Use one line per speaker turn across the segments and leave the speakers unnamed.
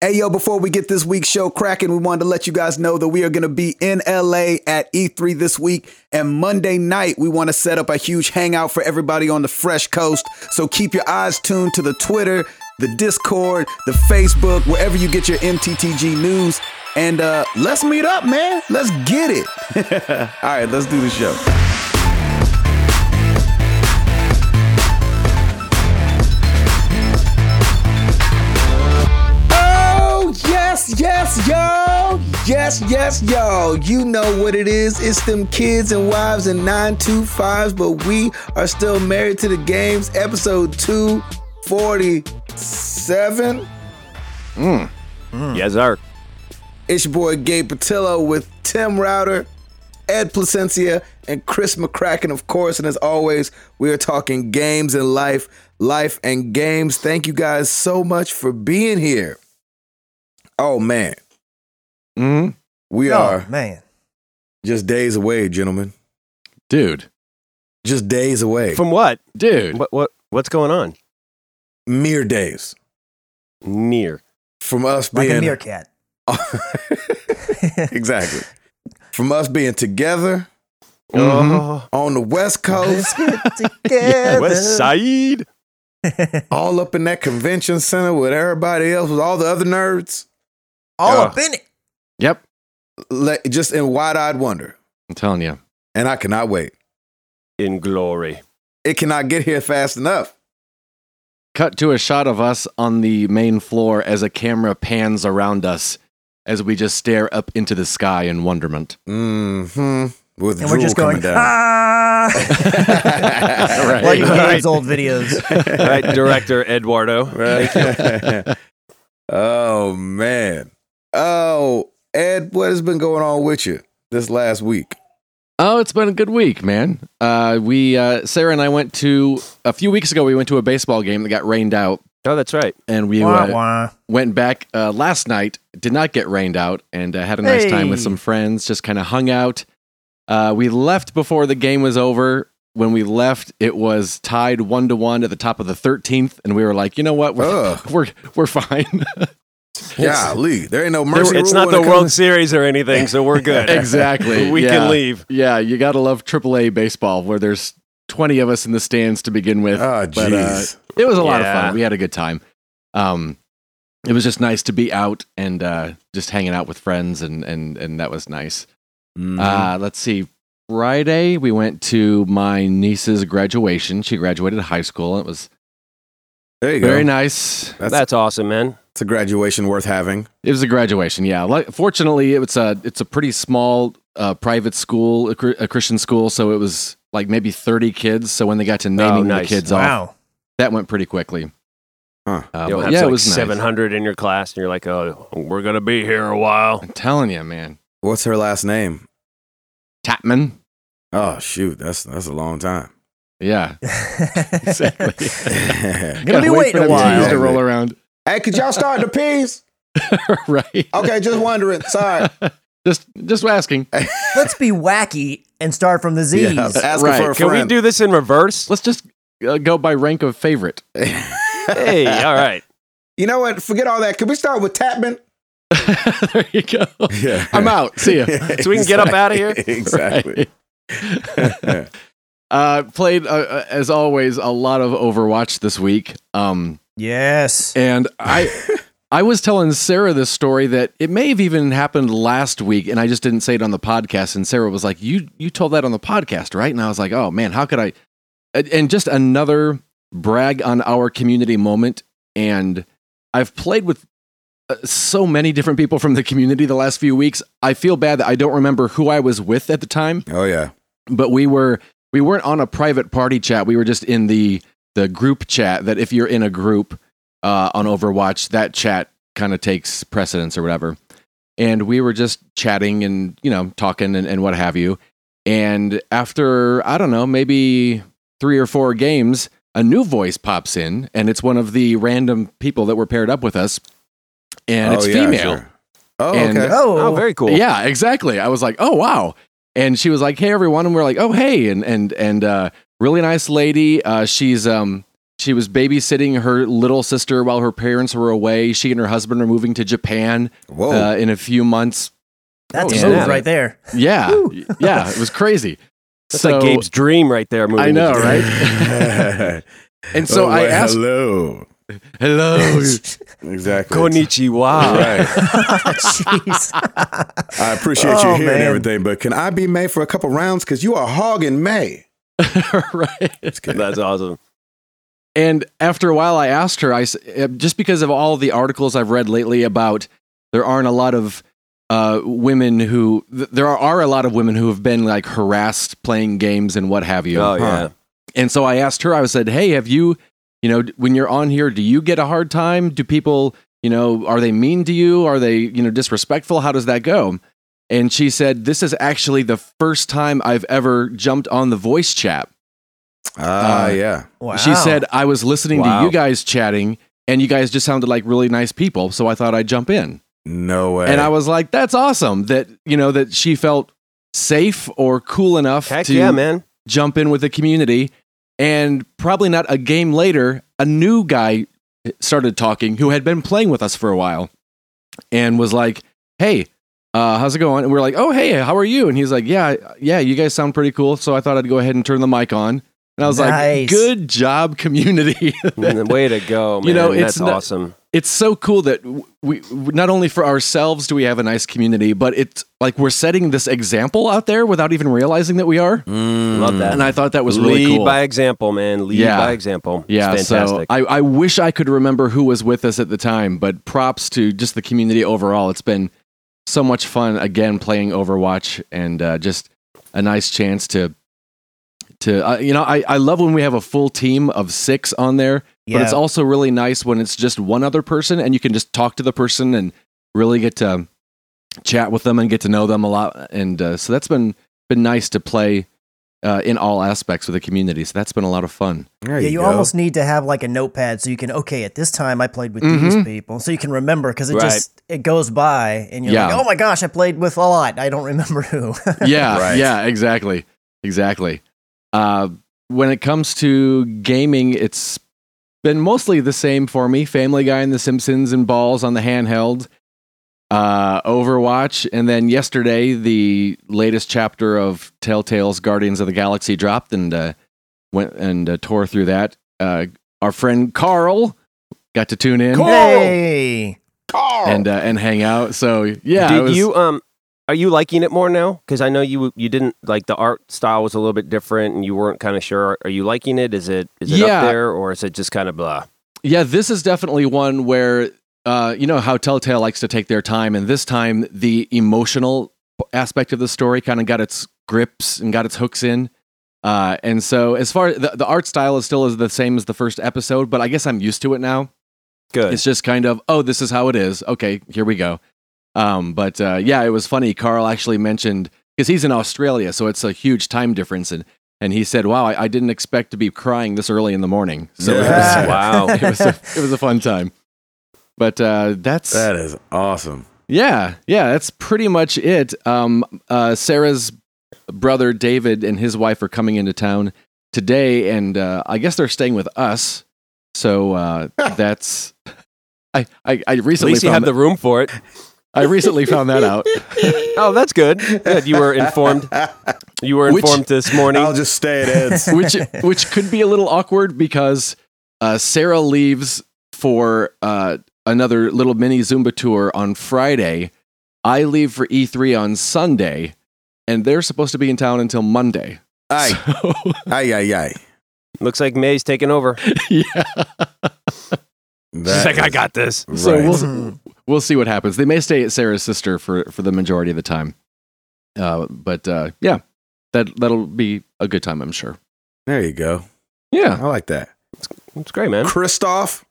Hey, yo, before we get this week's show cracking, we wanted to let you guys know that we are going to be in LA at E3 this week. And Monday night, we want to set up a huge hangout for everybody on the Fresh Coast. So keep your eyes tuned to the Twitter, the Discord, the Facebook, wherever you get your MTTG news. And uh, let's meet up, man. Let's get it. All right, let's do the show. Oh, yes, yes, yo. Yes, yes, yo. You know what it is. It's them kids and wives and 925s, but we are still married to the games. Episode 247.
Yes, sir.
It's your boy Gabe Patillo with Tim Router, Ed Placencia, and Chris McCracken, of course. And as always, we are talking games and life, life and games. Thank you guys so much for being here. Oh man,
Mm,
we
Oh,
are
man.
just days away, gentlemen.
dude,
Just days away.
From what?
dude.
What? What? What's going on?
mere days
Near.
from us
Like
being
a meerkat.
exactly from us being together
Oh,
on the West Coast,
Together.
West Side.
all up in that convention center with everybody else, with all the other nerds.
All
Yeah.
up in it.
Yep,
le- just in wide-eyed wonder,
I'm telling you.
and I cannot wait.
In glory.
It cannot get here fast enough.
Cut to a shot of us on the main floor as a camera pans around us as we just stare up into the sky in wonderment.
Mm-hmm. With
And we're
drool
just going,
coming down.
ah,
Right.
Right.
like Gabe's old videos.
All right, director Eduardo.
Right. oh man. Oh Ed, what has been going on with you this last week?
Oh, it's been a good week, man. Uh, we uh, Sarah and I went to a few weeks ago. We went to a baseball game that got rained out,
Oh, that's right.
and we
Wah,
uh,
wah.
went back uh, last night. Did not get rained out, and uh, had a nice time with
Hey.
some friends. Just kind of hung out. Uh, we left before the game was over. When we left, it was tied one to one at the top of the thirteenth, and we were like, you know what, we're
Ugh.
we're, we're fine.
Golly, there ain't no
There-
mercy. rule
it's not
when
the
it
World
comes-
Series or anything, so we're good.
exactly.
We
yeah.
can leave.
Yeah, you gotta love AAA baseball, where there's twenty of us in the stands to begin with.
Oh
But, uh,
jeez.
it was a lot of
Yeah.
fun. We had a good time. Um, it was just nice to be out and uh, just hanging out with friends, and and and that was nice.
Mm-hmm.
Uh, let's see. Friday, we went to my niece's graduation. She graduated high school. and It was
there you go.
very nice.
That's,
That's awesome, man.
that's a graduation worth having.
It was a graduation. Yeah. Like, fortunately, it was a it's a pretty small uh, private school, a, Chri- a Christian school. So it was like maybe thirty kids. So when they got to naming
nice.
the kids off,
Wow.
that went pretty quickly.
Huh.
Uh,
You'll
but
have
yeah,
like
it was nice.
700 in your class, and you're like, oh, we're gonna be here a while.
I'm telling you, man.
What's her last name?
Tapman.
Oh shoot, that's that's a long time.
Yeah. Exactly.
Gonna be
Gotta wait
waiting
for
a
them
while.
T's to roll around.
Hey, could y'all start the peas?
right.
Okay, just wondering. Sorry.
Just just asking.
Let's be wacky and start from the Z's.
Yeah, asking
Right.
for a
Can we
friend.
do this in reverse?
Let's just uh, go by rank of favorite.
Hey, all right.
you know what? Forget all that. Can we start with Tapman?
there you go.
Yeah.
I'm out. See ya.
So we can get up out of here.
Exactly.
Uh, played uh, uh, as always a lot of Overwatch this week. Um,
Yes.
and I, I was telling Sarah this story that it may have even happened last week, and I just didn't say it on the podcast. And Sarah was like, "You you told that on the podcast, right?" And I was like, "Oh man, how could I?" And- And just another brag on our community moment. And I've played with uh, so many different people from the community the last few weeks. I feel bad that I don't remember who I was with at the time
Oh yeah.
but we were we weren't on a private party chat. We were just in the the group chat. That if you're in a group uh, on Overwatch, that chat kind of takes precedence or whatever. And we were just chatting and you know talking and, and what have you. And after I don't know maybe three or four games, a new voice pops in, and it's one of the random people that were paired up with us, and
oh,
it's
yeah,
female.
sure. Oh,
And- uh,
okay.
Oh,
Oh, very cool.
Yeah, exactly. I was like, oh wow. And she was like, hey everyone, and we are like, oh hey, and and and uh, really nice lady. Uh, she's um She was babysitting her little sister while her parents were away. She and her husband are moving to Japan
Whoa.
uh, in a few months.
That's
Oh,
a
yeah.
move right there.
Yeah, yeah, it was crazy.
That's like Gabe's dream right there. Moving
I
to
know,
Japan.
right? and so
Oh,
I
well,
asked,
Hello.
"Hello,
Exactly.
uh,
Konnichiwa.
Right.
Jeez.
I appreciate
Oh,
you hearing
man.
everything, but can I be May for a couple rounds? Because you are hogging May.
right?"
That's awesome.
And after a while, I asked her, I s- uh, just because of all the articles I've read lately about there aren't a lot of uh, women who th- there are, are a lot of women who have been like harassed playing games and what have you.
Oh yeah.
And so I asked her, I said, Hey, have you, you know, d- when you're on here, do you get a hard time? Do people, you know, are they mean to you? Are they, you know, disrespectful? How does that go? And she said, This is actually the first time I've ever jumped on the voice chat.
Ah,
Uh,
yeah.
Wow.
She said, I was listening
Wow.
to you guys chatting, and you guys just sounded like really nice people. So I thought I'd jump in.
No way.
And I was like, that's awesome that, you know, that she felt safe or cool enough
Heck
to
yeah, man.
jump in with the community. And probably not a game later, a new guy started talking who had been playing with us for a while and was like, hey, uh, how's it going? And we're like, oh, hey, how are you? And he's like, yeah, yeah, you guys sound pretty cool. So I thought I'd go ahead and turn the mic on. And I was
Nice.
like, good job, community.
Way to go, man.
You know, it's
That's
not-
awesome.
it's so cool that w- we w- not only for ourselves do we have a nice community, but it's like we're setting this example out there without even realizing that we are.
Mm,
Love that.
And I thought Mm. that was really
Lead
cool.
by example, man. Lead
Yeah.
by example.
yeah,
It's
so
fantastic.
I, I wish I could remember who was with us at the time, but props to just the community overall. It's been so much fun again playing Overwatch and uh, just a nice chance to to uh, you know I, I love when we have a full team of six on there but it's also really nice when it's just one other person and you can just talk to the person and really get to chat with them and get to know them a lot and uh, so that's been been nice to play uh, in all aspects with the community so that's been a lot of fun
There
yeah, you
go.
almost need to have like a notepad so you can okay at this time I played with these
Mhm.
people so you can remember because it
Right.
just it goes by and you're
Yeah.
like oh my gosh I played with a lot I don't remember who
yeah
Right.
yeah exactly exactly uh, when it comes to gaming it's been mostly the same for me family guy and the simpsons and balls on the handheld uh, overwatch and then yesterday the latest chapter of telltale's guardians of the galaxy dropped and uh, went and uh, tore through that uh, our friend carl got to tune in
hey
and uh, and hang out so yeah it
Did
was-
you um? Are you liking it more now? Because I know you you didn't like the art style was a little bit different, and you weren't kind of sure. Are you liking it? Is it is it
Yeah.
up there, or is it just kind of blah?
Yeah, this is definitely one where uh, you know how Telltale likes to take their time, and this time the emotional aspect of the story kind of got its grips and got its hooks in. Uh, and so, as far the, the art style is still is the same as the first episode, but I guess I'm used to it now.
Good.
It's just kind of, oh, this is how it is. Okay, here we go. Um, but uh, yeah, it was funny. Carl actually mentioned because he's in Australia, so it's a huge time difference, and and he said, "Wow, I, I didn't expect to be crying this early in the morning." So it was-
Yeah.
wow.
it was a, it was a fun time. But uh, that's
That is awesome.
yeah, yeah. That's pretty much it. Um, uh, Sarah's brother David and his wife are coming into town today, and uh, I guess they're staying with us. So uh, that's I I, I
At
recently
least you have
found
the room for it.
I recently found that out.
Oh, that's good. Good. You were informed. You were
Which-
informed this morning.
I'll just stay at Ed's.
which which could be a little awkward because uh, Sarah leaves for uh, another little mini Zumba tour on Friday. I leave for E3 on Sunday, and they're supposed to be in town until Monday.
Aye,
So,
aye, aye, aye.
Looks like May's taking over.
yeah.
That
She's like, I
is-
got this.
So
right.
Mm-hmm.
we'll we'll see what happens. They may stay at Sarah's sister for for the majority of the time. Uh, but uh, yeah, that that'll be a good time, I'm sure.
there you go.
Yeah.
I like that.
It's great, man.
Christoph.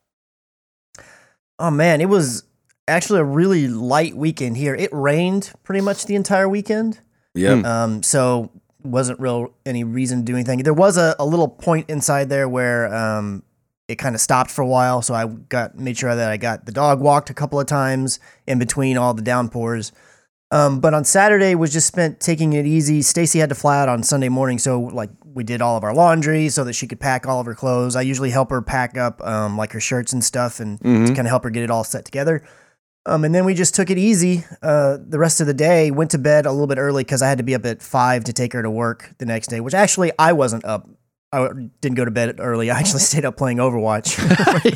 oh man it was actually a really light weekend here it rained pretty much the entire weekend
Yep.
Um, so wasn't real any reason to do anything. There was a, a little point inside there where um, it kind of stopped for a while, so I got made sure that I got the dog walked a couple of times in between all the downpours. Um, but on Saturday was just spent taking it easy. Stacy had to fly out on Sunday morning, so like we did all of our laundry so that she could pack all of her clothes. I usually help her pack up um, like her shirts and stuff and to
Mhm.
kind of help her get it all set together. Um, and then we just took it easy uh, the rest of the day. Went to bed a little bit early because I had to be up at five to take her to work the next day. Which actually I wasn't up. I didn't go to bed early. I actually stayed up playing Overwatch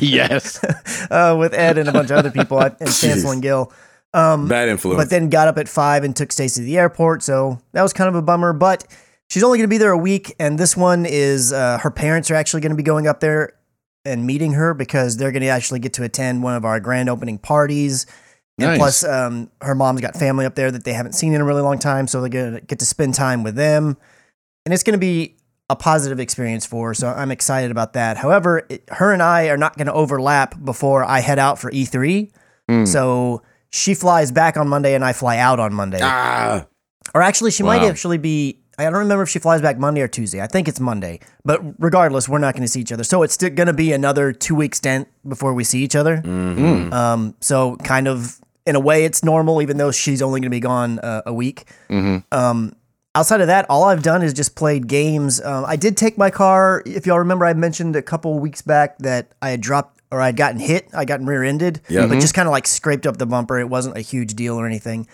yes.
uh, with Ed and a bunch of other people and Chancel and Gil.
Hmm.
Um,
Bad influence.
but then got up at five and took Stacy to the airport. So that was kind of a bummer. But she's only going to be there a week, and this one is uh, her parents are actually going to be going up there and meeting her because they're going to actually get to attend one of our grand opening parties. And
Nice.
plus, um, her mom's got family up there that they haven't seen in a really long time, so they're going to get to spend time with them, and it's going to be a positive experience for her. So I'm excited about that. However, it, her and I are not going to overlap before I head out for E3.
Mm.
So she flies back on Monday and I fly out on Monday.
ah,
Or actually, she might
Wow.
actually be. I don't remember if she flies back Monday or Tuesday. I think it's Monday. But regardless, we're not going to see each other. So it's still going to be another two week stint before we see each other. Um, so, kind of in a way, it's normal, even though she's only going to be gone uh, a week. Um, outside of that, all I've done is just played games. Um, I did take my car. If y'all remember, I mentioned a couple weeks back that I had dropped or I'd gotten hit. I gotten rear-ended,
Yeah.
but just kind of like scraped up the bumper. It wasn't a huge deal or anything.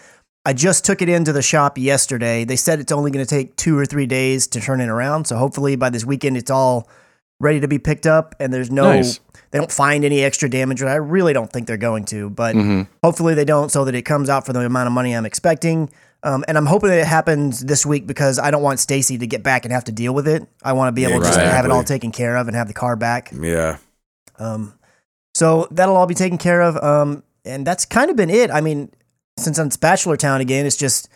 I just took it into the shop yesterday. They said it's only going to take two or three days to turn it around. So hopefully by this weekend, it's all ready to be picked up and there's no
Nice.
they don't find any extra damage and i really don't think they're going to but hopefully they don't so that it comes out for the amount of money i'm expecting um, and i'm hoping that it happens this week because i don't want stacy to get back and have to deal with it i want to be able just to have it all
Exactly.
taken care of and have the car back
yeah.
um, so that'll all be taken care of. Um, and that's kind of been it. I mean, since I'm Spatula Town again, it's just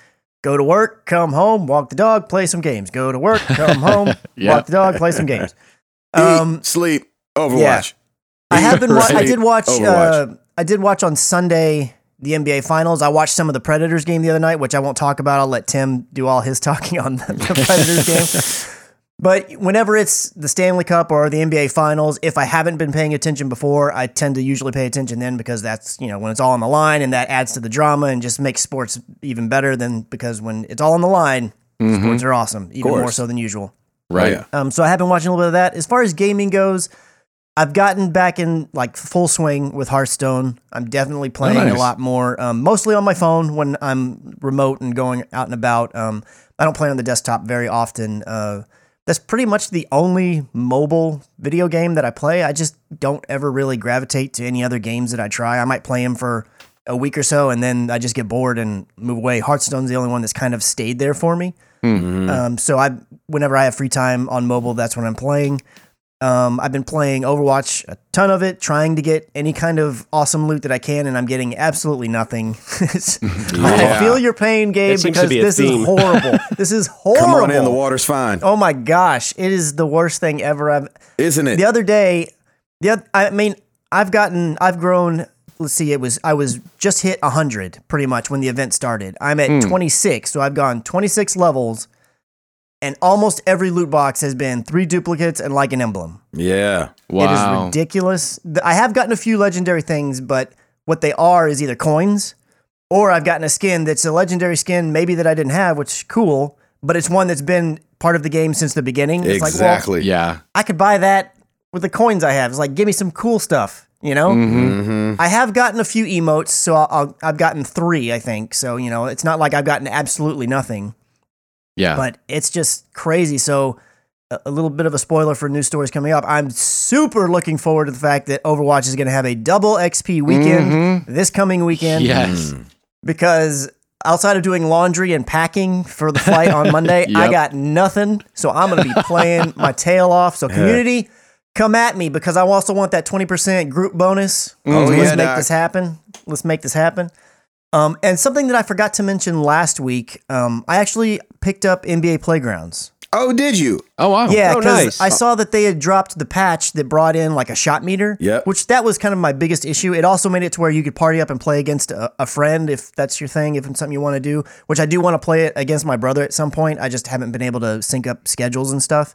go to work, come home, walk the dog, play some games. Go to work, come home,
Yeah.
walk the dog, play some games.
Um,
Um,
Eat, sleep, Overwatch.
I have been. Wa- I
Right.
did watch. Uh,
Overwatch.
I did watch on Sunday the NBA Finals. I watched some of the Predators game the other night, which I won't talk about. I'll let Tim do all his talking on the, the Predators game. But whenever it's the Stanley Cup or the NBA Finals, if I haven't been paying attention before, I tend to usually pay attention then because that's you know when it's all on the line and that adds to the drama and just makes sports even better than because when it's all on the line, sports are awesome even more
Mm-hmm. course.
so than usual.
Right.
yeah.
Um, so I have been watching a little bit of that. As far as gaming goes, I've gotten back in like full swing with Hearthstone. I'm definitely playing a
nice.
lot more, um, mostly on my phone when I'm remote and going out and about. Um, I don't play on the desktop very often. Uh, that's pretty much the only mobile video game that I play. I just don't ever really gravitate to any other games that I try. I might play them for a week or so, and then I just get bored and move away. Hearthstone's the only one that's kind of stayed there for me. Um, so I, whenever I have free time on mobile, that's when I'm playing. Um, I've been playing Overwatch a ton of it, trying to get any kind of awesome loot that I can, and I'm getting absolutely nothing. It's- I feel your pain, Gabe,
That seems to
because
be a
this
theme.
is horrible. this is horrible.
Come on in, the water's fine,
Oh my gosh, it is the worst thing ever. I've
isn't it?
the other day, the oth- I mean, I've gotten, I've grown. Let's see, it was I was just hit hundred pretty much when the event started. I'm at 26, so I've gone 26 levels, and almost every loot box has been three duplicates and like an emblem.
yeah.
It is
Wow.
ridiculous. Th- I have gotten a few legendary things, but what they are is either coins or I've gotten a skin that's a legendary skin, maybe that I didn't have, which is cool, but it's one that's been part of the game since the beginning. It's like, well,
Exactly.
Yeah.
I could buy that with the coins I have. It's like, give me some cool stuff, you know?
Mm-hmm.
Mm-hmm.
I have gotten a few emotes, so I'll, I'll, I've gotten three, I think. So, you know, it's not like I've gotten absolutely nothing,
Yeah.
but it's just crazy. So, a, a little bit of a spoiler for new stories coming up. I'm super looking forward to the fact that Overwatch is going to have a double XP weekend this coming weekend
Mm-hmm. yes.
because outside of doing laundry and packing for the flight on Monday, I
Yep.
got nothing. So I'm going to be playing my tail off. So community, come at me because I also want that 20% group bonus.
Oh,
So
yeah,
let's make
Doc.
this happen. Let's make this happen. Um, and something that I forgot to mention last week, um, I actually picked up NBA Playgrounds.
Oh, did you?
Oh wow.
Yeah,
Oh,
because
nice.
I saw that they had dropped the patch that brought in like a shot meter.
Yep.
Which that was kind of my biggest issue. It also made it to where you could party up and play against a, a friend if that's your thing, if it's something you want to do. Which I do want to play it against my brother at some point. I just haven't been able to sync up schedules and stuff.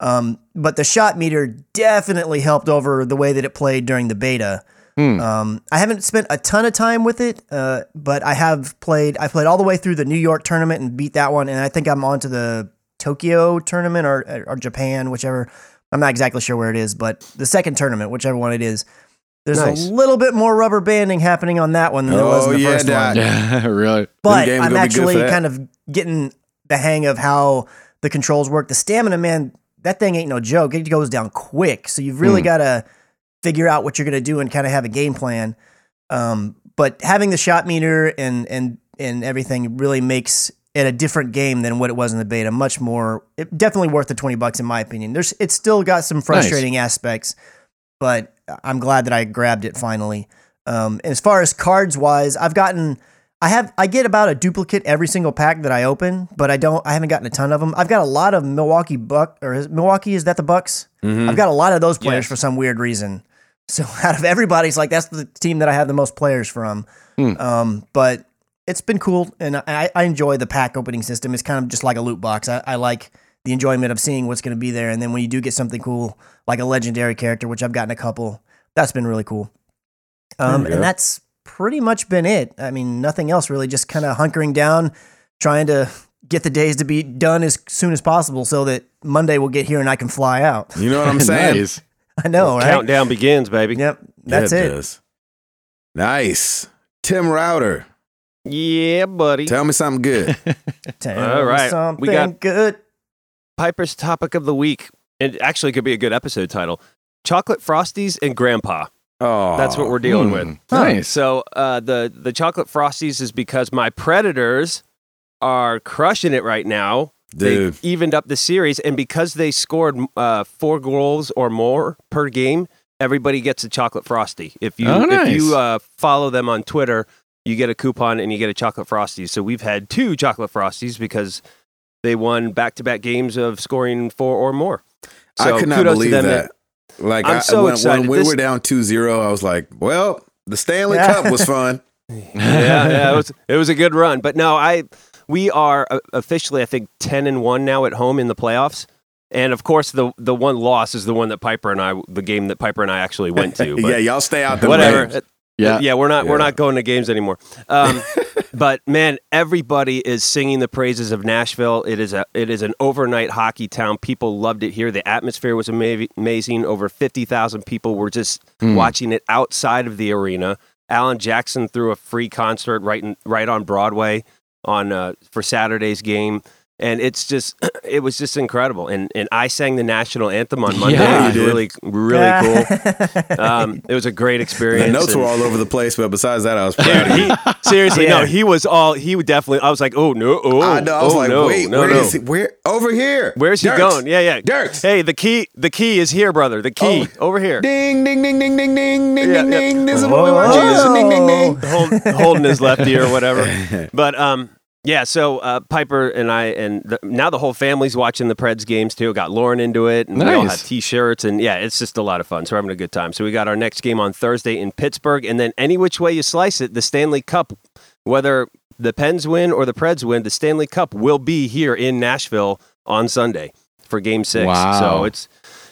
Um, but the shot meter definitely helped over the way that it played during the beta.
Hmm.
Um, I haven't spent a ton of time with it, uh, but I have played. I played all the way through the New York tournament and beat that one, and I think I'm on to the Tokyo tournament or or Japan, whichever. I'm not exactly sure where it is, but the second tournament, whichever one it is, there's
Nice.
a little bit more rubber banding happening on that one than there was
Oh,
in the
yeah,
first
Doc.
one.
Yeah, really.
But
games
I'm
gonna be good
actually
for that.
kind of getting the hang of how the controls work. The stamina, man, that thing ain't no joke. It goes down quick. So you've
Hmm.
really got to figure out what you're going to do and kind of have a game plan. Um, but having the shot meter and and and everything really makes it a different game than what it was in the beta. Much more, it, definitely worth the twenty bucks in my opinion. There's, it's still got some frustrating aspects, but I'm glad that I grabbed it finally. Um, as far as cards wise, I've gotten, I have, I get about a duplicate every single pack that I open, but I don't, I haven't gotten a ton of them. I've got a lot of Milwaukee Buck or is, Milwaukee is that the Bucks? I've got a lot of those players
Yes.
for some weird reason. So out of everybody's like that's the team that I have the most players from. Um, but it's been cool, and I, I enjoy the pack opening system. It's kind of just like a loot box. I, I like the enjoyment of seeing what's going to be there, and then when you do get something cool like a legendary character, which I've gotten a couple, that's been really cool. Um, and that's pretty much been it. I mean, nothing else really. Just kind of hunkering down, trying to get the days to be done as soon as possible, so that Monday will get here and I can fly
Mm,
out.
You know what I'm saying?
Nice.
I know, right?
Countdown begins, baby.
Yep, that's
Yeah,
it.
does. Nice. Tim Router,
Yeah, buddy.
tell me something good.
Tell
All
me
right,
something
we got-
good.
Piper's topic of the week. It actually could be a good episode title. Chocolate Frosties and Grandpa.
Oh,
That's what we're dealing
Hmm.
with.
Nice.
So uh, the the chocolate frosties is because my predators are crushing it right now.
Dude.
They evened up the series, and because they scored uh, four goals or more per game, everybody gets a chocolate frosty. If you
Oh, nice.
if you uh, follow them on Twitter, you get a coupon and you get a chocolate frosty. So we've had two chocolate frosties because they won back to back games of scoring four or more. So
I could not
kudos to
believe
them.
that. Like
I'm
I,
so
when,
excited.
when we
This-
were down 2-0, I was like, well, the Stanley
Yeah.
Cup was fun.
yeah, yeah, it was it was a good run. But no, I we are uh, officially I think ten and one now at home in the playoffs. And of course, the the one loss is the one that Piper and I, the game that Piper and I actually went to.
yeah,
But
y'all stay out the
whatever.
Way.
Yeah.
Yeah, we're not we're
Yeah.
not going to games anymore. Um, but man, everybody is singing the praises of Nashville. It is a it is an overnight hockey town. People loved it here. The atmosphere was ama- amazing. Over fifty thousand people were just
Hmm.
watching it outside of the arena. Alan Jackson threw a free concert right in, right on Broadway on uh, for Saturday's game. And it's just, it was just incredible, and and I sang the national anthem on Monday.
Yeah,
it
you
was
did.
really, really cool. Um, it was a great experience.
The notes
and-
were all over the place, but besides that, I was proud
Dude,
of you.
he, seriously,
Yeah.
no, he was all, he would definitely, I was like, oh, no, oh,
I, know, I was
oh,
like,
no,
wait,
no,
where
no.
is he? Where over here?
Where's he
Dirks.
going? Yeah, yeah.
Dirks.
Hey, the key, the key is here, brother. The key,
Oh.
over here.
Ding, ding, ding, ding, ding, ding, ding,
Yeah,
ding,
yeah.
ding. This is what we want you. to-
Whoa.
Ding, ding, ding.
Hold, holding his left ear or whatever. But, um, yeah, so uh, Piper and I, and the, now the whole family's watching the Preds games too. Got Lauren into it, and we all
Nice.
have T-shirts, and yeah, it's just a lot of fun. So we're having a good time. So we got our next game on Thursday in Pittsburgh, and then any which way you slice it, the Stanley Cup, whether the Pens win or the Preds win, the Stanley Cup will be here in Nashville on Sunday for Game Six.
Wow.
So it's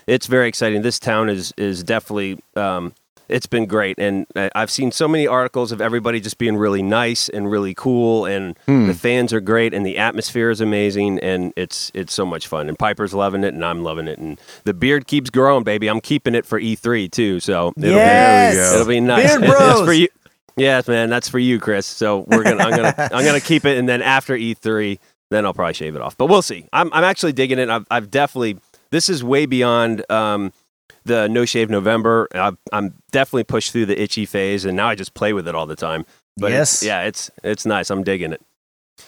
it's very exciting. This town is is definitely. Um, it's been great, and I- I've seen so many articles of everybody just being really nice and really cool, and
Hmm.
the fans are great, and the atmosphere is amazing, and it's it's so much fun. And Piper's loving it, and I'm loving it, and the beard keeps growing, baby. I'm keeping it for E3 too, so it'll
Yes!
be
There we go.
it'll be nice.
Beard
That's
bros!
for you. Yes, man, that's for you, Chris. So we're gonna, I'm gonna, I'm gonna keep it, and then after E3, then I'll probably shave it off. But we'll see. I'm, I'm actually digging it. I've, I've definitely, this is way beyond um, the no shave November. I've, I'm definitely pushed through the itchy phase, and now I just play with it all the time. But it's-
Yes.
yeah, it's, it's nice. I'm digging it.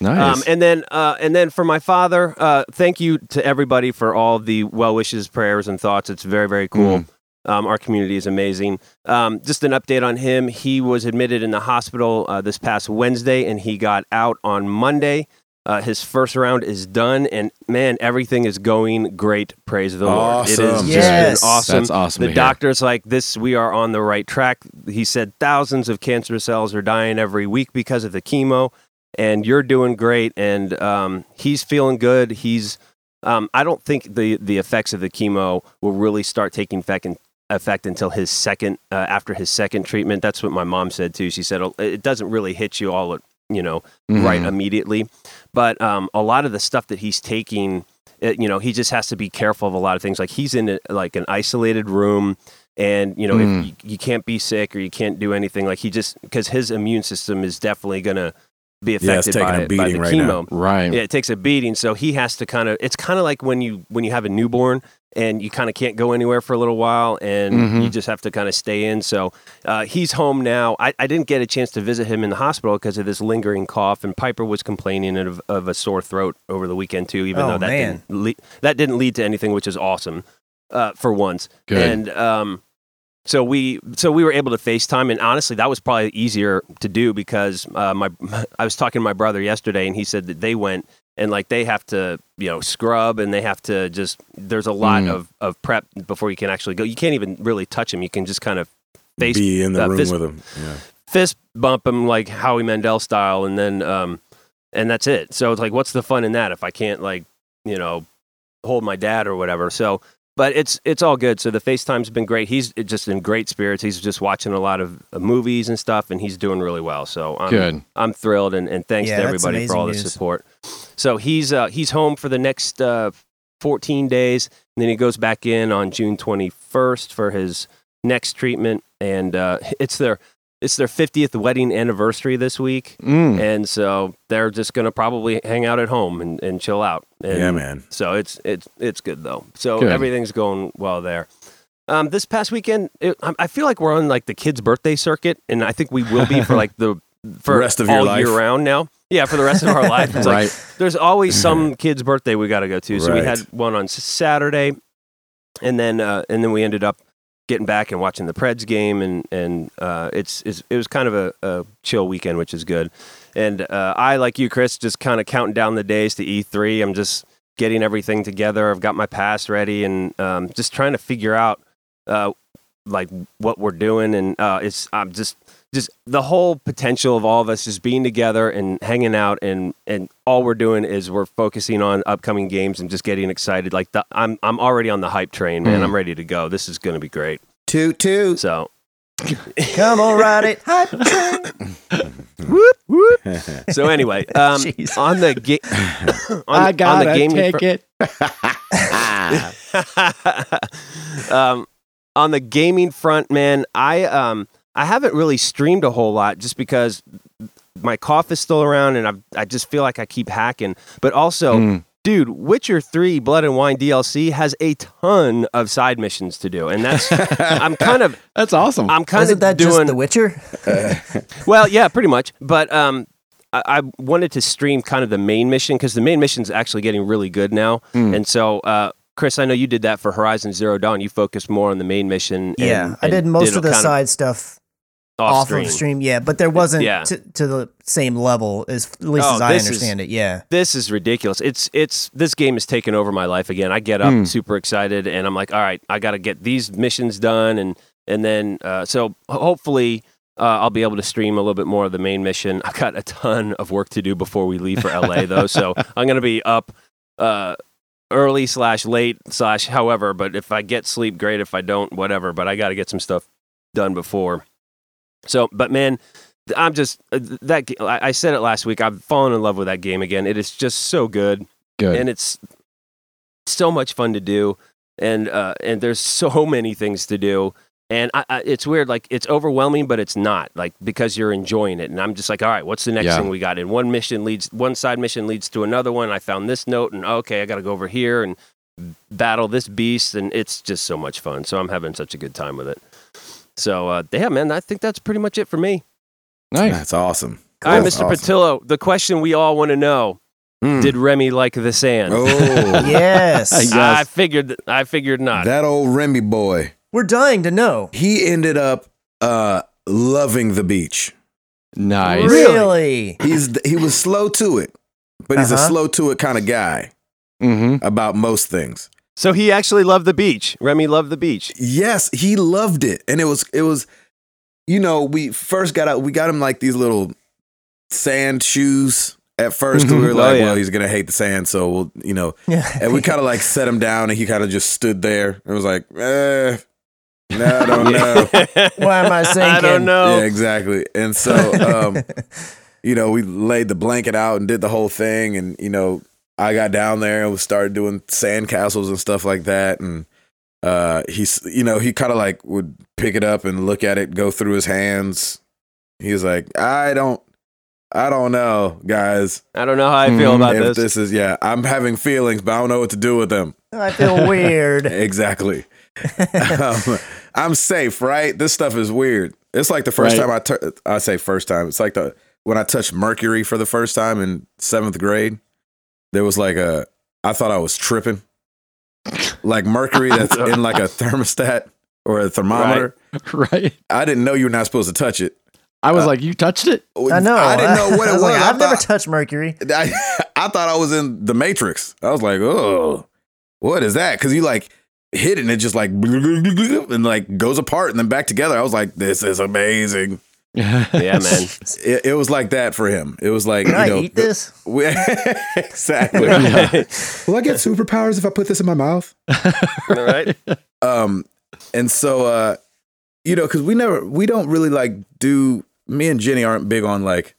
Nice.
Um, and then, uh, and then for my father, uh, thank you to everybody for all the well wishes, prayers, and thoughts. It's very, very cool. Um, our community is amazing. Um, just an update on him. He was admitted in the hospital uh, this past Wednesday, and he got out on Monday. Uh, his first round is done, and man, everything is going great. Praise the Lord! It
Awesome.
is
Yes.
just been awesome.
That's awesome
The
to hear.
doctor's like, "This, we are on the right track." He said thousands of cancer cells are dying every week because of the chemo and you're doing great and um, he's feeling good he's um, i don't think the, the effects of the chemo will really start taking effect, in, effect until his second uh, after his second treatment that's what my mom said too she said "Oh, it doesn't really hit you all at you know right
Mhm.
immediately but um, a lot of the stuff that he's taking it, you know, he just has to be careful of a lot of things. Like he's in a, like an isolated room, and you know,
Mm.
Hmm.
if you, you can't be sick or you can't do anything. Like he just because his immune system is definitely gonna be
Yeah, it's
affected
taking
by,
a
it- by the
beating right now.
chemo.
Right.
Yeah, it takes a beating. So he has to kind of. It's kind of like when you when you have a newborn and you kind of can't go anywhere for a little while, and
Mm-hmm.
Mhm.
you just have to kind of stay in. So uh, he's home now. I, I didn't get a chance to visit him in the hospital because of this lingering cough, and Piper was complaining of, of a sore throat over the weekend too. Even
Oh,
though that
man.
didn't le- that didn't lead to anything, which is awesome uh, for once.
Good.
And um, so we so we were able to FaceTime, and honestly, that was probably easier to do because uh, my I was talking to my brother yesterday, and he said that they went and like they have to you know scrub and they have to just there's a lot
Mm.
of of prep before you can actually go. You can't even really touch him. You can just kind of face
Be in the
uh,
room
fist-
with him. Yeah.
fist bump him like Howie Mandel style, and then um, and that's it. So it's like, what's the fun in that if I can't like you know hold my dad or whatever? So, but it's it's all good. So the FaceTime's been great. He's just in great spirits. He's just watching a lot of uh, movies and stuff, and he's doing really well. So I'm
Good.
I'm thrilled, and, and thanks
Yeah,
to
that's
everybody for
amazing
all the
news.
support. So he's uh, he's home for the next uh, 14 days, and then he goes back in on June 21st for his next treatment, and uh, it's their it's their 50th wedding anniversary this week,
Hmm.
Mm.
and so they're just gonna probably hang out at home and, and chill out. And
yeah, man.
so it's it's it's good though. So
Good.
everything's going well there. Um, this past weekend, it, I I feel like we're on like the kids' birthday circuit, and I think we will be for like the for
Rest of your
all
life.
year round now. Yeah, for the rest of our life. It's
Right.
like there's always some kid's birthday we got to go to. So we
Right.
had one on Saturday, and then uh, and then we ended up getting back and watching the Preds game, and and uh, it's, it's it was kind of a, a chill weekend, which is good. And uh, I, like you, Chris, just kind of counting down the days to E3. I'm just getting everything together. I've got my pass ready, and um, just trying to figure out uh, like what we're doing. And uh, it's I'm just just the whole potential of all of us just being together and hanging out and and all we're doing is we're focusing on upcoming games and just getting excited like the, I'm I'm already on the hype train man
Mhm.
I'm ready to go this is going to be great
Toot toot.
so
Come on, ride it. Hype train.
whoop, whoop. so anyway um
Jeez.
on the game
I gotta take it.
um, on the gaming front, man, I um I haven't really streamed a whole lot just because my cough is still around and I I just feel like I keep hacking. But also,
Mm.
dude, Witcher Three Blood and Wine DLC has a ton of side missions to do, and that's I'm kind of
That's awesome.
I'm kind
Wasn't
of
that just
doing
The Witcher?
well, yeah, pretty much. But um, I, I wanted to stream kind of the main mission because the main mission's actually getting really good now.
Hmm.
And so, uh, Chris, I know you did that for Horizon Zero Dawn. You focused more on the main mission.
Yeah,
and-
I did
and
most
a
of the
kind
side stuff
off,
off
stream.
of stream. Yeah, but there wasn't
Yeah.
to, to the same level as at least
Oh,
as I
this is-
understand it. Yeah,
This is ridiculous. It's it's this game is taking over my life again. I get up
Hmm.
super excited and I'm like, all right, I got to get these missions done and and then uh, so ho- hopefully. Uh, I'll be able to stream a little bit more of the main mission. I've got a ton of work to do before we leave for LA, though, so I'm going to be up uh, early slash late slash however. But if I get sleep, great. If I don't, whatever. But I got to get some stuff done before. So, but man, th- I'm just uh, th- that. g- I I said it last week. I've fallen in love with that game again. It is just so good,
Good.
and it's so much fun to do. And uh, and there's so many things to do. And I, I, it's weird, like it's overwhelming, but it's not like because you're enjoying it. And I'm just like, all right, what's the next
Yeah.
thing we got? And one mission leads, one side mission leads to another one. I found this note, and okay, I got to go over here and battle this beast, and it's just so much fun. So I'm having such a good time with it. So uh, yeah, man, I think that's pretty much it for me.
nice.
That's awesome.
All right,
That's
Mr.
awesome.
Patillo, the question we all want to know:
Mm.
Did Remy like the sand?
Oh,
yes,
Yeah.
I
yes.
figured. I figured not.
that old Remy boy.
we're dying to know.
He ended up uh, loving the beach.
Nice.
Really?
He's he was slow to it, but he's
Uh-huh.
a slow to it kind of guy
Mm-hmm.
about most things.
so he actually loved the beach. Remy loved the beach.
Yes, he loved it, and it was it was, you know, we first got out. We got him like these little sand shoes at first. 'cause We were
Mhm. Oh,
like,
yeah.
well, he's gonna hate the sand, so we'll you know.
Yeah.
And we kind of like set him down, and he kind of just stood there and was like, eh, no, I don't know.
Why am I
I don't
sinking?
know.
Yeah, exactly. And um, so, um, you know, we laid the blanket out and did the whole thing, and you know, I got down there and we started doing sandcastles and stuff like that. And uh, he's, you know, he kind of like would pick it up and look at it, go through his hands. He was like, I don't, I don't know, guys.
I don't know how I feel
Mhm.
about
Hmm, If
this.
this is, yeah, I'm having feelings, but I don't know what to do with them.
I feel weird.
Exactly. um, I'm safe, right? This stuff is weird. It's like the first
Right.
time I tu- I say first time. It's like the when I touched mercury for the first time in seventh grade. There was like a I thought I was tripping, like mercury that's in like a thermostat or a thermometer.
right?
I didn't know you were not supposed to touch it.
I was
Uh,
like, you touched it?
I know.
I didn't know what it
I
was.
like,
I
I've never
thought-
touched mercury.
I, I thought I was in the Matrix. I was like, oh, what is that? Because you like hit it and it just like and like goes apart and then back together. I was like, this is amazing.
yeah, man.
It, it was like that for him. It was like,
Can
you
I
know,
eat this?
we- exactly. Will I get superpowers if I put this in my mouth?
All right.
Um, and so, uh, you know, because we never, we don't really like do. Me and Jenny aren't big on like,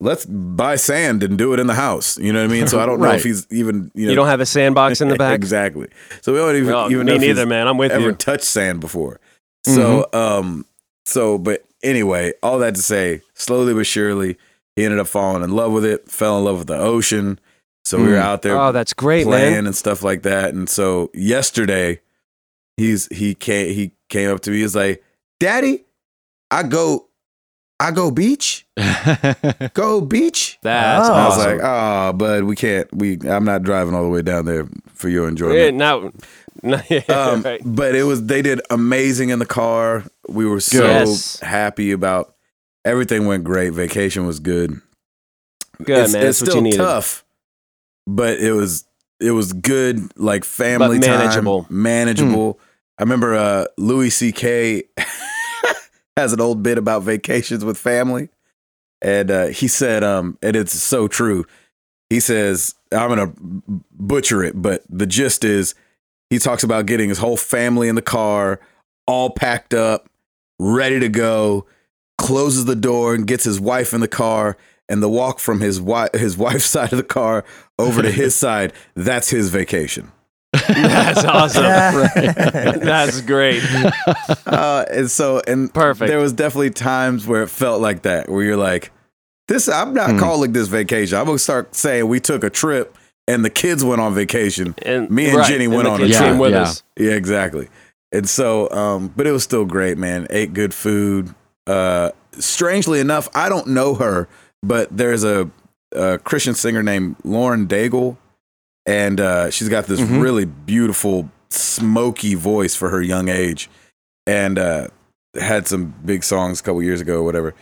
let's buy sand and do it in the house. You know what I mean? So I don't know
Right.
if he's even. You, know,
You don't have a sandbox in the back?
exactly. So we don't even,
No,
even know
me
if he's
neither, man. I'm with
ever
you.
touched sand before.
Mm-hmm.
So, um, so but anyway, all that to say, slowly but surely, he ended up falling in love with it. Fell in love with the ocean. So we were
Mm.
out there
Oh, that's great,
playing
man.
and stuff like that. And so yesterday, he's he came he came up to me. He's like, "Daddy, I go, I go beach, go beach."
That's
Oh.
I was
awesome.
like, "Oh, bud, we can't. We I'm not driving all the way down there for your
Yeah,
enjoyment."
now, no, yeah,
Um,
right.
But it was they did amazing in the car. We were so
Yes.
happy about everything. Went great. Vacation was good.
Good,
it's,
man.
It's
That's what
still
you needed.
tough, but it was it was good. Like family
manageable. Hmm.
time, manageable. I remember uh, Louis C.K. has an old bit about vacations with family, and uh, he said, um, and it's so true. He says, "I'm gonna butcher it," but the gist is, he talks about getting his whole family in the car, all packed up, ready to go. Closes the door and gets his wife in the car, and the walk from his wife his wife's side of the car over to his side. That's his vacation.
That's awesome.
Right.
That's great.
Uh, and so, and
Perfect.
There was definitely times where it felt like that, where you're like, "This, I'm not
Hmm.
calling this vacation. I'm gonna start saying we took a trip and the kids went on vacation.
And
Me and Jenny went
the
on a
kids
trip.
came with
Yeah,
us.
Yeah, exactly. And so, um, but it was still great, man. Ate good food. Uh, strangely enough, I don't know her, but there's a, a Christian singer named Lauren Daigle, and uh, she's got this
Mhm.
really beautiful, smoky voice for her young age, and uh, had some big songs a couple years ago or whatever.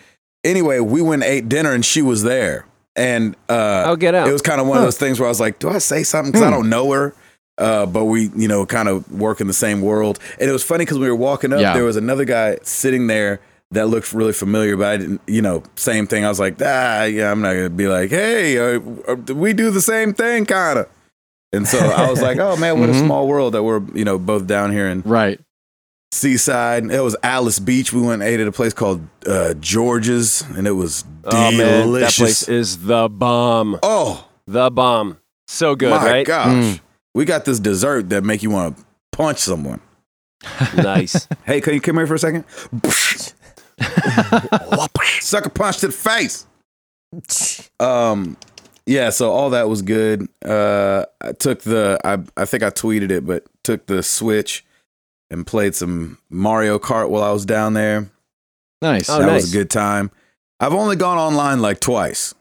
Anyway, we went and ate dinner, and she was there, and uh,
Oh, Hmm. get out.
it was kind of one of those things where I was like, do I say something? Because I don't know her. Uh, but we, you know, kind of work in the same world. And it was funny because we were walking up,
Yeah.
there was another guy sitting there that looked really familiar, but I didn't, you know, same thing. I was like, ah, yeah, I'm not going to be like, hey, uh, uh, we do the same thing, kind of. And so I was like, oh man, what a
Mm-hmm.
Mhm.
small world that we're, you know, both down here in
right.
Seaside. It was Alice Beach. We went and ate at a place called uh, George's, and it was
Oh, man. That
delicious.
place is the bomb.
oh,
The bomb. So good,
My
right?
gosh,
Mm.
we got this dessert that make you want to punch someone.
Nice.
Hey, can you come here for a second? Sucker punch to the face. Um, yeah. So all that was good. Uh, I took the. I I think I tweeted it, but took the Switch and played some Mario Kart while I was down there.
Nice.
Oh,
that
nice.
was a good time. I've only gone online like twice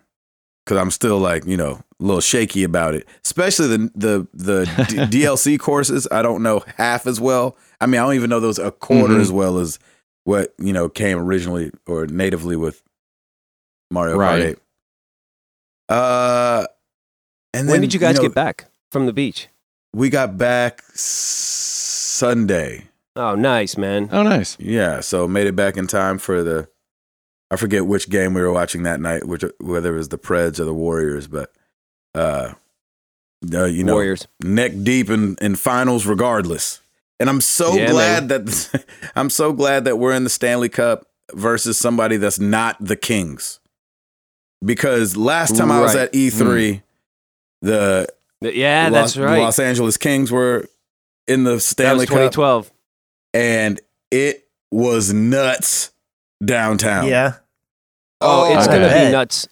because I'm still like you know a little shaky about it. Especially the the the D- DLC courses, I don't know half as well. I mean, I don't even know those a quarter
Mm-hmm.
Mhm.
as well as what you know came originally or natively with Mario
Right.
Kart 8. Uh, and
when
then,
did you guys
know,
get back from the beach?
We got back s- Sunday.
Oh, nice, man.
Uh,
Oh, nice.
Yeah, so made it back in time for the I forget which game we were watching that night, which whether it was the Preds or the Warriors, but uh, uh you know,
Warriors.
neck deep in in finals regardless. And I'm so
Yeah,
glad that I'm so glad that we're in the Stanley Cup versus somebody that's not the Kings. Because last time I was
Right.
at E3, The
Yeah,
Los,
that's right.
Los Angeles Kings were in the
that was
Stanley Cup,
2012.
and it was nuts downtown.
Yeah.
Oh, it's
I
going to
bet.
be nuts.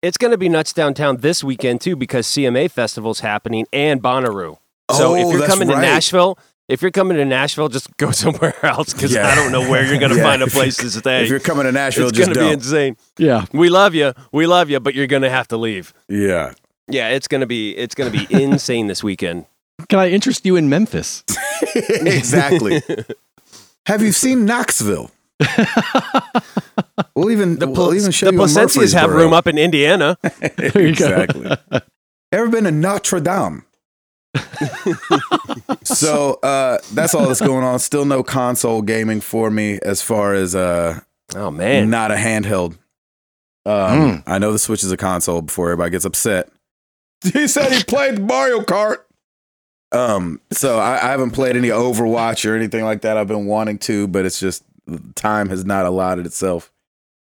It's going to be nuts downtown this weekend too because CMA Festival's happening and Bonnaroo. So
Oh,
if you're
that's
coming to
right.
Nashville, if you're coming to Nashville, just go somewhere else because
Yeah.
I don't know where you're going to
Yeah.
find a place to
if
stay.
you're coming to Nashville,
It's
just
going to be
don't.
insane.
Yeah.
We love you. We love you, but you're going to have to leave.
yeah,
Yeah, it's going to be it's going to be insane this weekend.
Can I interest you in Memphis?
exactly. Have you seen Knoxville? we'll even
The,
we'll
Pl-
even show
the
you a
Placencias have
Murfreesboro.
room up in Indiana.
There you go.
exactly. Ever been to Notre Dame? so uh, that's all that's going on. Still no console gaming for me as far as uh,
Oh man.
not a handheld. Um, I know the Switch is a console before everybody gets upset. He said he played Mario Kart. Um, so I, I haven't played any Overwatch or anything like that. I've been wanting to, but it's just time has not allotted itself.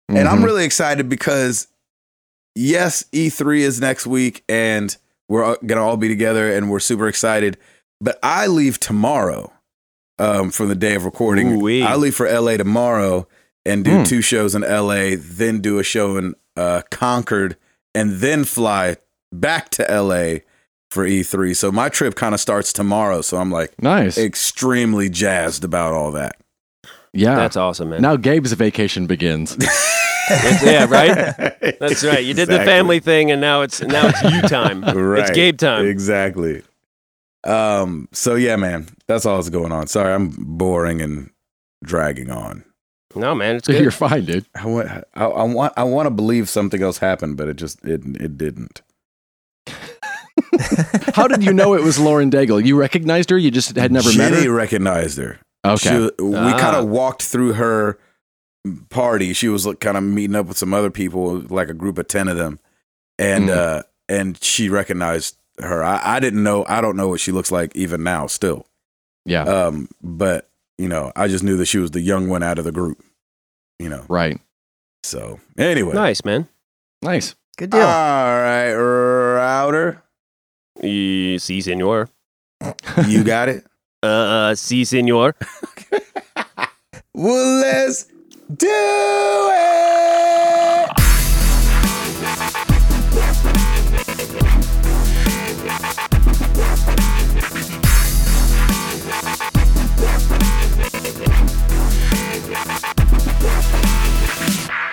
And I'm
Mhm.
really excited because yes, E3 is next week and we're all- gonna all be together and we're super excited. But I leave tomorrow um, from the day of recording.
Ooh-wee.
I leave for LA tomorrow and do
Hmm.
two shows in LA, then do a show in uh, Concord, and then fly back to LA for E3. So my trip kind of starts tomorrow. So I'm like
nice.
extremely jazzed about all that.
yeah.
That's awesome, man.
now Gabe's vacation begins.
It's- yeah, right? That's right. You did the family thing and now it's now it's you time.
Right.
It's Gabe time.
Exactly. Um. So yeah, man, that's all that's going on. Sorry, I'm boring and dragging on.
No, man, it's
so
good.
you're fine, dude.
I want. I, I want. I want to believe something else happened, but it just it it didn't.
How did you know it was Lauren Daigle? You recognized her? You just had never met
Jenny
her?
recognized her.
Okay.
She- we
Ah.
kind of walked through her party. She was like, kind of meeting up with some other people, like a group of ten of them, and
Mm.
uh, and she recognized her. I, I didn't know. I don't know what she looks like even now, still.
yeah.
Um, but you know, I just knew that she was the young one out of the group. You know,
right.
so anyway,
Nice, man.
Nice.
Good
all
deal.
right, router,
Eh, Si, senor.
you got it.
Uh, si, senor.
Well, let's do it.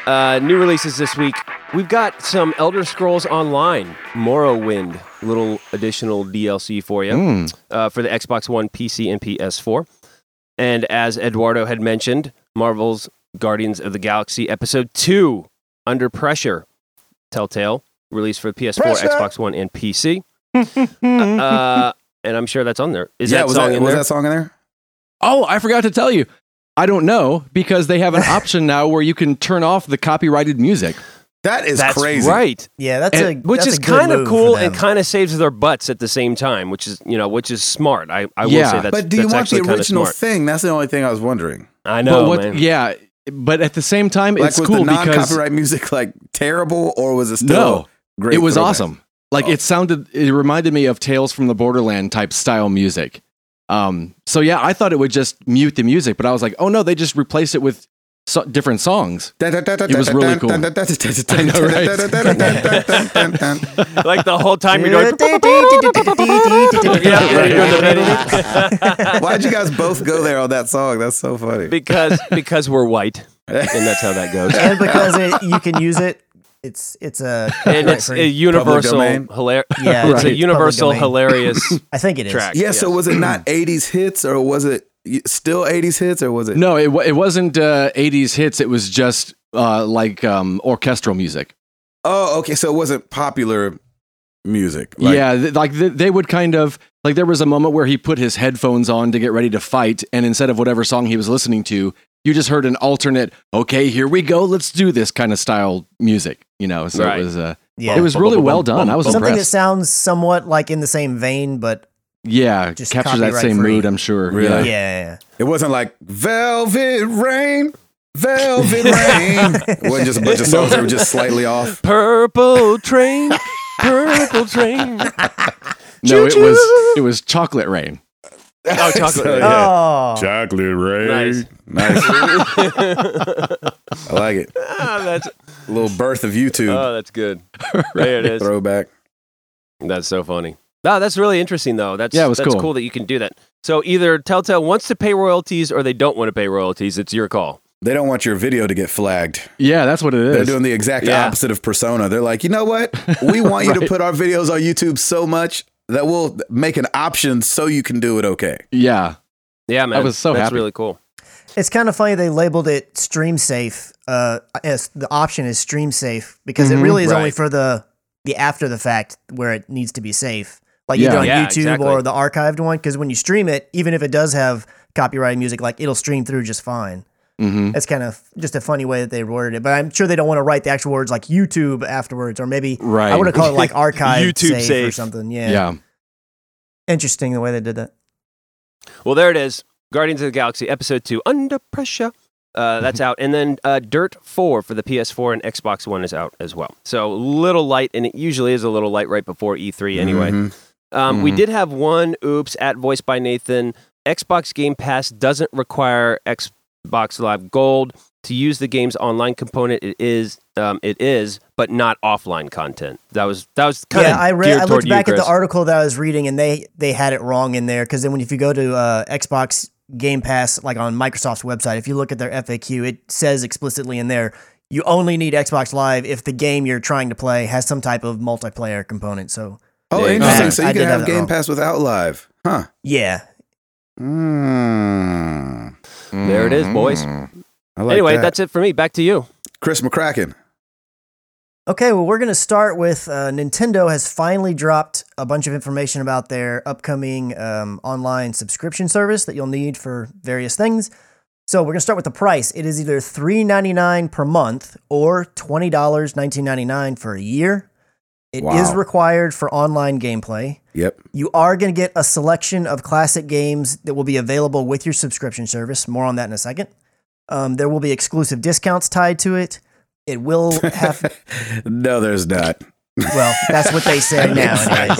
Uh, new releases this week. We've got some Elder Scrolls Online, Morrowind, little additional DLC for you
Mm.
uh, for the Xbox One, PC, and PS4. And as Eduardo had mentioned, Marvel's Guardians of the Galaxy Episode 2, Under Pressure, Telltale, released for PS4,
Pressure.
Xbox One, and PC. uh, and I'm sure that's on there. Is that
was
song
that,
in
was
there?
that song in there?
Oh, I forgot to tell you. I don't know because they have an option now where you can turn off the copyrighted music.
That is
that's
crazy.
right.
Yeah, that's
And-
a
which
that's
is
a good
kind of
move for
cool and
them.
kind of saves their butts at the same time, which is you know which is smart. I, I will
Yeah.
say that's
but do you
that's
want the
actually kinda
original
smart.
thing? That's the only thing I was wondering.
I know,
but what,
man.
yeah, but at the same time,
Like,
it's
was
cool
the non-copyright
because
music like terrible, or was it still
no,
great?
it was
throwback?
awesome. Like
Oh.
it sounded, it reminded me of Tales from the Borderland type style music. Um, so yeah, I thought it would just mute the music, but I was like, oh no, they just replaced it with so- different songs.
It
was really cool. I know,
right?
like the whole time you're going. yeah, you're doing the
Why'd you guys both go there on that song? That's so funny.
because because we're white, and that's how that goes.
and because it, you can use it, it's it's a
And it's a
copyright-free-
universal,
domain.
hilar-
yeah,
it's a
public
universal
domain.
hilarious
I think it is.
track.
yeah, so was it not 80s hits or was it y- still 80s hits or was it?
No, it wa- it wasn't uh, '80s hits. It was just uh, like um, orchestral music.
Oh, okay. So it wasn't popular music. Like,
yeah, th- like th- they would kind of like there was a moment where he put his headphones on to get ready to fight, and instead of whatever song he was listening to, you just heard an alternate. Okay, here we go. Let's do this kind of style music. You know, so
Right.
it was. Uh,
Yeah,
It was really well done. I was
something that
impressed.
sounds somewhat like in the same vein, but
Yeah,
just
captures that same
copyright-free.
mood. I'm sure.
Really?
yeah,
Yeah.
yeah,
It wasn't like Velvet Rain, Velvet Rain. it wasn't just a bunch of songs that were just slightly off.
Purple train. purple train.
No, it was it was chocolate rain.
Oh, chocolate.
So,
rain.
yeah.
Oh,
Chocolate rain.
Nice.
Nice. I like it.
Ah, that's
A little birth of YouTube
oh, that's good. There it is.
throwback.
That's so funny. No, that's really interesting though. That's
Yeah, it was
that's
cool.
cool that you can do that. So either Telltale wants to pay royalties or they don't want to pay royalties. It's your call.
They don't want your video to get flagged.
Yeah, that's what it
They're
is.
doing the exact
Yeah.
opposite of persona. They're like, you know what? We want you to
Right.
put our videos on YouTube so much that we'll make an option so you can do it okay.
yeah,
Yeah, man.
was so
that's
happy.
really cool.
it's kind of funny they labeled it stream safe. Uh, as the option is stream safe because
Mhm.
it really is only
Right.
for the the after the fact where it needs to be safe, like
Yeah.
either on
Yeah,
YouTube
exactly.
or the archived one. Because when you stream it, even if it does have copyrighted music, like it'll stream through just fine.
hmm
That's kind of just a funny way that they worded it, but I'm sure they don't want to write the actual words like YouTube afterwards, or maybe
Right.
I would have called it like archive
YouTube
safe, or
safe.
something.
yeah.
Yeah. interesting the way they did that.
Well, there it is. Guardians of the Galaxy Episode 2 Under Pressure. Uh,
Mm-hmm.
that's out. And then uh, Dirt 4 for the PS4 and Xbox One is out as well. So little light, and it usually is a little light right before E3 anyway.
Mhm.
Um, We
Mhm.
did have one oops at Voice by Nathan. Xbox Game Pass doesn't require Xbox Live Gold to use the game's online component. It is, um, it is, but not offline content. That was that was kind
yeah,
of
I read.
geared
I
toward
looked
you,
back at
Chris.
the article that I was reading, and they they had it wrong in there because then when if you go to uh, Xbox Game Pass, like on Microsoft's website, if you look at their FAQ, it says explicitly in there you only need Xbox Live if the game you're trying to play has some type of multiplayer component. So
Oh,
Yeah,
interesting.
exactly.
So you
I
can
did
have
have that
Game
wrong.
Pass without live. Huh.
yeah,
Mm.
Mm-hmm.
There it is, boys.
I like
anyway,
that.
that's it for me. Back to you.
Chris McCracken.
Okay, well, we're going to start with uh, Nintendo has finally dropped a bunch of information about their upcoming um, online subscription service that you'll need for various things. So we're going to start with the price. It is either $3.99 per month or $20.19.99 for a year. It is
Wow.
required for online gameplay.
Yep.
You are going to get a selection of classic games that will be available with your subscription service. More on that in a second. Um, there will be exclusive discounts tied to it. It will have
No, there's not.
well, that's what they say now. Anyways.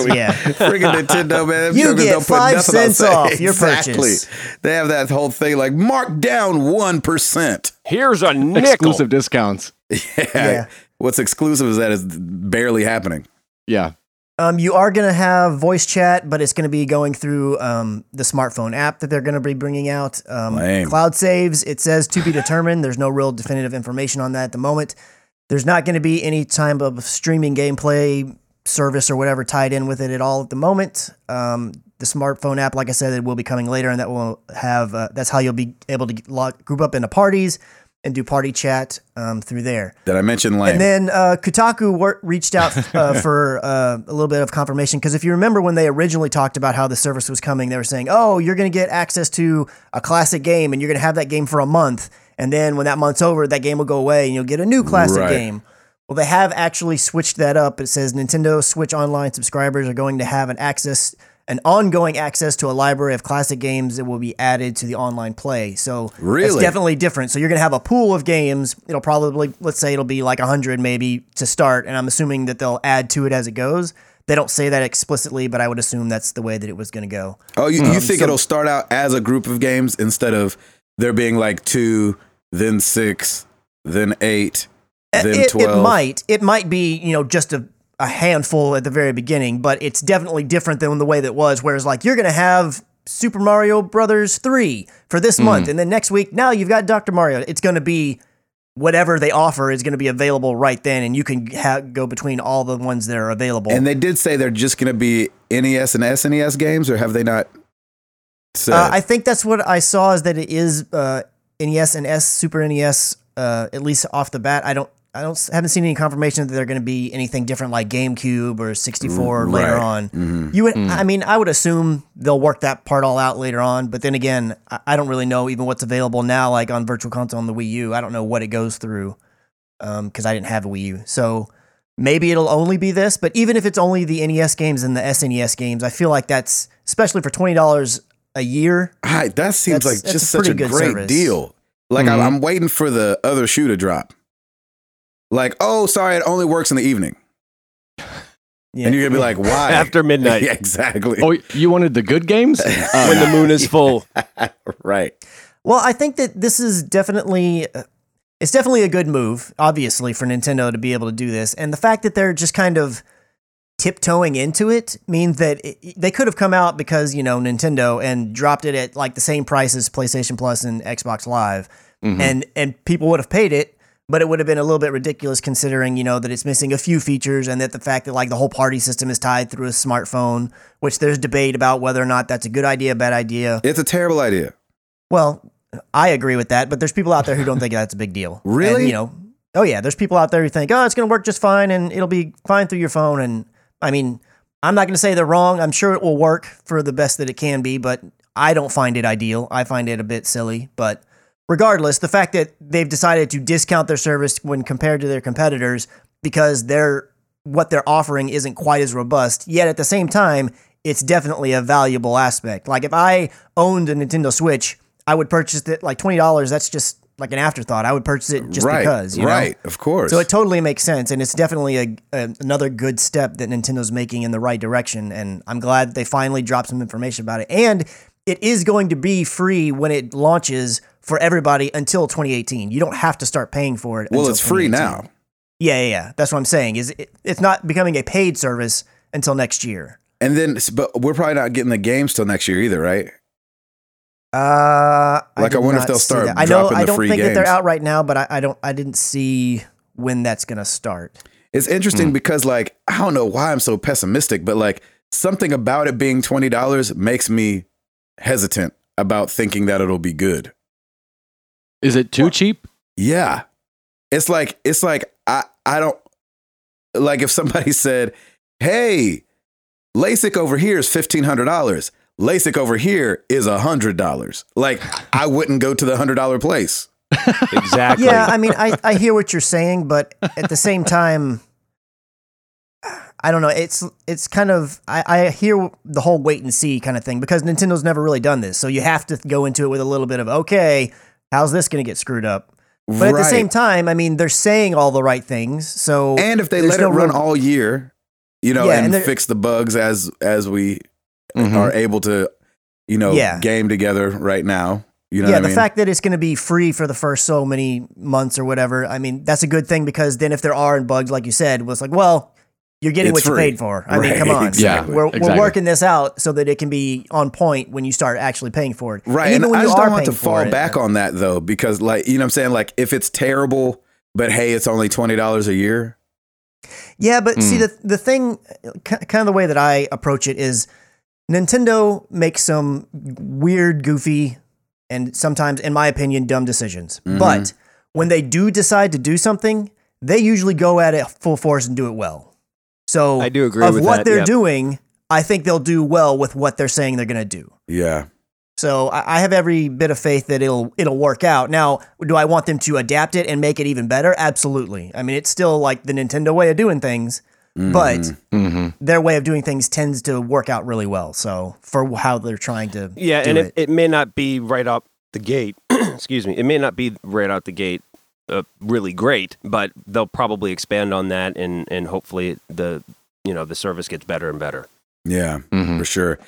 Exactly.
Yeah.
Friggin' Nintendo, man. Them
You
jokers
get
don't put
five
nothing on
cents
sale.
off your
exactly.
purchase.
They have that whole thing like mark down 1%.
Here's a nickel.
Exclusive discounts.
Yeah.
Yeah.
What's exclusive is that it's barely happening.
Yeah.
Um, you are going to have voice chat, but it's going to be going through um, the smartphone app that they're going to be bringing out. Um,
Lame.
Cloud saves, it says to be determined. There's no real definitive information on that at the moment. There's not going to be any type of streaming gameplay service or whatever tied in with it at all at the moment. Um, the smartphone app, like I said, it will be coming later, and that will have uh, that's how you'll be able to log, group up into parties and do party chat um, through there.
Did I mention lame?
And then uh, Kotaku wor- reached out uh, for uh, a little bit of confirmation because if you remember when they originally talked about how the service was coming, they were saying, "Oh, you're going to get access to a classic game, and you're going to have that game for a month, and then when that month's over, that game will go away, and you'll get a new classic
Right.
game." Well, they have actually switched that up. It says Nintendo Switch Online subscribers are going to have an access, an ongoing access to a library of classic games that will be added to the online play. So that's
Really?
definitely definitely different. So you're going to have a pool of games. It'll probably, let's say, it'll be like 100 maybe to start. And I'm assuming that they'll add to it as it goes. They don't say that explicitly, but I would assume that's the way that it was going to go.
oh, you, you think it'll start out as a group of games instead of there being like two, then six, then eight, then
Uh, it,
12?
it might. It might be, you know, just a, a handful at the very beginning, but it's definitely different than the way that was. Whereas, like, you're going to have Super Mario Brothers 3 for this
Hmm.
month. And then next week, now you've got Dr. Mario. It's going to be whatever they offer is going to be available right then. And you can ha- go between all the ones that are available.
And they did say they're just going to be NES and SNES games, or have they not said?
Uh, I think that's what I saw is that it is uh, NES and S Super NES uh, at least off the bat. I don't I don't s- haven't seen any confirmation that they're going to be anything different like GameCube or 64 later
Mm, Right.
on.
Mhm.
You would I mean I would assume they'll work that part all out later on. But then again, I, I don't really know even what's available now like on Virtual Console on the Wii U. I don't know what it goes through because I didn't have a Wii U. So maybe it'll only be this, but even if it's only the NES games and the SNES games, I feel like that's especially for twenty dollars a year.
I- that seems
That's-
like
that's
just
a
such
pretty
a
good
great
service. Mm-hmm.
deal. Like I'm,
Mhm.
I'm waiting for the other shoe to drop. Like, oh, sorry, it only works in the evening.
Yeah.
And you're gonna be like, why?
After midnight.
Yeah, exactly.
Oh, you wanted the good games? Oh,
when the moon is full.
right.
Well, I think that this is definitely uh, it's definitely a good move, obviously, for Nintendo to be able to do this, and the fact that they're just kind of tiptoeing into it means that it, they could have come out because you know Nintendo and dropped it at like the same price as PlayStation Plus and Xbox Live,
Mhm.
and and people would have paid it. But it would have been a little bit ridiculous considering, you know, that it's missing a few features and that the fact that like the whole party system is tied through a smartphone, which there's debate about whether or not that's a good idea, bad idea.
It's a terrible idea.
Well, I agree with that, but there's people out there who don't think that's a big deal. And,
Really?
you know, oh yeah, there's people out there who think, oh, it's going to work just fine and it'll be fine through your phone. And I mean, I'm not going to say they're wrong. I'm sure it will work for the best that it can be, but I don't find it ideal. I find it a bit silly. But regardless, the fact that they've decided to discount their service when compared to their competitors because they're what they're offering isn't quite as robust. Yet at the same time, it's definitely a valuable aspect. Like if I owned a Nintendo Switch, I would purchase it like twenty dollars. That's just like an afterthought. I would purchase it just
right.
because, you know?
right. Of course.
So it totally makes sense, and it's definitely a, a another good step that Nintendo's making in the right direction. And I'm glad they finally dropped some information about it. And it is going to be free when it launches for everybody until 2018. You don't have to start paying for it.
well,
until
it's free
2018.
now.
Yeah, yeah, yeah. That's what I'm saying. Is it, it's not becoming a paid service until next year.
And then, but we're probably not getting the games till next year either, right?
Uh,
Like, I
did
wonder if
not
they'll
see
start
that. I know
dropping
I
the
don't
free
think that they're
games.
out right now, but I, I don't. I didn't see when that's gonna start.
It's interesting
Hmm.
because, like, I don't know why I'm so pessimistic, but like, something about it being twenty dollars makes me hesitant about thinking that it'll be good.
Is it too cheap?
Yeah, it's like it's like I I don't like if somebody said, "Hey, LASIK over here is fifteen hundred dollars. LASIK over here is hundred dollars." Like, I wouldn't go to the hundred dollar place.
Exactly.
Yeah, I mean, I, I hear what you're saying, but at the same time, I don't know. It's it's kind of I, I hear the whole wait and see kind of thing because Nintendo's never really done this, so you have to go into it with a little bit of okay, how's this gonna get screwed up? But at the
Right.
same time, I mean, they're saying all the right things, so
and if they
there's
let
no
it run
real-
all year, you know,
Yeah, and
and,
there- Mm-hmm.
fix the bugs as as we
Mhm.
are able to, you know,
Yeah.
game together right now. You know,
yeah,
what I
the
mean?
fact that it's going to be free for the first so many months or whatever, I mean, that's a good thing because then if there are bugs, like you said, was like, well, you're getting
It's
what
free.
you paid for. I mean,
Right,
come on,
exactly.
we're,
Exactly.
we're working this out so that it can be on point when you start actually paying for it.
right, and
even when
I
you
just
are
don't want to
paying for
fall
it,
back on that though, because like you know, what I'm saying like if it's terrible, but hey, it's only twenty dollars a year.
Yeah, but
Mm.
see the the thing, ki- kind of the way that I approach it is, Nintendo makes some weird, goofy, and sometimes, in my opinion, dumb decisions.
Mm-hmm.
But when they do decide to do something, they usually go at it full force and do it well. So
I do agree
of
with
what
that,
they're
yep.
doing. I think they'll do well with what they're saying they're going to do.
Yeah,
So I, I have every bit of faith that it'll it'll work out. Now, do I want them to adapt it and make it even better? Absolutely. I mean, it's still like the Nintendo way of doing things, but
Mm-hmm.
their way of doing things tends to work out really well. So for how they're trying to
Yeah,
do
and
it.
it, it may not be right out the gate. excuse me. It may not be right out the gate uh, really great, but they'll probably expand on that, and and hopefully the you know the service gets better and better.
yeah.
Mm-hmm.
for sure.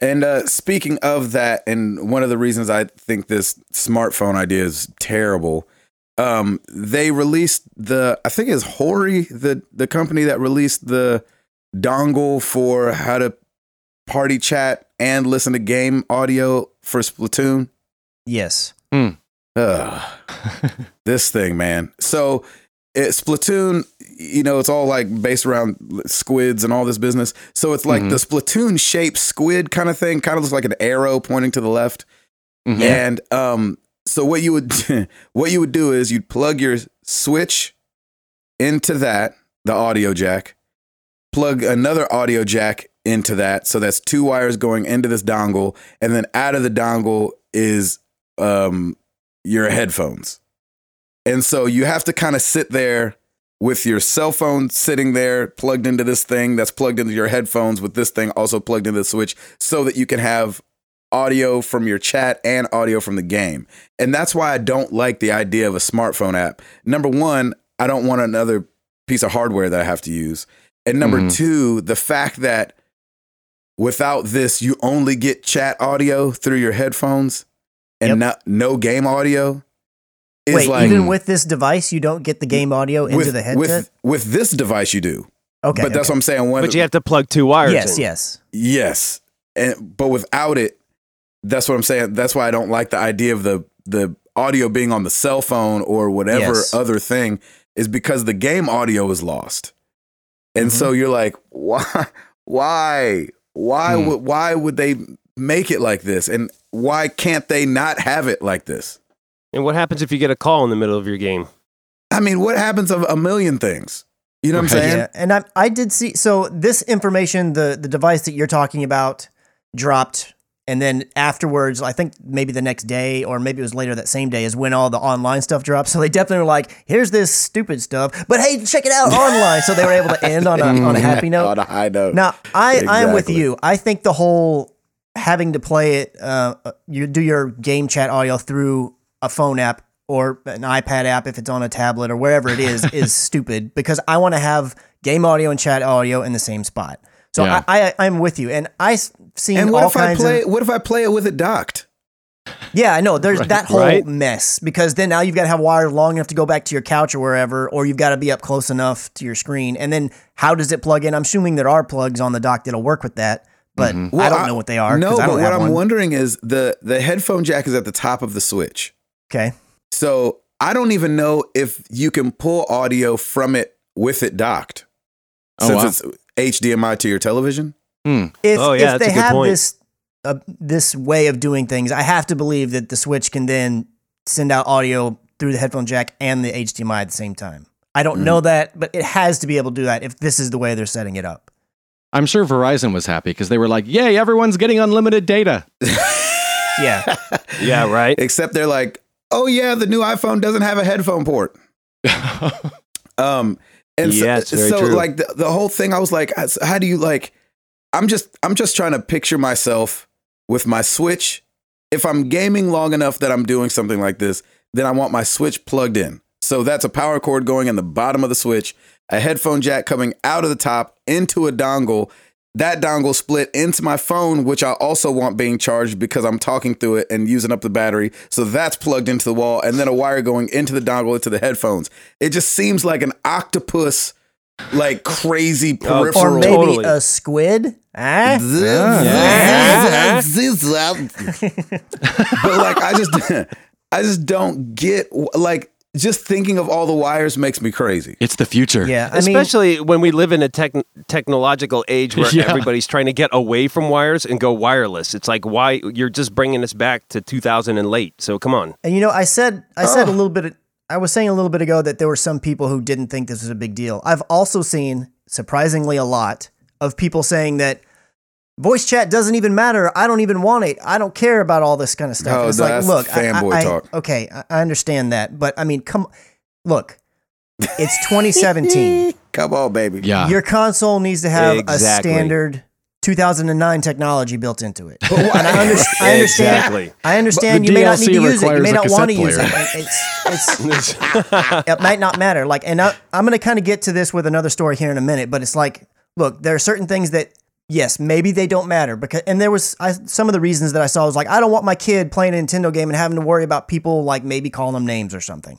And uh, speaking of that, and one of the reasons I think this smartphone idea is terrible, um, they released the I think it's Hori the the company that released the dongle for how to party chat and listen to game audio for Splatoon.
yes.
Ugh. this thing, man. So it, Splatoon, you know, it's all like based around squids and all this business. So it's like
Mhm.
the Splatoon shaped squid kind of thing, kind of looks like an arrow pointing to the left.
Mm-hmm.
And um, so what you would what you would do is you'd plug your switch into that the audio jack, plug another audio jack into that, so that's two wires going into this dongle, and then out of the dongle is um your headphones. And so you have to kind of sit there with your cell phone sitting there plugged into this thing that's plugged into your headphones with this thing also plugged into the switch so that you can have audio from your chat and audio from the game. And that's why I don't like the idea of a smartphone app. Number one, I don't want another piece of hardware that I have to use. And number
Mm-hmm.
Mhm.
two, the fact that without this, you only get chat audio through your headphones and
Yep.
not, no game audio. Is
Wait,
like
even with this device, you don't get the game audio into
with,
the headset.
with with this device you do,
okay,
but that's what I'm saying. One,
But you have to plug two wires.
yes,
in.
yes.
yes, and but without it, that's what I'm saying. That's why I don't like the idea of the the audio being on the cell phone or whatever
Yes.
other thing is because the game audio is lost, and
Mm-hmm.
so you're like, why, why, why
Hmm.
would why would they make it like this, and why can't they not have it like this?
And what happens if you get a call in the middle of your game?
I mean, what happens of a million things? You know what I'm
Right.
saying?
Yeah, and I I did see so this information the the device that you're talking about dropped and then afterwards I think maybe the next day or maybe it was later that same day is when all the online stuff dropped so they definitely were like here's this stupid stuff but hey check it out online so they were able to end on a
Mm.
on a happy note.
On a high note.
Now I I'm with
Exactly.
you. I think the whole having to play it uh you do your game chat audio through a phone app or an iPad app if it's on a tablet or wherever it is is stupid because I want to have game audio and chat audio in the same spot. So
Yeah.
I, I I'm with you, and I s- seen
And what
all
if I
kinds
play?
of
what if I play it with it docked?
yeah. I know there's that whole
right.
mess because then now you've got to have wire long enough to go back to your couch or wherever, or you've got to be up close enough to your screen, and then how does it plug in? I'm assuming there are plugs on the dock that'll work with that, but
Mm-hmm.
I
Well,
don't know what they are.
No,
'cause I
but
don't
what
have
I'm
one.
wondering is the the headphone jack is at the top of the switch.
Okay.
So I don't even know if you can pull audio from it with it docked,
Oh,
since
wow.
it's HDMI to your television.
if,
Oh, yeah,
if
that's
they
a good
have
point.
this uh, this way of doing things, I have to believe that the Switch can then send out audio through the headphone jack and the HDMI at the same time. I
Mm-hmm.
don't know that, but it has to be able to do that if this is the way they're setting it up.
I'm sure Verizon was happy because they were like, "Yay, everyone's getting unlimited data."
Yeah,
Yeah, right.
Except they're like, oh yeah, the new iPhone doesn't have a headphone port. Um, and so-
Yeah, it's
so,
very true.
like the, the whole thing, I was like, "How- how do you like? I'm just I'm just trying to picture myself with my Switch. If I'm gaming long enough that I'm doing something like this, then I want my Switch plugged in. So that's a power cord going in the bottom of the Switch, a headphone jack coming out of the top into a dongle. That dongle split into my phone, which I also want being charged because I'm talking through it and using up the battery. So that's plugged into the wall, and then a wire going into the dongle into the headphones. It just seems like an octopus, like crazy
Oh,
peripheral.
or maybe
Totally.
a squid. Eh?
Yeah.
but like I just I just don't get like just thinking of all the wires makes me crazy.
it's the future.
Yeah, I mean,
Especially when we live in a techn technological age where
Yeah.
everybody's trying to get away from wires and go wireless. It's like why you're just bringing us back to 2000 and late. So come on.
And you know, I said I said
Oh.
a little bit. I was saying a little bit ago that there were some people who didn't think this was a big deal. I've also seen surprisingly a lot of people saying that voice chat doesn't even matter. I don't even want it. I don't care about all this kind of stuff.
Oh,
And it's like,
that's
look, I- I-
fanboy
I-
talk.
Okay, I- I understand that, but I mean, come, look, it's 2017.
Come on, baby.
Yeah.
Your console needs to have a
Exactly.
standard 2009 technology built into it.
But why-
And I, under- I understand.
Exactly.
I understand
the
you may not need
DLC
to use it. You may
requires a
not want to
cassette
use it.
player.
It- It's, it's, it might not matter. Like, and I, I'm going to kind of get to this with another story here in a minute. But it's like, look, there are certain things that, yes, maybe they don't matter because. And there was I, some of the reasons that I saw was like, I don't want my kid playing a Nintendo game and having to worry about people like maybe calling them names or something.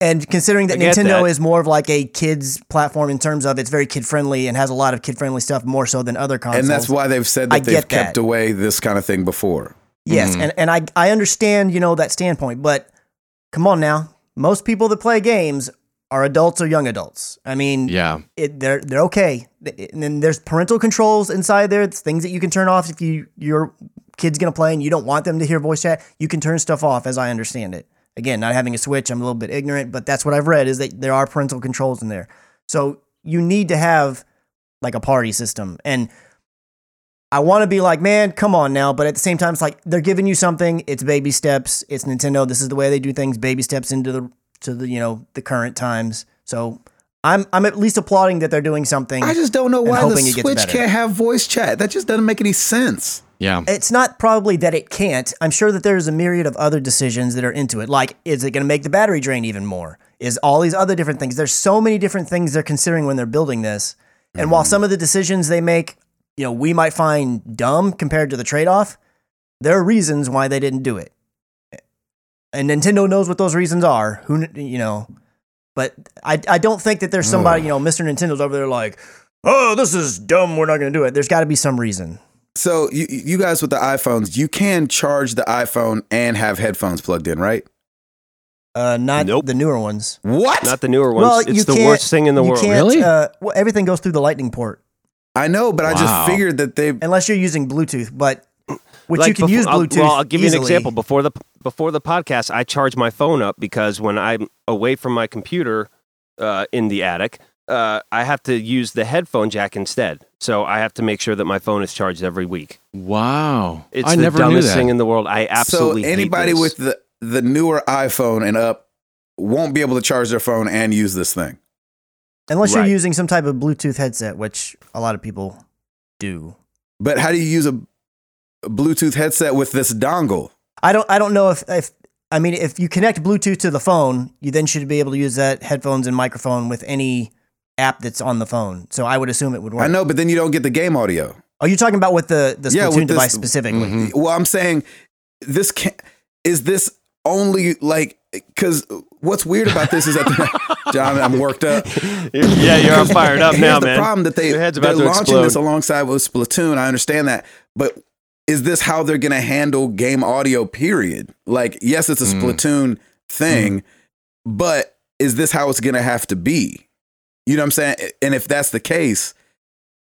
And considering that
I get
Nintendo
that.
is more of like a kids platform in terms of it's very kid friendly and has a lot of kid friendly stuff more so than other consoles.
And that's why they've said
I
that they've
get that.
kept away this kind of thing before.
Yes,
Mhm.
and, and I I understand, you know, that standpoint, but come on now. Most people that play games are adults or young adults. I mean,
Yeah.
it, they're they're okay. And then there's parental controls inside there. It's things that you can turn off if you your kid's gonna play and you don't want them to hear voice chat. You can turn stuff off, as I understand it. Again, not having a switch, I'm a little bit ignorant, but that's what I've read is that there are parental controls in there. So you need to have like a party system. And I want to be like, man, come on now. But at the same time, it's like they're giving you something. It's baby steps. It's Nintendo. This is the way they do things. Baby steps into the to the you know the current times. So I'm I'm at least applauding that they're doing something.
I just don't know
And
why the
hoping it gets
Switch
better.
can't have voice chat. That just doesn't make any sense.
Yeah.
it's not probably that it can't. I'm sure that there's a myriad of other decisions that are into it. Like, is it going to make the battery drain even more? Is all these other different things? There's so many different things they're considering when they're building this. And while some of the decisions they make, you know, we might find dumb compared to the trade off, there are reasons why they didn't do it. And Nintendo knows what those reasons are. Who, kn- you know, but I, I don't think that there's somebody, you know, Mr. Nintendo's over there like, oh, this is dumb. We're not going to do it. There's got to be some reason.
So you you guys with the iPhones, you can charge the iPhone and have headphones plugged in, right?
Uh, not
Nope.
the newer ones.
What?
Not the newer ones.
Well, you
it's the
can't-
worst thing in the
you
world.
can't,
Really?
Uh, well, everything goes through the lightning port
I know, but I
Wow.
just figured that they.
unless you're using Bluetooth, but which you
Like
can
befo-
use
I'll-
Bluetooth.
well, I'll give you an
easily.
example. Before the before the podcast, I charge my phone up because when I'm away from my computer uh, in the attic, uh, I have to use the headphone jack instead. So I have to make sure that my phone is charged every week.
Wow.
It's
I
the
never knew
dumbest
that.
thing in the world. I absolutely
so
hate
anybody
this.
with the the newer iPhone and up won't be able to charge their phone and use this thing.
Unless
Right.
you're using some type of Bluetooth headset, which a lot of people do.
But how do you use a a Bluetooth headset with this dongle?
I don't I don't know if, if I mean if you connect Bluetooth to the phone, you then should be able to use that headphones and microphone with any app that's on the phone. So I would assume it would work.
I know, but then you don't get the game audio.
Are you talking about with the the
Yeah,
Splatoon
with this-
device
mm-hmm.
specifically?
Mhm.
Well, I'm saying this can is this only like because what's weird about this is that John, I'm worked up.
yeah, you're all fired up
Here's
now,
the
man.
problem that they
Your
they're
head's about to
launching
explode.
this alongside with Splatoon. I understand that, but is this how they're going to handle game audio? Period. Like, yes, it's a
Mm.
Splatoon thing, but is this how it's going to have to be? You know what I'm saying? And if that's the case,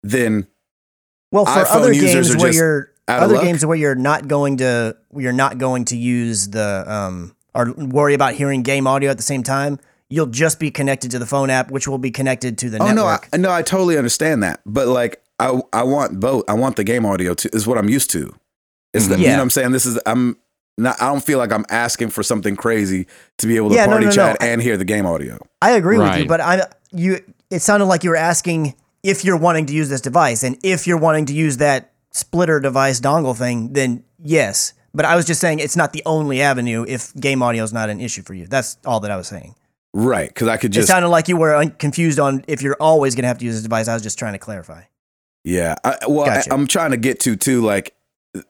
then
Well, for
iPhone
other
users
games
are
where
just
you're
out of
other
luck.
games where you're not going to you're not going to use the um or worry about hearing game audio at the same time, you'll just be connected to the phone app, which will be connected to the
oh no,
network.
I, no, I totally understand that, but like, I I want both. I want the game audio too. Is what I'm used to. It's the,
Mhm.
you know
Yeah.
what I'm saying. This is I'm. Not, I don't feel like I'm asking for something crazy to be able to
Yeah, no,
party
no, no.
chat and hear the game audio.
I agree with you,
Right.
but I you it sounded like you were asking if you're wanting to use this device and if you're wanting to use that splitter device dongle thing, then yes. But I was just saying it's not the only avenue if game audio is not an issue for you. That's all that I was saying.
Right, because I could just
it sounded like you were un- confused on if you're always going to have to use this device. I was just trying to clarify.
yeah. I, well,
Gotcha.
I, am trying to get to too, like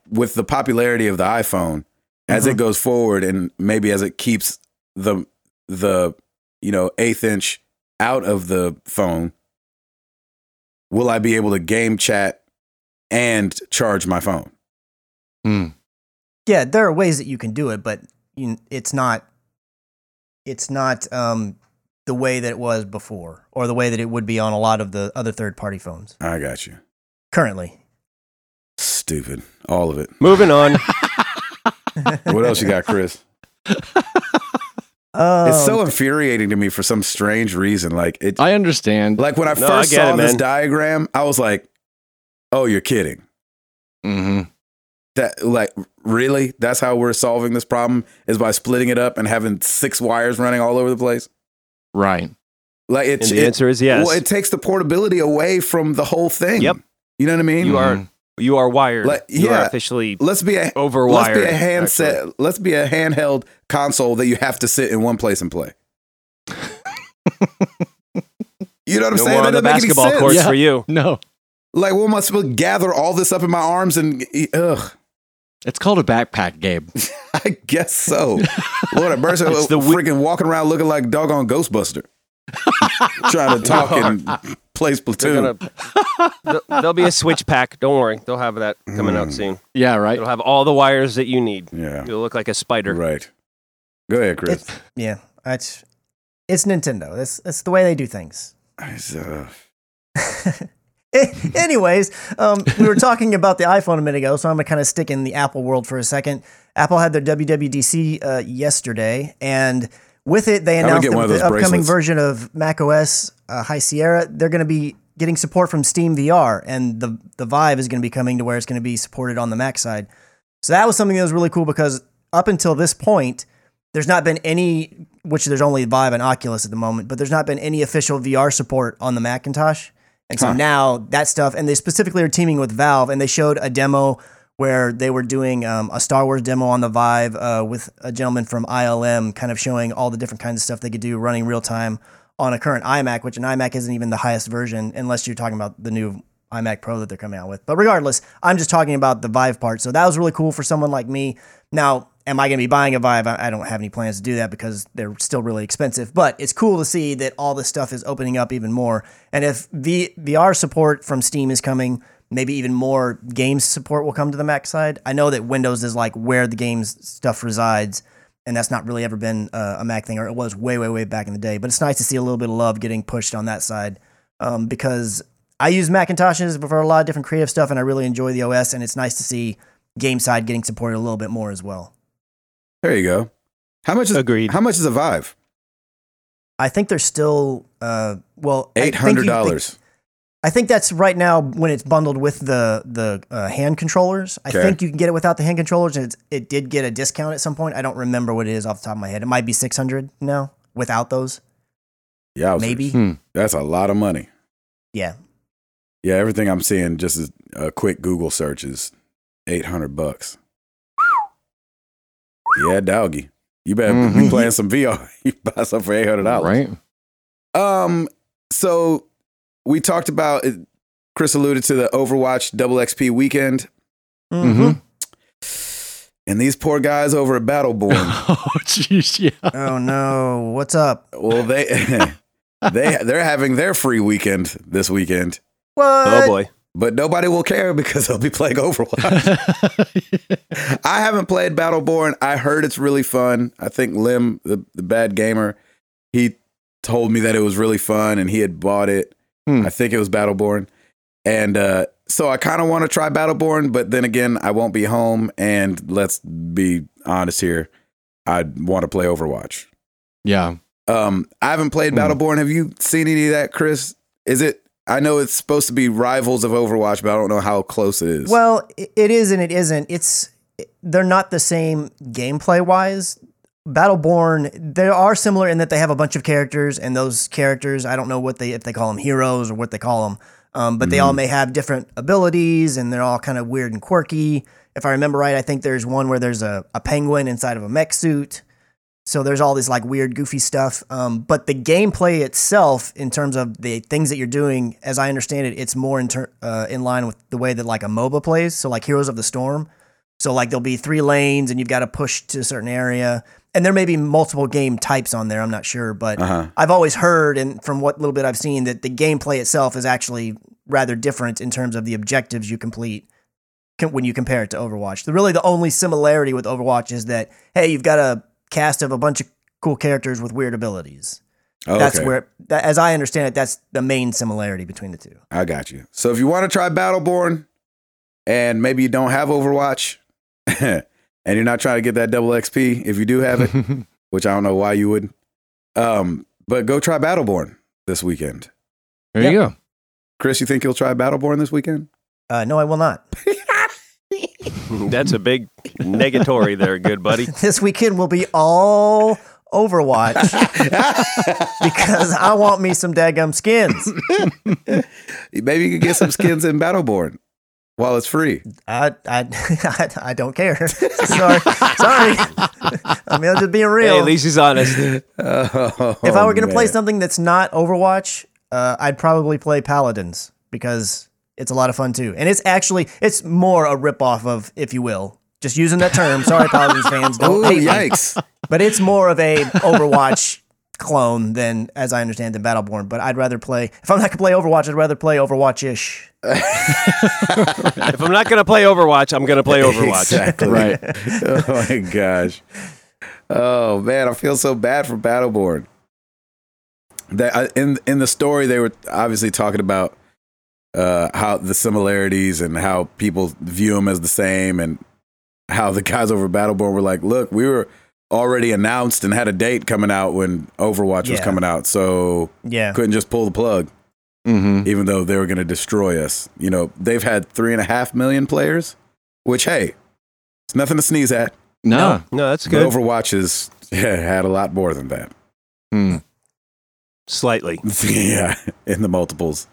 with the popularity of the iPhone as it goes forward, and maybe as it keeps the the you know eighth inch out of the phone, will I be able to game chat and charge my phone?
Mm.
Yeah, there are ways that you can do it, but you, it's not it's not um, the way that it was before or the way that it would be on a lot of the other third party phones
I got you.
currently.
Stupid, all of it.
Moving on.
What else you got, Chris?
Oh,
it's so infuriating to me for some strange reason. Like it,
I understand.
Like when I
No, I
first
get
saw
it,
this
man.
diagram, I was like, "Oh, you're kidding."
hmm
That like really? That's how we're solving this problem is by splitting it up and having six wires running all over the place.
Right.
Like
And
it's
the answer is yes.
Well, it takes the portability away from the whole thing.
Yep.
You know what I mean?
You are-
Mhm.
you are wired.
Like,
You are
yeah.
officially
Let's be a
overwired.
let's be a handset.
actually.
Let's be a handheld console that you have to sit in one place and play. you know what I'm
No
saying?
more
That
on the
doesn't make any
basketball
sense.
courts
Yeah.
for you.
No.
Like, what am I supposed to gather all this up in my arms and e, ugh?
It's called a backpack, Gabe.
I guess so. Lord have mercy.
It's the we-
freaking walking around looking like doggone Ghostbuster. Trying to talk and play
They're
Splatoon.
gonna, There- there'll be a switch pack. Don't worry, they'll have that coming out
Mm.
soon.
Yeah, right.
It'll have all the wires that you need.
Yeah.
You'll look like a spider.
Right. Go ahead, Chris.
It's, yeah, that's it's Nintendo. That's that's the way they do things.
It's, uh,
Eh, Anyways, um, we were talking about the iPhone a minute ago, so I'm gonna kind of stick in the Apple world for a second. Apple had their WWDC uh, yesterday, and with it, they
I'm gonna
announced
get
that
one of
the
those
upcoming
bracelets.
version of macOS uh, High Sierra, they're gonna be getting support from Steam VR, and the the Vive is gonna be coming to where it's gonna be supported on the Mac side. So that was something that was really cool because up until this point, there's not been any, which there's only Vive and Oculus at the moment, but there's not been any official VR support on the Macintosh. And so
Huh.
now that stuff, and they specifically are teaming with Valve, and they showed a demo where they were doing um, a Star Wars demo on the Vive uh, with a gentleman from ILM, kind of showing all the different kinds of stuff they could do running real time on a current iMac, which an iMac isn't even the highest version unless you're talking about the new iMac Pro that they're coming out with. But regardless, I'm just talking about the Vive part. So that was really cool for someone like me. Now, am I going to be buying a Vive? I I don't have any plans to do that because they're still really expensive. But it's cool to see that all this stuff is opening up even more. And if v- VR support from Steam is coming, maybe even more games support will come to the Mac side. I know that Windows is like where the games stuff resides. And that's not really ever been uh, a Mac thing, or it was way, way, way back in the day. But it's nice to see a little bit of love getting pushed on that side um, because I use Macintoshes for a lot of different creative stuff, and I really enjoy the OS. And it's nice to see game side getting supported a little bit more as well.
There you go. How much is
Agreed.
How much is a Vive?
I think they're still uh, well I think
Eight
you-
hundred dollars.
I think that's right now when it's bundled with the the uh, hand controllers. I
Okay.
think you can get it without the hand controllers, and it's, it did get a discount at some point. I don't remember what it is off the top of my head. It might be six hundred now without those,
Yeah,
maybe.
Hmm.
that's a lot of money.
Yeah,
Yeah, everything I'm seeing just is a quick Google search is eight hundred bucks. Yeah, doggy. You better be
Mhm.
playing some VR. You buy some for eight hundred dollars.
Right?
Um, so we talked about Chris alluded to the Overwatch Double XP weekend, Mm-hmm.
Mm-hmm.
Mhm.
Mm-hmm.
and these poor guys over at Battleborn.
oh, jeez. Yeah.
oh no, what's up?
well, they they they're having their free weekend this weekend,
What?
Oh boy.
but nobody will care because they'll be playing Overwatch. I haven't played Battleborn. I heard it's really fun. I think Lim, the, the bad gamer, he told me that it was really fun and he had bought it.
Hmm.
I think it was Battleborn. And uh, so I kind of want to try Battleborn, but then again, I won't be home. And let's be honest here, I want to play Overwatch.
yeah.
Um, I haven't played
Hmm.
Battleborn. Have you seen any of that, Chris? Is it? I know it's supposed to be rivals of Overwatch, but I don't know how close it is.
Well, i- it is and it isn't. It's they're not the same gameplay wise. Battleborn, they are similar in that they have a bunch of characters, and those characters, I don't know what they if they call them heroes or what they call them, um, but they all may have different abilities, and they're all kind of weird and quirky. If I remember right, I think there's one where there's a, a penguin inside of a mech suit. So there's all this like weird, goofy stuff. Um, but the gameplay itself, in terms of the things that you're doing, as I understand it, it's more in ter- uh, in line with the way that like a MOBA plays. So like Heroes of the Storm. So like there'll be three lanes, and you've got to push to a certain area, and there may be multiple game types on there. I'm not sure, but
Uh-huh.
I've always heard, and from what little bit I've seen, that the gameplay itself is actually rather different in terms of the objectives you complete com- when you compare it to Overwatch. The really the only similarity with Overwatch is that hey, you've got a cast of a bunch of cool characters with weird abilities.
Oh,
That's
okay.
where, that, as I understand it, that's the main similarity between the two.
I got you. So if you want to try Battleborn and maybe you don't have Overwatch and you're not trying to get that double XP, if you do have it, which I don't know why you would, um, but go try Battleborn this weekend.
there you go.
Chris, you think you'll try Battleborn this weekend?
Uh, no, I will not.
That's a big negatory there, good buddy.
this weekend will be all Overwatch because I want me some daggum skins.
Maybe you could get some skins in Battleborn while it's free.
I I I, I don't care. sorry, sorry. I mean, I'm just being real.
Hey, at least he's honest.
if I were going to
Oh,
play something that's not Overwatch, uh, I'd probably play Paladins because it's a lot of fun too, and it's actually it's more a ripoff of, if you will, just using that term. Sorry, Paladins fans,
Oh,
don't hate me,
yikes.
but it's more of a Overwatch clone than, as I understand, than Battleborn. But I'd rather play if I'm not going to play Overwatch, I'd rather play Overwatch ish.
if I'm not gonna play Overwatch, I'm gonna play Overwatch.
Exactly.
Right.
oh my gosh. Oh man, I feel so bad for Battleborn. That I, in in the story they were obviously talking about uh, how the similarities and how people view them as the same, and how the guys over Battleborn were like, "Look, we were already announced and had a date coming out when Overwatch was
Yeah.
coming out, so
Yeah,
couldn't just pull the plug,
Mm-hmm.
even though they were going to destroy us." You know, they've had three and a half million players, which hey, it's nothing to sneeze at.
No.
No, that's
But
good.
Overwatch is yeah, had a lot more than that.
Hmm.
Slightly.
yeah, in the multiples.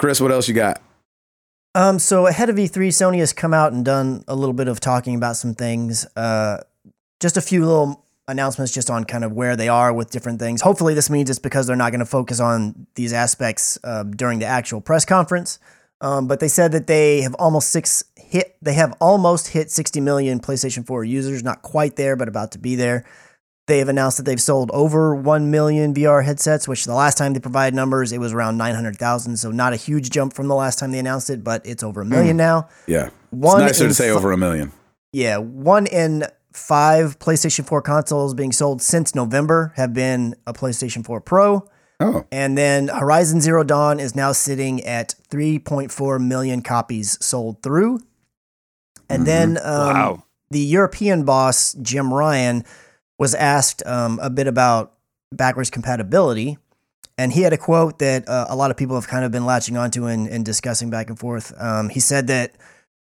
Chris, what else you got?
Um, so ahead of E3, Sony has come out and done a little bit of talking about some things. Uh, just a few little announcements just on kind of where they are with different things. Hopefully, this means it's because they're not going to focus on these aspects uh, during the actual press conference. Um, but they said that they have almost six hit. They have almost hit 60 million PlayStation 4 users. Not quite there, but about to be there. They have announced that they've sold over 1 million VR headsets, which the last time they provided numbers, it was around 900,000. So not a huge jump from the last time they announced it, but it's over a million now.
Yeah.
One
it's Hmm. nicer
in
to say
fi-
over a million.
Yeah, one in five PlayStation 4 consoles being sold since November have been a PlayStation 4 Pro.
Oh,
And then Horizon Zero Dawn is now sitting at 3.4 million copies sold through.
Mm-hmm.
And then um,
wow.
the European boss, Jim Ryan, was asked um, a bit about backwards compatibility. And he had a quote that uh, a lot of people have kind of been latching onto and, and discussing back and forth. Um, he said that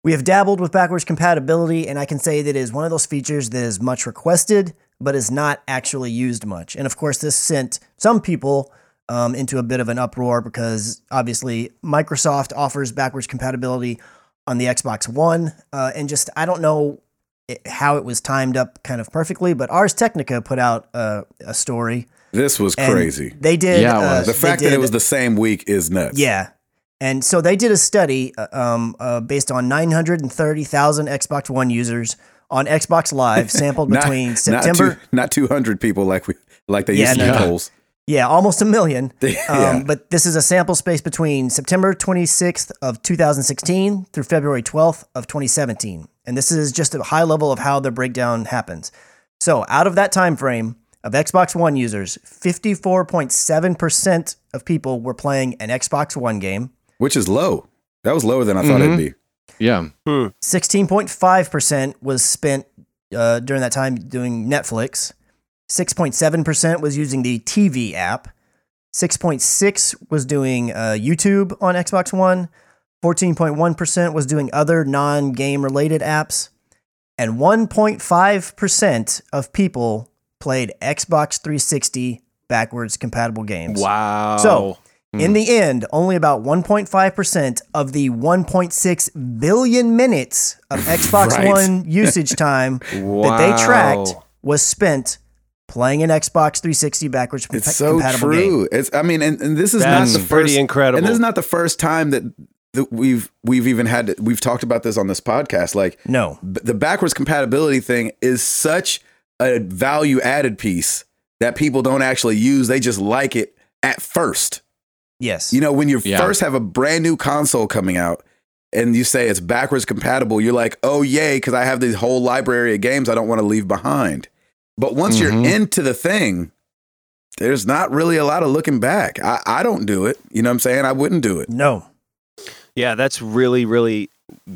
we have dabbled with backwards compatibility, and I can say that it is one of those features that is much requested, but is not actually used much. And of course, this sent some people um, into a bit of an uproar because obviously Microsoft offers backwards compatibility on the Xbox One. Uh, and just, I don't know it, how it was timed up kind of perfectly, but Ars Technica put out uh, a story.
this was
and
crazy.
They did.
Yeah, it
uh,
was.
The
they
fact that it
did-
was the same week is nuts.
yeah. And so they did a study uh, um, uh, based on 930,000 Xbox One users on Xbox Live, sampled
Not-
between
not two-
September.
not two hundred people like we like they
Yeah,
used to
no.
be polls.
yeah, almost a million. Um,
yeah.
But this is a sample space between September 26th of 2016 through February 12th of 2017, and this is just a high level of how the breakdown happens. So, out of that time frame of Xbox One users, 54.7% of people were playing an Xbox One game.
which is low. That was lower than I thought
mm-hmm.
it'd be.
Yeah.
Sixteen point five percent was spent uh, during that time doing Netflix. Six point seven percent was using the TV app. Six point six was doing uh, YouTube on Xbox One. Fourteen point one percent was doing other non-game related apps, and one point five percent of people played Xbox 360 backwards compatible games.
Wow.
So,
Hmm.
in the end, only about 1.5% of the 1.6 billion minutes of Xbox
Right.
One usage time that they tracked was spent playing an Xbox 360 backwards compa-
It's so
compatible game.
true. It's I mean, and, and this is
That's
not the
pretty
first,
incredible.
and this is not the first time that, that we've we've even had to- we've talked about this on this podcast. Like
No.
b- the backwards compatibility thing is such a value added piece that people don't actually use. They just like it at first.
Yes.
You know, when you
Yeah.
first have a brand new console coming out and you say it's backwards compatible, you're like, oh, yay, because I have this whole library of games I don't want to leave behind. But once
Mhm.
Mm-hmm.
you're into the thing, there's not really a lot of looking back. I, I don't do it. You know what I'm saying? I wouldn't do it.
no.
Yeah, that's really, really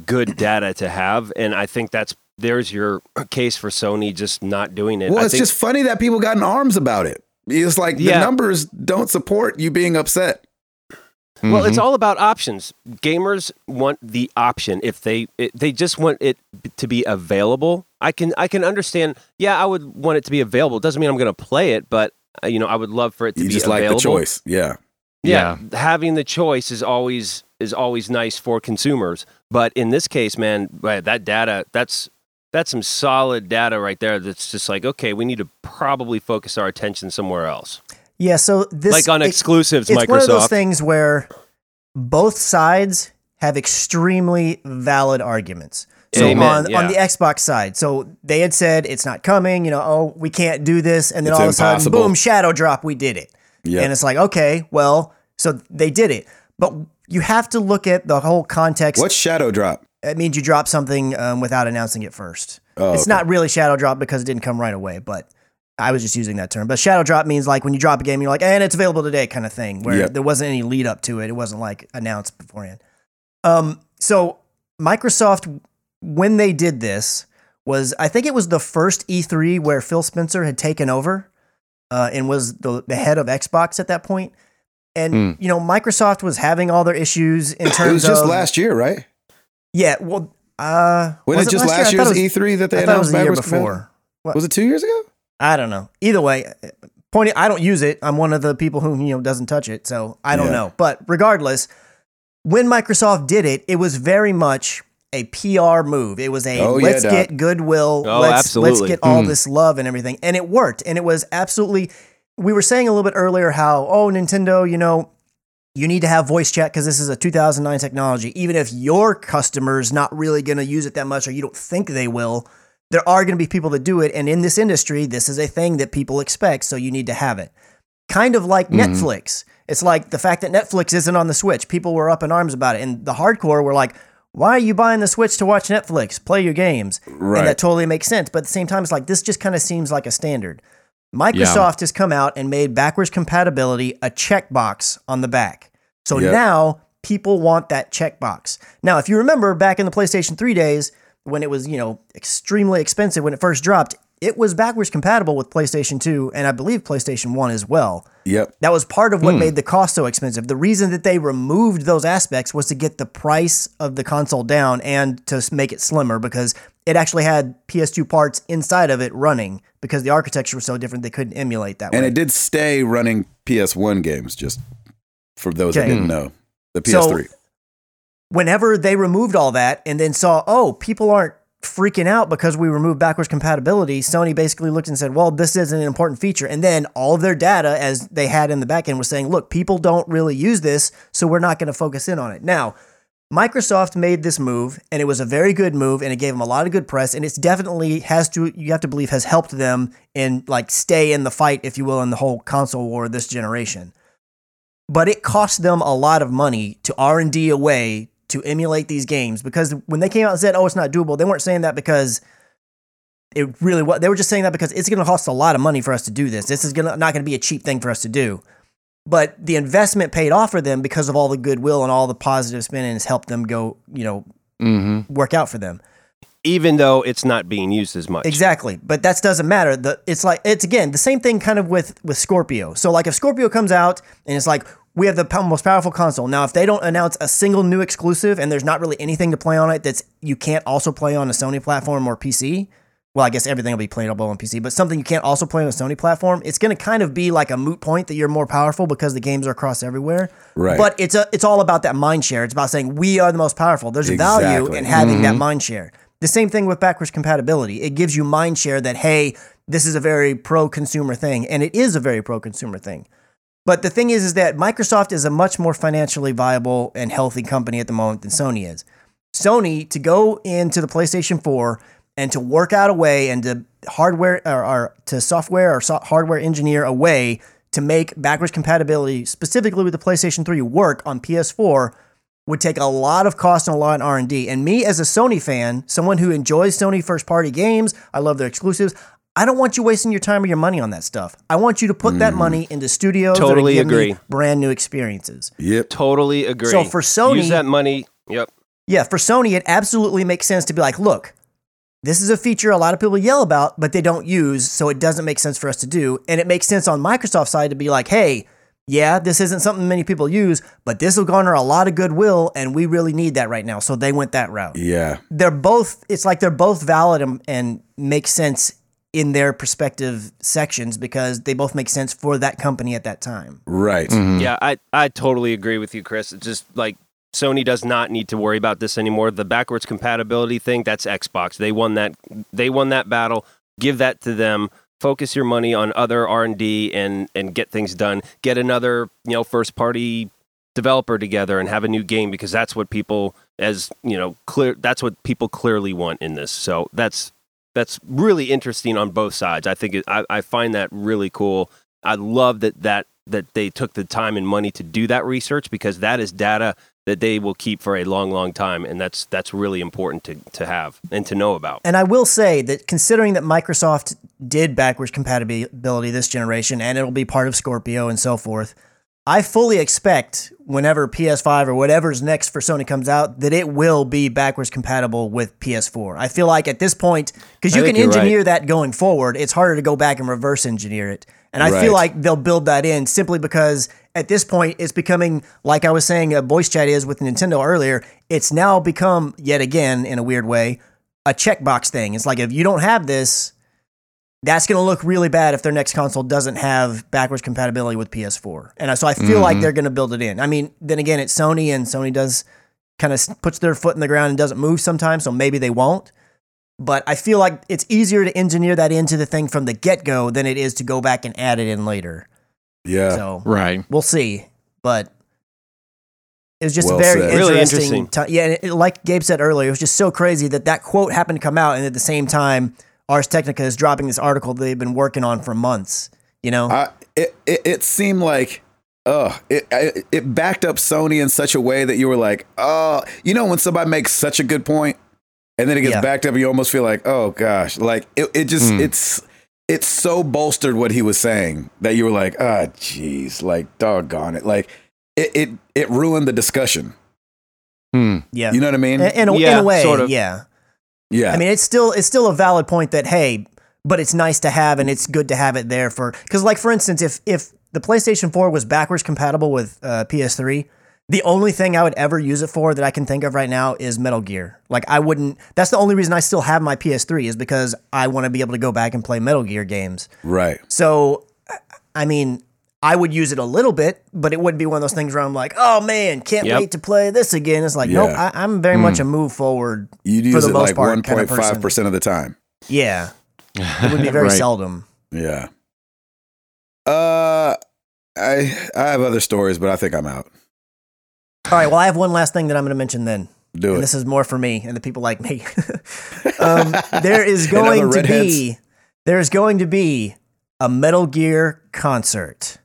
good data to have. And I think that's there's your case for Sony just not doing it.
Well,
I
it's
think-
just funny that people got in arms about it. It's like
Yeah.
the numbers don't support you being upset.
Well, it's
Mhm.
Mm-hmm.
all about options. Gamers want the option. If they it, they just want it b- to be available, I can I can understand. Yeah, I would want it to be available. Doesn't mean I'm going to play it, but uh, you know, I would love for it to
You
be
just like
available.
the choice. Yeah.
Yeah, having the choice is always is always nice for consumers. But in this case, man, right, that data that's that's some solid data right there. That's just like okay, we need to probably focus our attention somewhere else,
Yeah. So this
like on
it-
exclusives.
it's
Microsoft.
one of those things where both sides have extremely valid arguments. So
Amen,
on,
yeah.
on the Xbox side, so they had said it's not coming, you know, oh, we can't do this, and then
It's
all of a sudden,
impossible.
boom, shadow drop, we did it.
Yeah.
And it's like, okay, well, so they did it. But you have to look at the whole context.
What's Shadow Drop?
It means you drop something um, without announcing it first.
Oh,
it's
okay.
not really shadow drop because it didn't come right away, but I was just using that term. But shadow drop means like when you drop a game, you're like, and it's available today kind of thing, where
Yeah.
there wasn't any lead up to it. It wasn't like announced beforehand. Um, so Microsoft, when they did this, was I think it was the first E3 where Phil Spencer had taken over uh, and was the, the head of Xbox at that point. And
Mm.
you know, Microsoft was having all their issues in terms
Hmm. It was just
of
last year, right?
yeah, well, uh,
Wasn't
was
it just last
year? I thought
year's E E3 that
it was-
they
I thought it was
announced
the year
backwards compatibility?
before.
Was it two years ago?
I don't know. Either way, point. I don't use it. I'm one of the people who you know doesn't touch it, so I don't
Yeah.
know. But regardless, when Microsoft did it, it was very much a a PR move. It was a
Oh, yeah,
let's
Doc.
get goodwill.
Oh,
let's
absolutely.
let's get all
Mm-hmm.
Mhm.
this love and everything. And it worked. And it was absolutely we were saying a little bit earlier how, oh, Nintendo, you know, you need to have voice chat because this is a 2009 technology. Even if your customer's not really going to use it that much or you don't think they will, there are going to be people that do it. And in this industry, this is a thing that people expect. So you need to have it. Kind of like
Mhm.
Netflix. It's like the fact that Netflix isn't on the Switch. People were up in arms about it. And the hardcore were like, why are you buying the Switch to watch Netflix? Play your games.
Right.
And that totally makes sense. But at the same time, it's like, this just kind of seems like a standard. Microsoft has come out and made backwards compatibility a checkbox on the back. So
Yep.
now people want that checkbox. Now, if you remember back in the PlayStation 3 days when it was, you know, extremely expensive when it first dropped, it was backwards compatible with PlayStation 2 and I believe PlayStation 1 as well.
Yep.
That was part of what made the cost so expensive. The reason that they removed those aspects was to get the price of the console down and to s- make it slimmer because it actually had PS2 parts inside of it running because the architecture was so different they couldn't emulate that
And
way.
it did stay running PS1 games, just for those that
Okay.
didn't know. The
So-
PS3.
Whenever they removed all that and then saw, oh, people aren't freaking out because we removed backwards compatibility, Sony basically looked and said, well, this is an important feature. And then all of their data, as they had in the back end, was saying, look, people don't really use this, so we're not going to focus in on it. Now, Microsoft made this move, and it was a very good move, and it gave them a lot of good press, and it's definitely has to you have to believe has helped them in like stay in the fight, if you will, in the whole console war this generation. But it cost them a lot of money to R and D away to emulate these games because when they came out and said, "Oh, it's not doable," they weren't saying that because it really was. They were just saying that because it's going to cost a lot of money for us to do this. This is gonna, not going to be a cheap thing for us to do but the investment paid off for them because of all the goodwill and all the positive spin and has helped them go, you know,
Mm-hmm.
work out for them.
even though it's not being used as much.
Exactly. But that doesn't matter. The it's like it's again the same thing kind of with with Scorpio. So like if Scorpio comes out and it's like we have the pow- most powerful console. Now if they don't announce a single new exclusive and there's not really anything to play on it that's you can't also play on a Sony platform or PC, well I guess everything will be playable on PC, but something you can't also play on a Sony platform, it's going to kind of be like a moot point that you're more powerful because the games are across everywhere.
Right.
But it's a, it's all about that mind share. It's about saying we are the most powerful. There's value
Exactly.
in having that mind share. The same thing with backwards compatibility. It gives you mind share that hey, this is a very pro consumer thing, and it is a very pro consumer thing. But the thing is, is that Microsoft is a much more financially viable and healthy company at the moment than Sony is. Sony to go into the PlayStation 4 and to work out a way and to hardware or, or to software or so- hardware engineer a way to make backwards compatibility specifically with the PlayStation 3 work on PS4 would take a lot of cost and a lot in R&D. And me as a Sony fan, someone who enjoys Sony first party games, I love their exclusives. I don't want you wasting your time or your money on that stuff. I want you to put that money into studios
Mm. Totally
that are giving me
agree.
brand new experiences.
Yep.
Totally agree.
So for Sony-
use that money. Yep.
Yeah, for Sony, it absolutely makes sense to be like, look, this is a feature a lot of people yell about, but they don't use, so it doesn't make sense for us to do. And it makes sense on Microsoft's side to be like, hey, yeah, this isn't something many people use, but this will garner a lot of goodwill, and we really need that right now. So they went that route.
Yeah.
They're both, it's like they're both valid and, and make sense in their perspective sections because they both make sense for that company at that time.
Right.
Mm.
Mm-hmm. Mm.
Yeah, I, I totally agree with you, Chris. It's just like Sony does not need to worry about this anymore. The backwards compatibility thing, that's Xbox. They won that they won that battle. Give that to them. Focus your money on other R and D and and get things done. Get another, you know, first party developer together and have a new game because that's what people as you know clear that's what people clearly want in this. So that's that's really interesting on both sides. I think it, I, I find that really cool. I love that that that they took the time and money to do that research because that is data that they will keep for a long, long time, and that's that's really important to to have and to know about.
And I will say that considering that Microsoft did backwards compatibility this generation and it'll be part of Scorpio and so forth, I fully expect whenever PS5 or whatever's next for Sony comes out that it will be backwards compatible with PS4. I feel like at this point, because
I
you
think
can
you're right.
engineer that going forward, it's harder to go back and reverse engineer it. And I
Right.
feel like they'll build that in simply because at this point it's becoming like I was saying a voice chat is with Nintendo earlier, it's now become yet again in a weird way a checkbox thing. It's like if you don't have this, that's going to look really bad if their next console doesn't have backwards compatibility with PS4. And I- so I feel like they're going to build it in. I mean, then again, it's Sony, and Sony does kind of puts their foot in the ground and doesn't move sometimes, so maybe they won't. But I feel like it's easier to engineer that into the thing from the get go than it is to go back and add it in later.
Yeah.
So
Right.
we'll see. But it was just
Well
a very
said.
Really
interesting,
interesting.
ti- yeah, and it- like Gabe said earlier, it was just so crazy that that quote happened to come out, and at the same time, Ars Technica is dropping this article they've been working on for months. You know,
I, it, it it seemed like uh it I, it backed up Sony in such a way that you were like, "Oh, you know when somebody makes such a good point and then it gets
Yeah.
backed up and you almost feel like, "Oh gosh." Like it it just
Mm.
it's it's so bolstered what he was saying that you were like, "Ah, jeez, like doggone it." Like it it it ruined the discussion.
Hmm.
yeah,
You know what I mean?
in, in a, in
Yeah,
a way,
sort of.
yeah.
yeah.
I mean, it's still it's still a valid point that hey, but it's nice to have and it's good to have it there for because like for instance, if if the PlayStation 4 was backwards compatible with uh, PS3, the only thing I would ever use it for that I can think of right now is Metal Gear. Like I wouldn't. That's the only reason I still have my PS3 is because I want to be able to go back and play Metal Gear games.
right.
So, I- I mean, I would use it a little bit, but it wouldn't be one of those things where I'm like, oh man, can't
Yep.
wait to play this again. It's like,
Yeah.
nope, I, I'm very much a move forward.
You'd
For
use
the
it
most
like
part, kind of
1.5% of the time.
Yeah, it would be very
Right.
seldom.
Yeah. Uh I I have other stories, but I think I'm out.
All right. Well, I have one last thing that I'm going to mention then.
Do
And
it.
this is more for me and the people like me. um, there is
And other
going to
redheads.
be there is going to be a Metal Gear concert,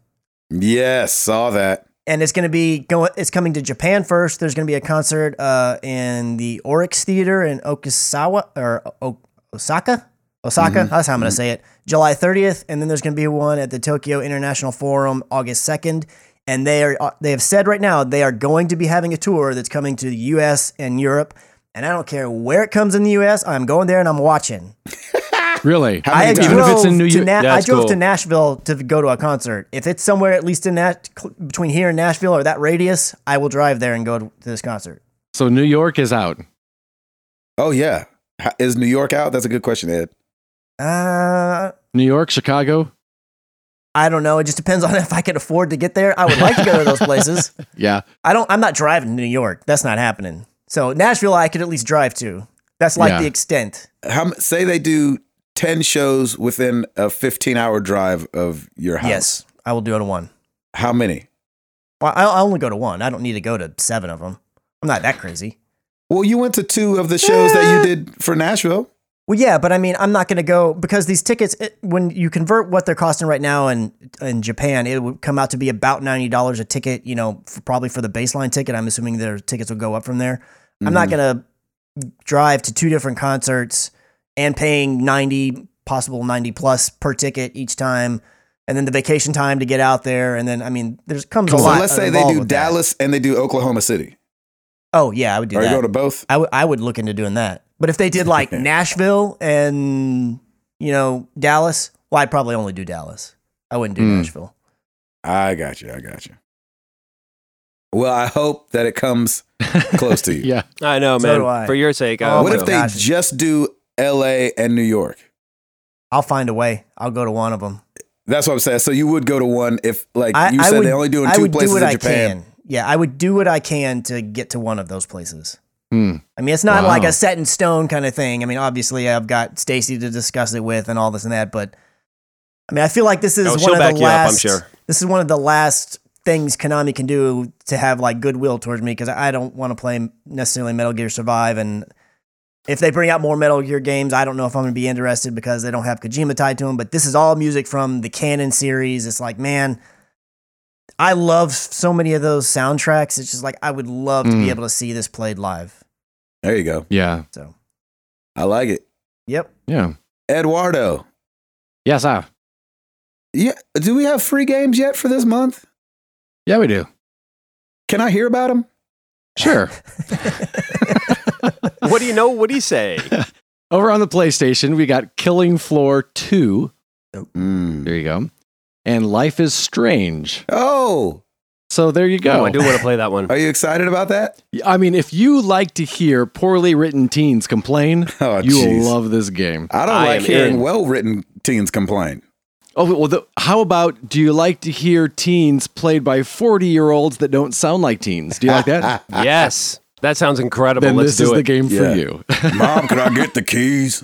Yes, saw that.
and it's going to be going. It's coming to Japan first. There's going to be a concert uh, in the Oryx Theater in Okasawa or o- Osaka. Osaka, that's how I'm going to say it. July 30th, and then there's going to be one at the Tokyo International Forum August 2nd. And they are uh, they have said right now they are going to be having a tour that's coming to the U.S. and Europe. And I don't care where it comes in the U.S., I'm going there and I'm watching.
Really?
How
I
many
drove
times?
Even if it's in New
to
York-
Na- I
That's
drove to
cool.
Nashville to go to a concert. If it's somewhere at least in that cl- between here and Nashville or that radius, I will drive there and go to this concert.
So New York is out.
Oh yeah. Ha- Is New York out? That's a good question, Ed.
Uh,
New York, Chicago.
I don't know. It just depends on if I can afford to get there. I would like to go to those places.
Yeah.
I don't. I'm not driving to New York. That's not happening. So Nashville, I could at least drive to. That's like
Yeah.
the extent.
How m- say they do 10 shows within a 15-hour drive of your house.
Yes, I will do it to one.
How many?
Well, I, I only go to one. I don't need to go to seven of them. I'm not that crazy.
Well, you went to two of the shows
Eh.
that you did for Nashville.
Well, yeah, but I mean, I'm not going to go because these tickets, it, when you convert what they're costing right now in in Japan, it would come out to be about ninety dollars a ticket. You know, for, probably for the baseline ticket. I'm assuming their tickets will go up from there. I'm
Mm-hmm.
not going to drive to two different concerts and paying ninety, possible ninety plus per ticket each time, and then the vacation time to get out there, and then I mean, there's comes a
So
lot.
let's say they
involved
do
with that.
Dallas and they do Oklahoma City.
Oh yeah, I would do
Are you
that.
going to both?
I would I would look into doing that. But if they did like Nashville and you know Dallas, well, I'd probably only do Dallas. I wouldn't do
Hmm.
Nashville.
I got you. I got you. Well, I hope that it comes close to you.
Yeah.
I know,
So
man.
do I.
For your sake, I
Oh
what
my
if they
gosh.
just do LA and New York?
I'll find a way. I'll go to one of them.
That's what I'm saying. So you would go to one if, like
I,
you
I
said,
would,
they only do in
I
two
would
places
do what
in
I
Japan.
can. Yeah, I would do what I can to get to one of those places.
Hmm.
I mean, it's not like
Wow.
a set in stone kind of thing. I mean, obviously, I've got Stacy to discuss it with and all this and that, but I mean, I feel like this is
Oh,
one
she'll
of
back
the
you up, I'm
last.
sure.
This is one of the last things Konami can do to have like goodwill towards me because I don't want to play necessarily Metal Gear Survive, and if they bring out more Metal Gear games, I don't know if I'm going to be interested because they don't have Kojima tied to them. But this is all music from the Canon series. It's like, man. I love so many of those soundtracks. It's just like I would love to be
Mm.
able to see this played live.
There you go.
Yeah.
So,
I like it.
yep.
Yeah.
Eduardo,
Yes. Ah.
yeah, do we have free games yet for this month?
Yeah, we do.
Can I hear about them?
Sure.
What do you know? What do you say?
Over on the PlayStation, we got Killing Floor 2.
Mm.
There you go. And Life is Strange.
Oh,
So there you go.
Oh, I do want to play that one.
are you excited about that?
I mean, if you like to hear poorly written teens complain,
Oh,
you
jeez.
will love this game.
I don't
I
like
am
hearing
in.
well-written teens complain.
Oh, well, the, how about do you like to hear teens played by 40 year olds that don't sound like teens? Do you like that?
yes. That sounds incredible.
then
Let's
this is
do
the
it.
game
Yeah.
for you.
Mom, can I get the keys?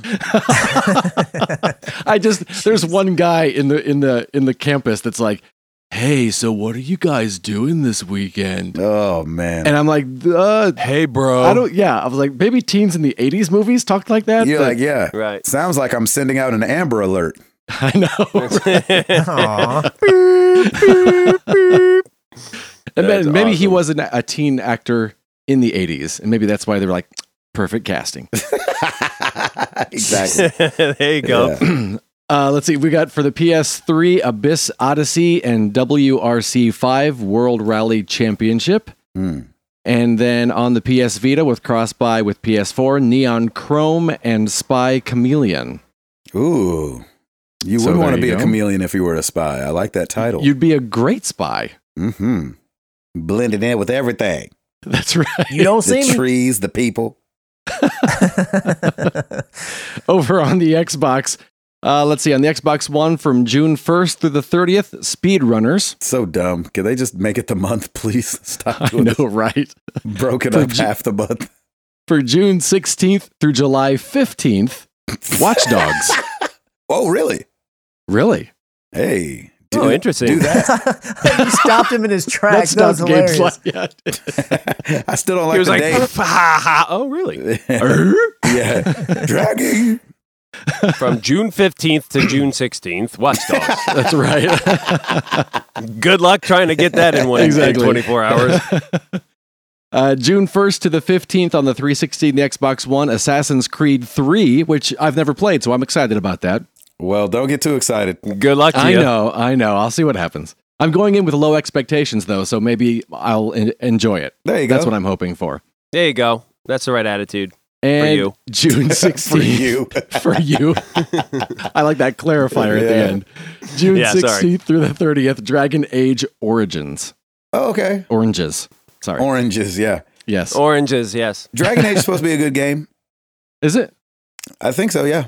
I just there's one guy in the in the in the campus that's like, "Hey, so what are you guys doing this weekend?"
Oh man.
And I'm like, uh,
hey, bro.
I don't. Yeah, I was like, maybe teens in the '80s movies talked like that.
You're
but-
like, yeah.
Right.
Sounds like I'm sending out an Amber Alert.
I know.
Aw.
and
That's
then maybe he
awesome.
was an, a teen actor in the '80s, and maybe that's why they were like, perfect casting.
exactly.
there you go. Oh,
Yeah.
Uh, let's see. We got for the PS3 Abyss Odyssey and WRC5 World Rally Championship.
Mm.
And then on the PS Vita with cross buy with PS4, Neon Chrome and Spy Chameleon.
Ooh. You
So
would want
there
to be
you
a
go.
chameleon if you were a spy. I like that title.
You'd be a great spy.
mm-hmm. Blended in with everything.
That's right.
you don't
The
see me.
trees, the people.
Over on the Xbox, uh, let's see, on the Xbox One from June 1st through the 30th, Speedrunners.
So dumb. Can they just make it the month, please? Stop
I
doing
know,
this.
right?
Broken
For
up
Ju-
half the month.
For June 16th through July 15th, Watch Dogs.
Oh, really?
really?
Hey. Do,
Oh, interesting.
Do that.
you stopped him in his tracks. That was
not games
hilarious.
like that.
I still don't like
he was
the
like,
name.
ha, ha. oh, really?
yeah. Dragging.
From June 15th to June 16th, Watch Dogs.
That's right.
Good luck trying to get that in one in
Exactly.
24 hours.
Uh, June 1st to the 15th on the 360 and the Xbox One, Assassin's Creed 3, which I've never played, so I'm excited about that.
Well, don't get too excited.
Good luck to
I
you.
know, I know. I'll see what happens. I'm going in with low expectations, though, so maybe I'll en- enjoy it.
There you go.
That's what I'm hoping for.
There you go. That's the right attitude.
And
you.
June
for
16th.
you.
for you. I like that clarifier at the
Yeah.
end. June
Yeah, sorry.
16th through the 30th, Dragon Age Origins.
Oh, okay.
Oranges. Sorry.
Oranges, yeah.
yes.
Oranges, yes.
Dragon Age is supposed to be a good game.
Is it?
I think so, yeah.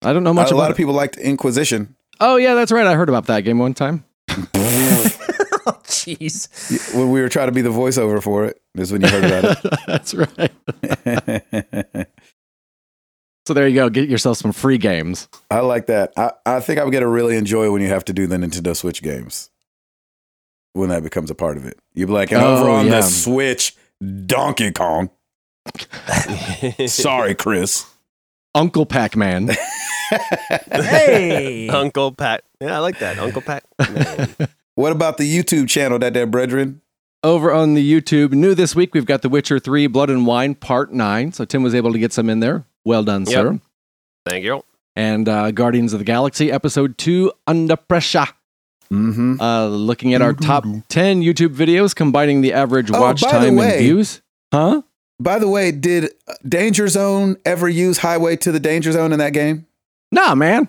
I don't know much
a
about
lot
it.
of people liked Inquisition.
Oh, yeah, that's right. I heard about that game one time.
Oh, jeez.
When we were trying to be the voiceover for it, is when you heard about
that's right.
it.
So there you go. Get yourself some free games.
I like that. I, I think I'm going to really enjoy when you have to do the Nintendo Switch games. When that becomes a part of it. You'd be like, and
Oh,
over on
yeah.
the Switch, Donkey Kong. Sorry, Chris.
Uncle Pac Man.
Hey.
Uncle Pat. Yeah, I like that. Uncle Pat.
what about the YouTube channel, that there, brethren?
Over on the YouTube, new this week, we've got The Witcher 3 Blood and Wine Part 9. So Tim was able to get some in there. Well done,
Yep.
sir.
Thank you.
And uh, Guardians of the Galaxy Episode 2 Under Pressure.
Mm-hmm.
Uh, looking at our top 10 YouTube videos, combining the average
Oh,
watch
by the
time and
way-
views. Huh?
By the way, did Danger Zone ever use Highway to the Danger Zone in that game?
Nah, man.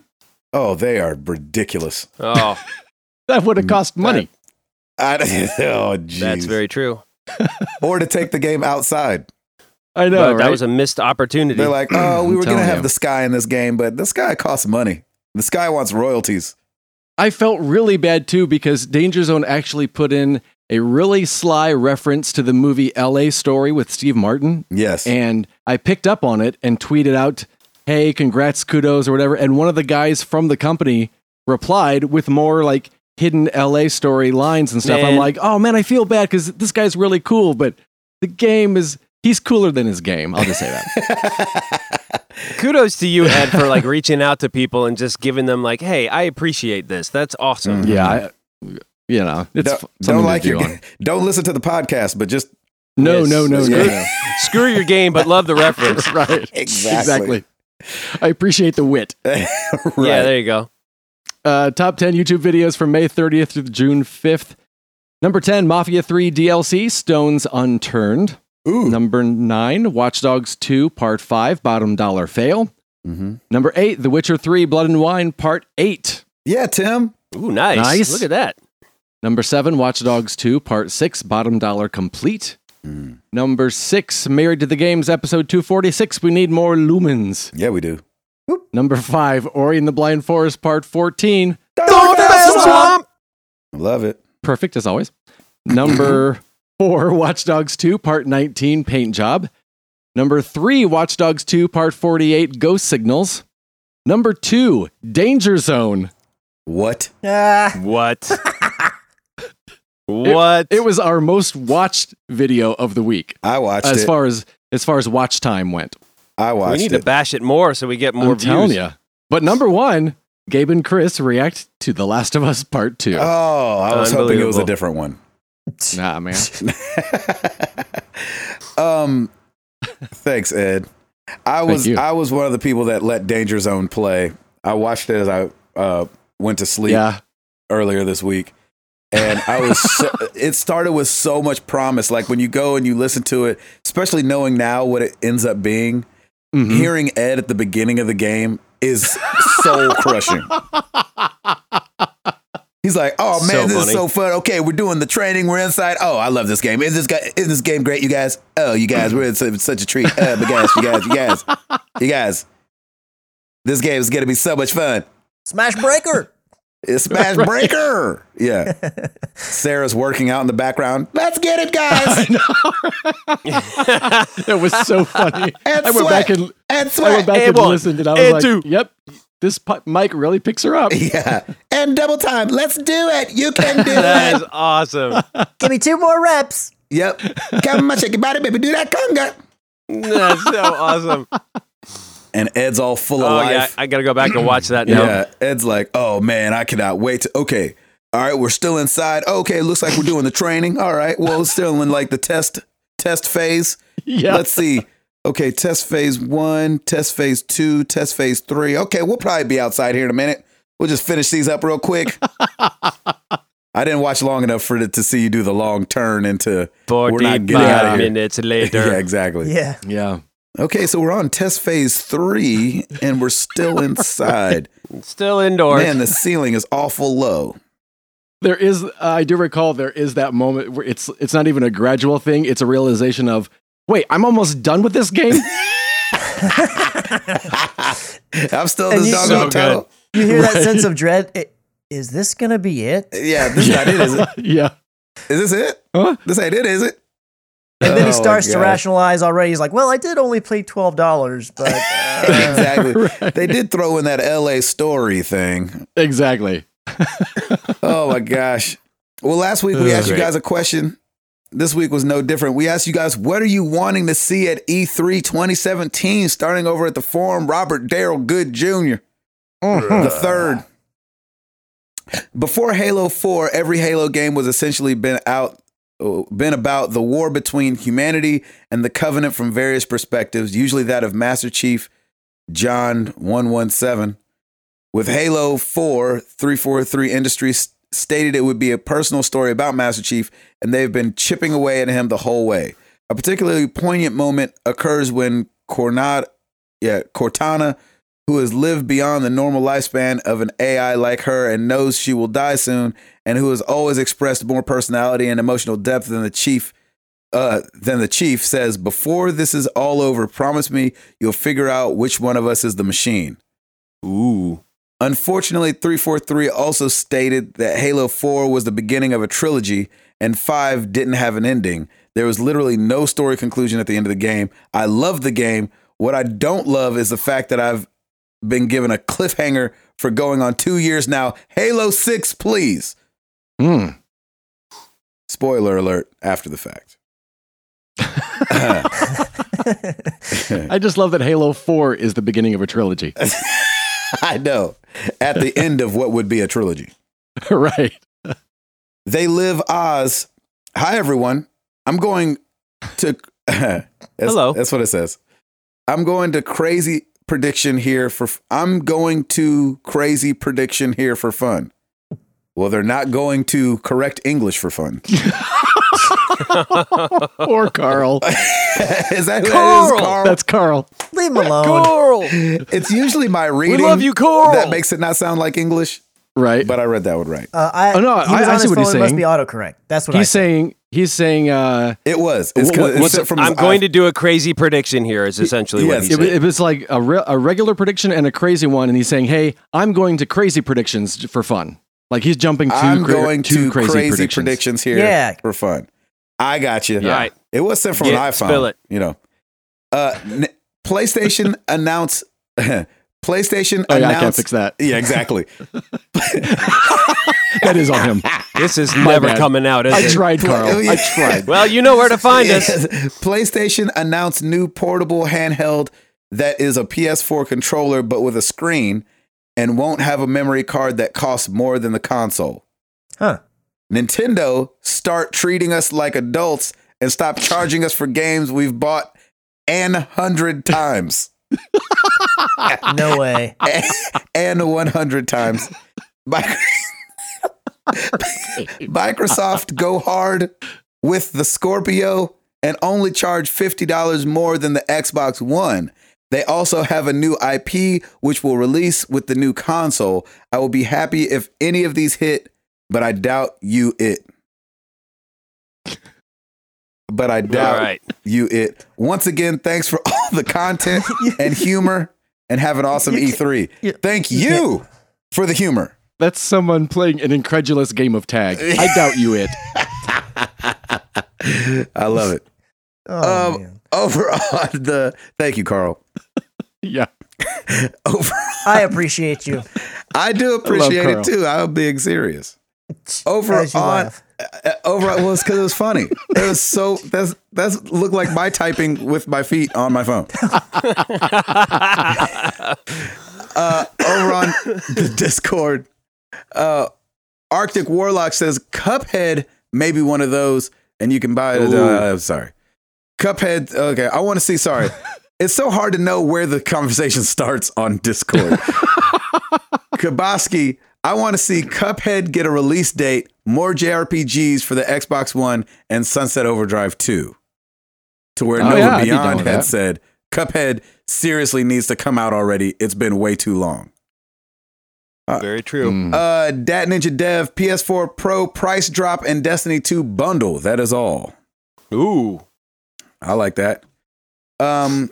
Oh, they are ridiculous.
Oh,
That would have
Mm,
cost money.
I, oh, jeez.
that's very true.
Or to take the game outside.
I know.
But that
right?
was a missed opportunity.
They're like, oh, we
I'm
were going to
telling
have
you.
the sky in this game, but the sky costs money. The sky wants royalties.
I felt really bad too because Danger Zone actually put in a really sly reference to the movie LA Story with Steve Martin.
Yes.
And I picked up on it and tweeted out, hey, congrats, kudos, or whatever. And one of the guys from the company replied with more like hidden LA Story lines and stuff. I'm
Man.
like, oh man, I feel bad because this guy's really cool, but the game is, he's cooler than his game. I'll just say that.
Kudos to you, Ed, for like reaching out to people and just giving them like, hey, I appreciate this. That's awesome.
Mhm.
yeah. I, you know, it's
don't,
f-
don't
something
like
to
your
do on.
don't listen to the podcast, but just
No,
Yes,
no, no,
that's
no,
good.
no.
Screw your game, but love the reference.
right.
Exactly.
I appreciate the wit.
right.
Yeah, there you go.
Uh, top 10 YouTube videos from May 30th through June 5th. Number 10, Mafia 3 DLC, Stones Unturned.
Ooh.
Number 9, Watch Dogs 2 Part 5, Bottom Dollar Fail.
Mm-hmm.
hmm
Number 8, The Witcher 3 Blood and Wine Part 8.
Yeah, Tim.
Ooh, nice.
Nice.
Look at that.
Number 7, Watch Dogs 2 Part 6, Bottom Dollar Complete.
Mm.
Number 6, Married to the Games Episode 246, We Need More Lumens.
Yeah, we do.
Number 5, Ori and the Blind Forest Part 14.
Love it.
Perfect as always. Number four, Watch Dogs 2, Part 19, Paint Job. Number three, Watch Dogs 2, Part 48, Ghost Signals. Number two, Danger Zone.
What?
Ah,
What? what?
It was our most watched video of the week
I watched
as
it.
far as as far as watch time went.
I
we
watched
need to
it.
bash it more so we get more
I'm telling
views.
you. But number one, Gabe and Chris react to The Last of Us Part Two.
oh, I was hoping it was a
Unbelievable.
different one.
nah, man.
um, thanks, Ed. I was
you.
I was one of the people that let Danger Zone play. I watched it as I uh, went to sleep
Yeah,
earlier this week, and I was so, it started with so much promise. Like when you go and you listen to it, especially knowing now what it ends up being,
Mhm.
hearing Ed at the beginning of the game is soul crushing. He's like, oh man,
So
this is
funny.
so fun. Okay, we're doing the training. We're inside. Oh, I love this game. Is this guy, is this game great, you guys? Oh, you guys, we're in su- such a treat. Uh, but guys, you guys, you guys, you guys, this game is gonna be so much fun.
Smash Breaker.
It's Smash Breaker. Yeah. Sarah's working out in the background. Let's get it, guys.
that was so funny.
And
I went
sweat.
back and
and
I went
sweat.
back and
A1,
listened, and I was like,
A2.
"Yep, this pu- mic really picks her up."
Yeah. And double time. Let's do it. You can do it.
That is awesome.
Give me two more reps.
Yep. Come on, shake your body, baby. Do that conga.
That's so awesome.
And Ed's all full of
Oh
life.
yeah, I gotta go back and watch that now.
Yeah, Ed's like, oh man, I cannot wait to. Okay, all right, we're still inside. Okay, looks like we're doing the training. All right, well, it's still in like the test test phase.
Yeah.
Let's see. Okay, test phase one, test phase two, test phase three. Okay, we'll probably be outside here in a minute. We'll just finish these up real quick. I didn't watch long enough for it to see you do the long turn into. We're not getting outta
Forty-five
here.
minutes later.
Yeah, exactly.
Yeah.
yeah.
Okay, so we're on test phase three, and we're still inside.
Still indoors.
Man, the ceiling is awful low.
There is, uh, I do recall, there is that moment where it's it's not even a gradual thing; it's a realization of, "Wait, I'm almost done with this game."
I'm still
And
the
you-
dog
So
on title.
You hear that sense of dread? It, is this gonna be it?
Yeah, this not it, is it?
yeah.
Is this it?
Huh?
This ain't it, is it?
And then
Oh,
he starts to
God.
rationalize already. He's like, "Well, I did only play twelve dollars, but uh,
exactly. They did throw in that LA story thing.
Exactly.
Oh my gosh. Well, last week we
Ugh.
asked you
Great.
guys a question. This week was no different. We asked you guys, what are you wanting to see at E E3 2017? Starting over at the forum, Robert Daryl Good Jr. the third. Before Halo 4, every Halo game was essentially been out been about the war between humanity and the covenant from various perspectives, usually that of Master Chief John 117. With Halo 4, 343 Industries stated it would be a personal story about Master Chief, and they've been chipping away at him the whole way. A particularly poignant moment occurs when Cornad, yeah, Cortana, who has lived beyond the normal lifespan of an AI like her and knows she will die soon, and who has always expressed more personality and emotional depth than the chief. Uh, than the chief says, before this is all over, promise me you'll figure out which one of us is the machine.
Ooh.
Unfortunately, 343 also stated that Halo 4 was the beginning of a trilogy and 5 didn't have an ending. There was literally no story conclusion at the end of the game. I love the game. What I don't love is the fact that I've been given a cliffhanger for going on two years now. Halo 6, please.
Hmm.
Mm.
Spoiler alert after the fact.
I just love that Halo Four is the beginning of a trilogy.
I know. At the end of what would be a trilogy.
right.
They Live Oz. Hi, everyone. I'm going to. that's,
Hello.
That's what it says. I'm going to crazy prediction here for. I'm going to crazy prediction here for fun. Well, they're not going to correct English for fun.
Or Carl.
is that who that is,
Carl!
Carl?
That's Carl.
leave him alone."
Coral.
it's usually my
We
reading
love you, Coral.
that makes it not sound like English,
Right.
but I read that one right.
Uh, I,
Oh, no,
he was
I- I
on
see
his
what he's
phone, it Must
saying.
be autocorrect. That's what I
he's
said.
saying he's saying uh
It was. It's 'cause
What-
it's
what's
sent
it-
from his
I'm going
eye-
to do a crazy prediction here. Is essentially what
Yes.
he
it,
said.
wa- it was like a, re- a regular prediction and a crazy one and he's saying hey i'm going to crazy predictions j- for fun like he's jumping to
I'm
cra-
going
to
to crazy, predictions. here
Yeah.
for fun. I got you.
All right.
It was sent from
Yeah,
an iPhone.
spill it.
You know. Uh, n- PlayStation announced. PlayStation
Oh, yeah, I can't
announced.
fix that.
yeah, exactly.
That is on him.
This is never
bad.
coming out, is
I
it?
tried, Carl. I tried.
Well, you know where to find us.
PlayStation announced new portable handheld that is a PS4 controller but with a screen and won't have a memory card that costs more than the console.
Huh.
Nintendo start treating us like adults and stop charging us for games we've bought an hundred times.
No way.
and 100 times. Mi- Microsoft go hard with the Scorpio and only charge $50 more than the Xbox One. They also have a new IP which will release with the new console. I will be happy if any of these hit, but I doubt you it. But I
All
doubt
right.
you it. Once again, thanks for all the content and humor and have an awesome
You can't-
E3.
you-
Thank
you
you for the humor.
That's someone playing an incredulous game of tag. I doubt you it.
I love it.
Oh,
Um,
man.
Over on the thank you, Carl.
Yeah.
Over
I appreciate you.
I do appreciate
Carl.
it too. I'm being serious. Over
As you
on-
laugh.
Uh, Over well, it's because it was funny. It was so that's that's looked like my typing with my feet on my phone. uh, over on the Discord, uh, Arctic Warlock says Cuphead may be one of those, and you can buy it. Uh, I'm sorry, Cuphead. Okay, I want to see. Sorry, it's so hard to know where the conversation starts on Discord. Kaboski, I want to see Cuphead get a release date, more JRPGs for the Xbox One, and Sunset Overdrive 2. To where
Oh,
Nova
yeah, I'd be down
Beyond
with
had
that.
said, Cuphead seriously needs to come out already. It's been way too long.
Very true.
mm.
Uh, Dat Ninja Dev, PS4 Pro price drop, and Destiny 2 bundle. That is all.
Ooh.
I like that. Um,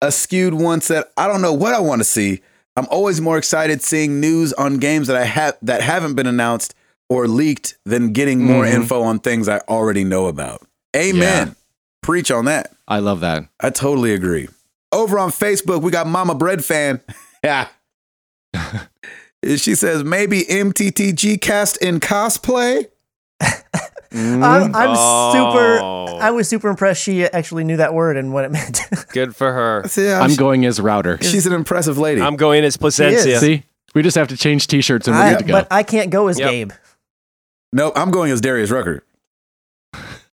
a skewed one said, "I don't know what I want to see. I'm always more excited seeing news on games that I have that haven't been announced or leaked than getting more
Mhm.
info on things I already know about." Amen. Preach on that.
I love that.
I totally agree. Over on Facebook, we got Mama Bread fan. Yeah. she says maybe MTTG cast in cosplay.
Mm, Hmm?
I'm, I'm
Oh.
super. I was super impressed. She actually knew that word and what it meant.
Good for her.
Yeah,
I'm
she-
going as router.
she's an impressive lady.
I'm going as Placencia.
See? We just have to change t shirts and we're
I-
good to go.
but I can't go as
Yep.
Gabe.
Nope, I'm going as Darius Rucker.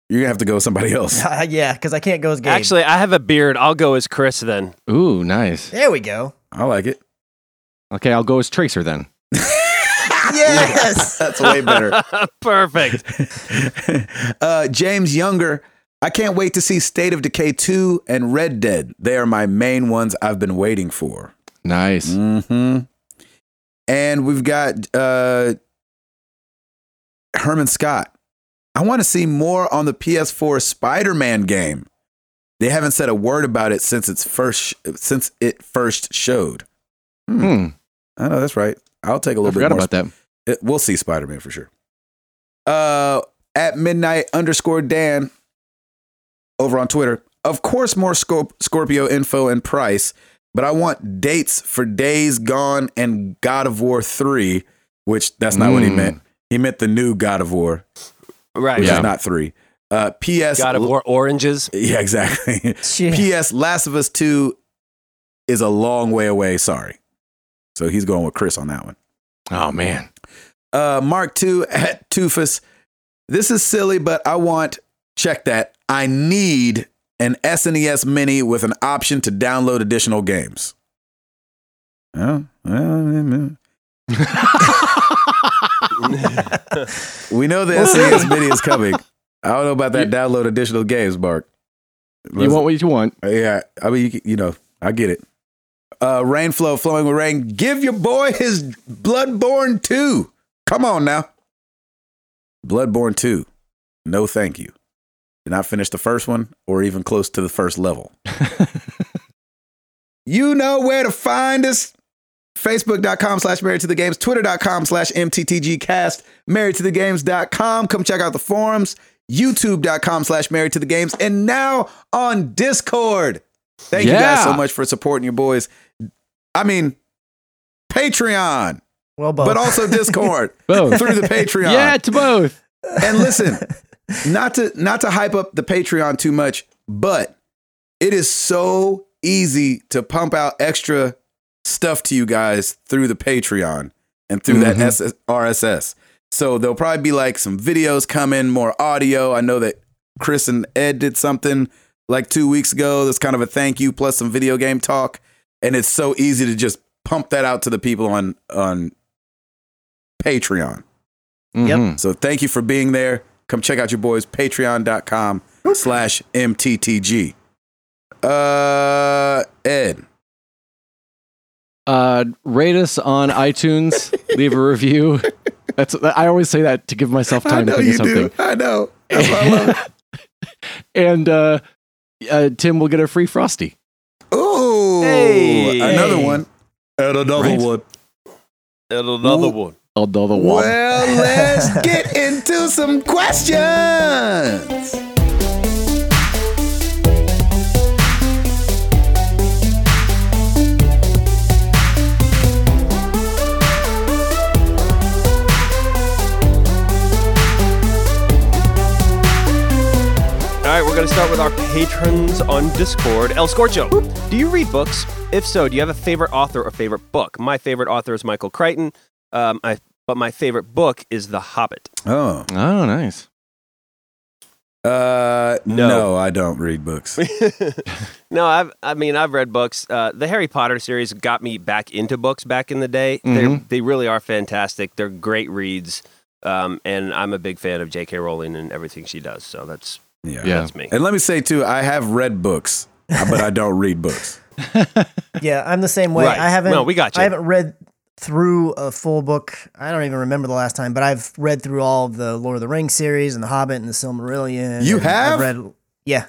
You're gonna have to go with somebody else.
yeah, because I can't go as Gabe.
Actually, I have a beard. I'll go as Chris then.
Ooh, nice.
there we go.
I like it.
Okay, I'll go as Tracer then.
Yes.
That's way better.
Perfect.
uh, James Younger, I can't wait to see State of Decay 2 and Red Dead. They are my main ones I've been waiting for.
Nice.
Mm-hmm. And we've got uh, Herman Scott. I want to see more on the PS4 Spider-Man game. They haven't said a word about it since its first since it first showed.
Hmm.
I know that's right. I'll take a
I
little bit
forgot
more.
about that.
it- Uh, we'll see Spider Man for sure. Uh, at midnight underscore Dan over on Twitter. Of course, more Scorp- Scorpio info and price, but I want dates for Days Gone and God of War 3, which that's not what he
Mm.
meant. He meant the new God of War,
Right.
which
Yeah.
is not 3. Uh, P.S.
God of War oranges.
Yeah, exactly.
Shit.
P.S. Last of Us 2 is a long way away. Sorry. So he's going with Chris on that one.
Oh, man.
uh, Mark II at Tufus. This is silly, but I want check that. I need an SNES Mini with an option to download additional games. Oh, well, we know the SNES Mini is coming. I don't know about that download additional games, Mark.
You want what you want.
Yeah, I mean, you, you know, I get it. Uh, Rainflow flowing with rain. Give your boy his Bloodborne 2. Come on now. Bloodborne 2. No, thank you. Did not finish the first one or even close to the first level. you know where to find us. Facebook.com slash married to the games, twitter.com slash MTTG cast, married to the games.com. Come check out the forums. youtube.com slash married to the games, and now on Discord. Thank you guys
Yeah.
so much for supporting your boys. I mean, Patreon,
Well, both.
but also Discord
Both.
through the Patreon.
yeah, to both.
And listen, not to not to hype up the Patreon too much, but it is so easy to pump out extra stuff to you guys through the Patreon and through that
Mhm.
SS, RSS. So there'll probably be like some videos coming, more audio. I know that Chris and Ed did something like two weeks ago. That's kind of a thank you plus some video game talk, and it's so easy to just pump that out to the people on on Patreon.
Yep.
Mhm.
So thank you for being there. Come check out your boys, patreon.com slash MTTG. Uh, Ed,
Uh, rate us on iTunes. leave a review. That's I always say that to give myself time to think of something.
I know. That's why I love it.
and uh, uh, Tim will get a free frosty.
Ooh,
Hey.
another
Hey.
one. And another
Right.
one.
Another
Ooh.
one.
Although the wall.
Well, let's get into some questions.
All right, we're going to start with our patrons on Discord. El Scorcho, do you read books? If so, do you have a favorite author or favorite book? My favorite author is Michael Crichton, um, I, but my favorite book is The Hobbit.
Oh,
Oh, nice.
uh,
No.
no, I don't read books.
no, I've, I mean, I've read books. Uh, the Harry Potter series got me back into books back in the day. They're,
Mhm.
they really are fantastic. They're great reads. Um, and I'm a big fan of J.K. Rowling and everything she does. So that's,
Yeah.
Yeah.
that's me.
And let me say too, I have read books, but I don't read books.
yeah, I'm the same way.
Right.
I haven't.
No, we got you.
I haven't read through a full book. I don't even remember the last time, but I've read through all of the Lord of the Rings series and the Hobbit and the Silmarillion.
You
and
have?
I've read, yeah,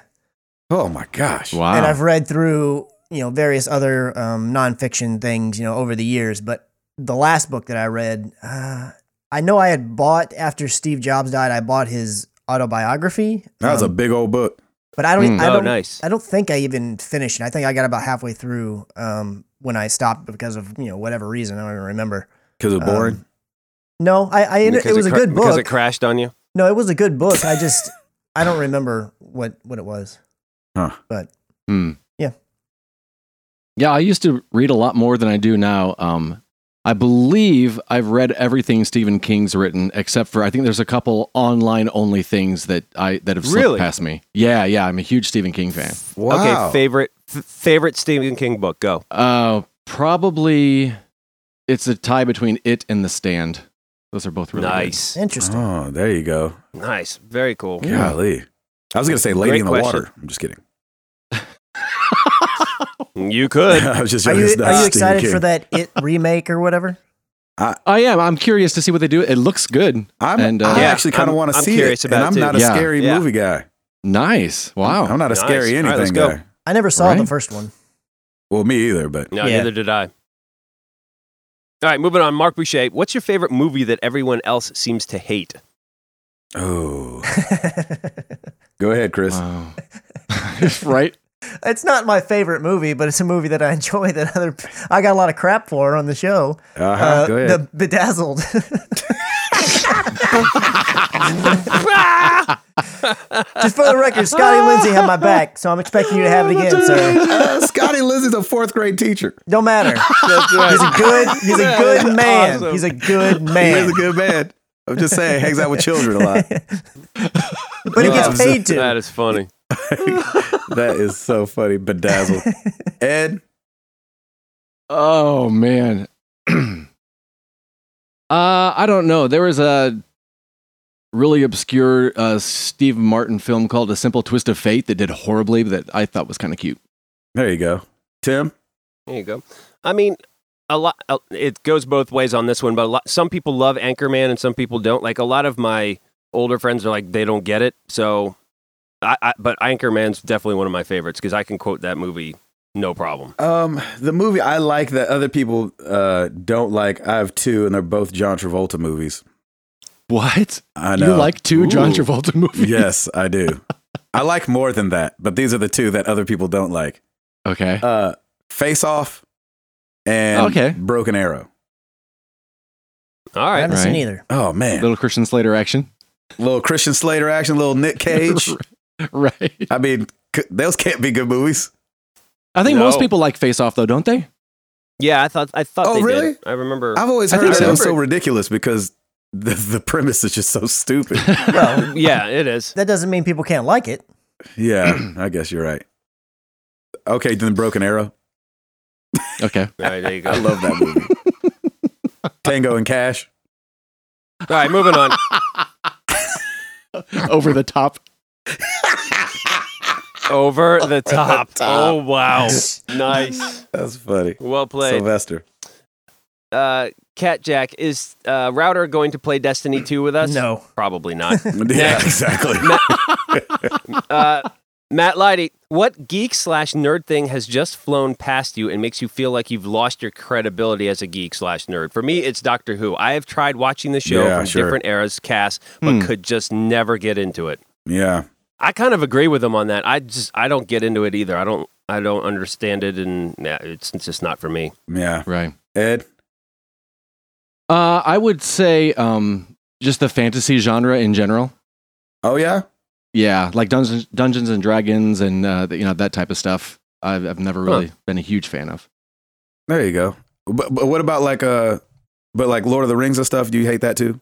Oh my gosh.
Wow.
and I've read through you know various other um, nonfiction things you know over the years. But the last book that I read, uh, I know I had bought after Steve Jobs died. I bought his autobiography.
That was a
um,
big old book.
but I don't.
Mm.
I
oh,
don't.
nice.
I don't think I even finished. it. I think I got about halfway through um, when I stopped because of you know whatever reason I don't even remember.
Because it's
Um,
boring.
No, I, I ended,
Because
it was a
cra-
good
Because it
book.
crashed on you.
no, it was a good book. I just I don't remember what what it was.
Huh.
But
Hmm.
Yeah.
Yeah, I used to read a lot more than I do now. Um, I believe I've read everything Stephen King's written, except for I think there's a couple online only things that I that have slipped
Really?
past me. Yeah, yeah, I'm a huge Stephen King fan.
Um, Okay, favorite f- favorite Stephen King book. Go.
Uh, probably it's a tie between it and The Stand. Those are both really good.
nice,
interesting.
Oh, there you go.
nice, very cool.
Yeah.
Golly. I was going to say Lady
Great
in the
question.
Water. I'm just kidding.
You could.
I was just
Are
joking.
you
It's not
are you
Stephen
excited
King.
for that it remake or whatever?
I am. Oh, I'm curious to see what they do. It looks good.
I'm,
And, uh,
I
Yeah,
actually kind of
I'm-
want to
I'm
see
curious
it.
about
and I'm
it,
not
too.
a
Yeah.
scary
Yeah. Oh,
movie guy.
Nice. Wow.
I'm not a
Nice.
scary
All right, let's
anything
go.
guy.
I never saw the
Right.
first one.
Well, me either, but
No,
Yeah.
neither did I. All right, moving on. Mark Boucher, what's your favorite movie that everyone else seems to hate?
oh, go ahead, Chris.
Wow. right?
it's not my favorite movie, but it's a movie that I enjoy that other I got a lot of crap for on the show.
Uh-huh,
Uh,
go ahead.
the Bedazzled. Just for the record, Scotty and Lindsay have my back, so I'm expecting you to have it again, sir.
Oh, Uh, Scotty Lizzie's a fourth grade teacher.
Don't matter.
That's right.
He's a good. He's a
That
good
is
man.
awesome.
He's a good
He is
man.
a good man. I'm just saying, hangs out with children a lot.
but he gets
Loves
paid
That
to.
is funny.
that is so funny. Bedazzled. Ed,
Oh man. uh I don't know. There was a really obscure uh Steve Martin film called A Simple Twist of Fate that did horribly that I thought was kind of cute.
there you go. Tim,
There you go. I mean, a lot. uh, It goes both ways on this one, but a lot, some people love Anchorman and some people don't. Like a lot of my older friends are like they don't get it. So, I, I but Anchorman's definitely one of my favorites because I can quote that movie no problem.
Um, the movie I like that other people uh don't like, I have two, and they're both John Travolta movies.
What?
I
You
know.
like two John
Ooh.
Travolta movies?
yes, I do. I like more than that, but these are the two that other people don't like.
Okay.
Uh, Face Off and
Okay.
Broken Arrow.
All
I
right.
haven't seen
right.
either.
Oh man, little,
Little Christian Slater action.
Christian Slater action, little Nick Cage.
right.
I mean, c- those can't be good movies.
I think most
No.
people like Face Off though, don't they?
Yeah, I thought I thought
Oh,
they
really?
did. I remember.
I've always
I
heard
think
that
so.
was so ridiculous because the, the premise is just so stupid.
Well,
yeah, it is.
that doesn't mean people can't like it.
yeah, I guess you're right. Okay, then Broken Arrow.
Okay.
All right, there you go.
I love that movie. Tango and Cash.
All right, moving on.
Over the top.
Over the top.
top.
Oh wow, nice,
That's funny.
well played.
Sylvester.
Uh, Cat Jack is uh, Router going to play Destiny Two with us?
no.
probably not.
Yeah, exactly.
Uh, Matt Lighty, what geek slash nerd thing has just flown past you and makes you feel like you've lost your credibility as a geek slash nerd? For me, it's Doctor Who. I have tried watching the show
Yeah,
from
sure.
different eras, cast, but
Hmm.
could just never get into it.
yeah.
I kind of agree with him on that. I just I don't get into it either. I don't I don't understand it, and nah, it's, it's just not for me.
Yeah.
Right.
Ed.
Uh, I would say um, just the fantasy genre in general.
Oh yeah.
Yeah, like Dungeons, Dungeons and Dragons and uh, you know that type of stuff. I've, I've never really been a huge fan of.
There you go. But, but what about like uh but like Lord of the Rings and stuff? Do you hate that too?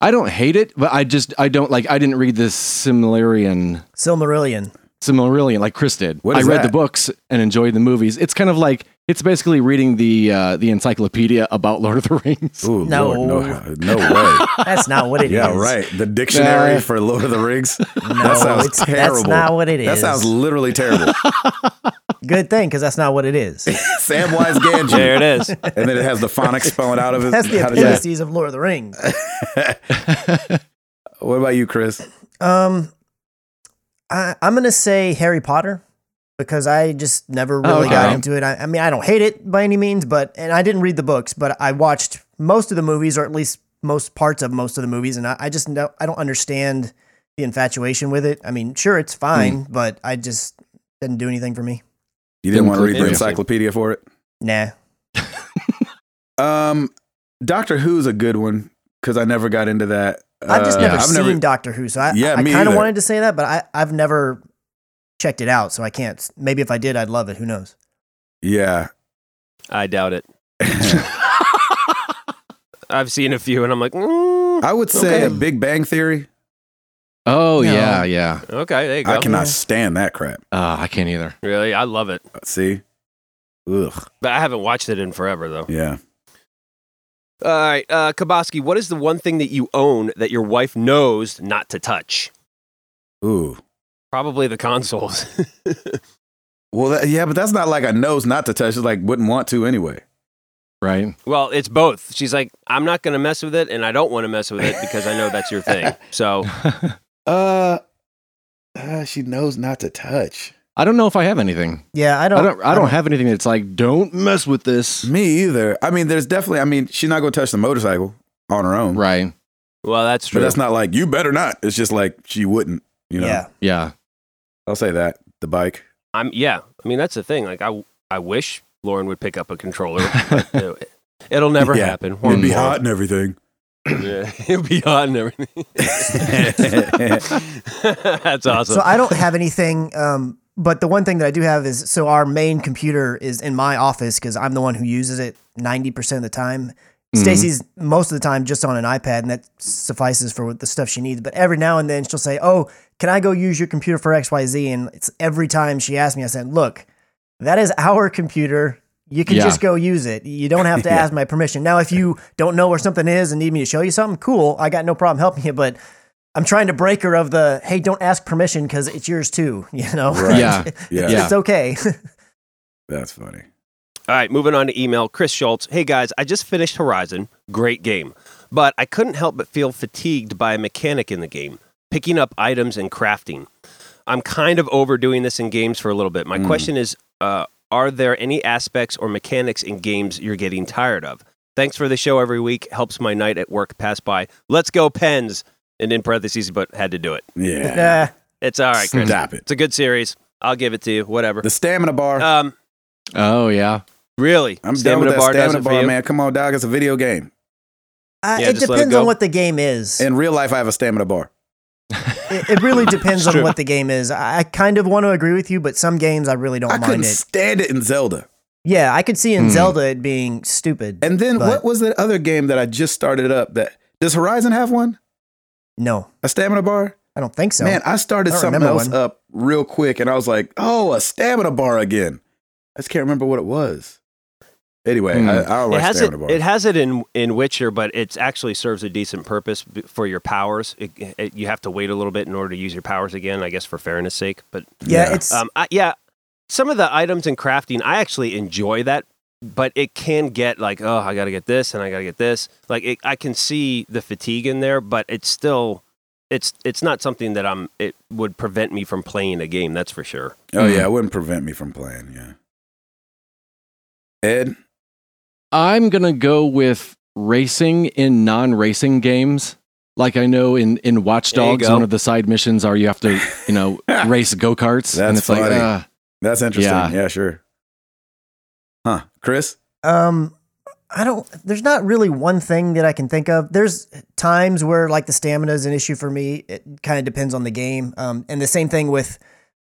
I don't hate it, but I just I don't like. I didn't read the Silmarillion,
Silmarillion.
Silmarillion like Chris did.
What
I
is
read
that?
the books and enjoyed the movies. It's kind of like it's basically reading the uh, the encyclopedia about Lord of the Rings.
Ooh,
No.
Lord, no, no way.
That's not what it is.
yeah, right. The dictionary
Nah.
for Lord of the Rings.
No,
that sounds
it's,
terrible.
that's not what it is.
that sounds literally terrible.
good thing because that's not what it is.
Samwise
There
Gamgee,
it is.
and then it has the phonics spelling out of it.
That's the
How does that-
appendices of Lord of the Rings.
What about you, Chris?
Um, I, I'm gonna say Harry Potter because I just
Oh,
never really
okay.
got into it. I, I mean, I don't hate it by any means, but and I didn't read the books, but I watched most of the movies, or at least most parts of most of the movies, and I, I just no, I don't understand the infatuation with it. I mean, sure, it's
Hmm.
fine, but I just didn't do anything for me.
You didn't want to read the
Including-
encyclopedia for it.
Nah,
Um, Doctor Who's a good one because I never got into that.
I've just
Uh,
never
I've
seen Doctor Who, so I
Yeah,
I
me
kind of
either.
wanted to say that, but I I've never checked it out, so I can't. Maybe if I did, I'd love it. Who knows?
Yeah,
I doubt it. I've seen a few, and I'm like, mm,
I would say
Okay.
a Big Bang Theory.
Oh
No.
yeah, yeah.
okay, there you go.
I cannot stand that crap.
Uh, I can't either.
Really, I love it,
See, ugh,
but I haven't watched it in forever though.
yeah.
All right, uh, Kaboski, what is the one thing that you own that your wife knows not to touch?
Ooh.
Probably the consoles.
Well, that, yeah, but that's not like a knows not to touch. It's like wouldn't want to anyway.
Right.
well, it's both. She's like, I'm not going to mess with it, and I don't want to mess with it because I know that's your thing. So,
Uh, uh she knows not to touch.
I don't know if I have anything.
Yeah, I don't.
I don't. I don't have anything that's like don't mess with this.
Me either. I mean, there's definitely. I mean, she's not gonna touch the motorcycle on her own.
Right.
well, that's
But
true.
that's not like you better not. It's just like she wouldn't. You know.
Yeah.
Yeah.
I'll say that the bike.
I'm yeah. I mean, that's the thing. Like, I I wish Lauren would pick up a controller. but, uh, It'll never
Yeah,
happen.
It'd
Horn
be
won't.
hot and everything.
Yeah, it'll be hot and everything. that's awesome.
So I don't have anything. Um, but the one thing that I do have is so our main computer is in my office because I'm the one who uses it 90% of the time.
Mhm.
Stacy's most of the time just on an iPad, and that suffices for what the stuff she needs. But every now and then she'll say, Oh, can I go use your computer for XYZ? And it's every time she asks me, I said, Look, that is our computer. You can
Yeah.
just go use it. You don't have to ask my permission. Now, if you don't know where something is and need me to show you something, cool. I got no problem helping you. But I'm trying to break her of the hey, don't ask permission because it's yours too. You know,
Right.
Yeah.
Yeah,
Yeah.
it's okay.
that's funny.
All right, moving on to email. Chris Schultz. Hey guys, I just finished Horizon. Great game. But I couldn't help but feel fatigued by a mechanic in the game picking up items and crafting. I'm kind of overdoing this in games for a little bit. My
Mm.
question is uh, Are there any aspects or mechanics in games you're getting tired of? Thanks for the show every week. Helps my night at work pass by. Let's go, Pens. And in parentheses, but had to do it.
Yeah.
Yeah.
It's all right, Chris.
Stop it.
It's a good series. I'll give it to you. Whatever.
The stamina bar.
Um,
Oh yeah.
really.
I'm done
Stamina
with that
bar does
stamina
it for
bar,
you?
man. Come on, dog. It's a video game.
Uh,
Yeah,
it
just let it
depends
go.
on what the game is.
In real life, I have a stamina bar.
It, it really depends on
true.
what the game is. I I kind of want to agree with you, but some games I really don't
I couldn't
mind it.
stand it in Zelda.
Yeah, I could see in
Hmm.
Zelda it being stupid.
And then
But-
what was the other game that I just started up? That does Horizon have one?
no,
A stamina bar?
I don't think so.
Man, I started
I don't
something
remember
else
one.
up real quick, and I was like, "Oh, a stamina bar again." I just can't remember what it was. Anyway,
Hmm.
I, I don't
It
like
has it,
stamina bar.
it has it in in Witcher, but it actually serves a decent purpose b- for your powers. It, it, you have to wait a little bit in order to use your powers again, I guess, for fairness' sake. But
yeah,
yeah.
it's
um, I, yeah, some of the items in crafting, I actually enjoy that, but it can get like, oh, I got to get this and I got to get this. Like, it, I can see the fatigue in there, but it's still, it's it's not something that I'm. It would prevent me from playing a game. That's for sure.
oh yeah, it wouldn't prevent me from playing. Yeah. Ed,
I'm gonna go with racing in non-racing games. Like I know in in Watch
There you
Dogs,
go.
one of the side missions are you have to you know race go karts, and
That's
it's like
funny.
uh,
that's interesting.
Yeah.
Yeah. sure. Huh, Chris?
Um, I don't. There's not really one thing that I can think of. There's times where like the stamina is an issue for me. It kind of depends on the game. Um, and the same thing with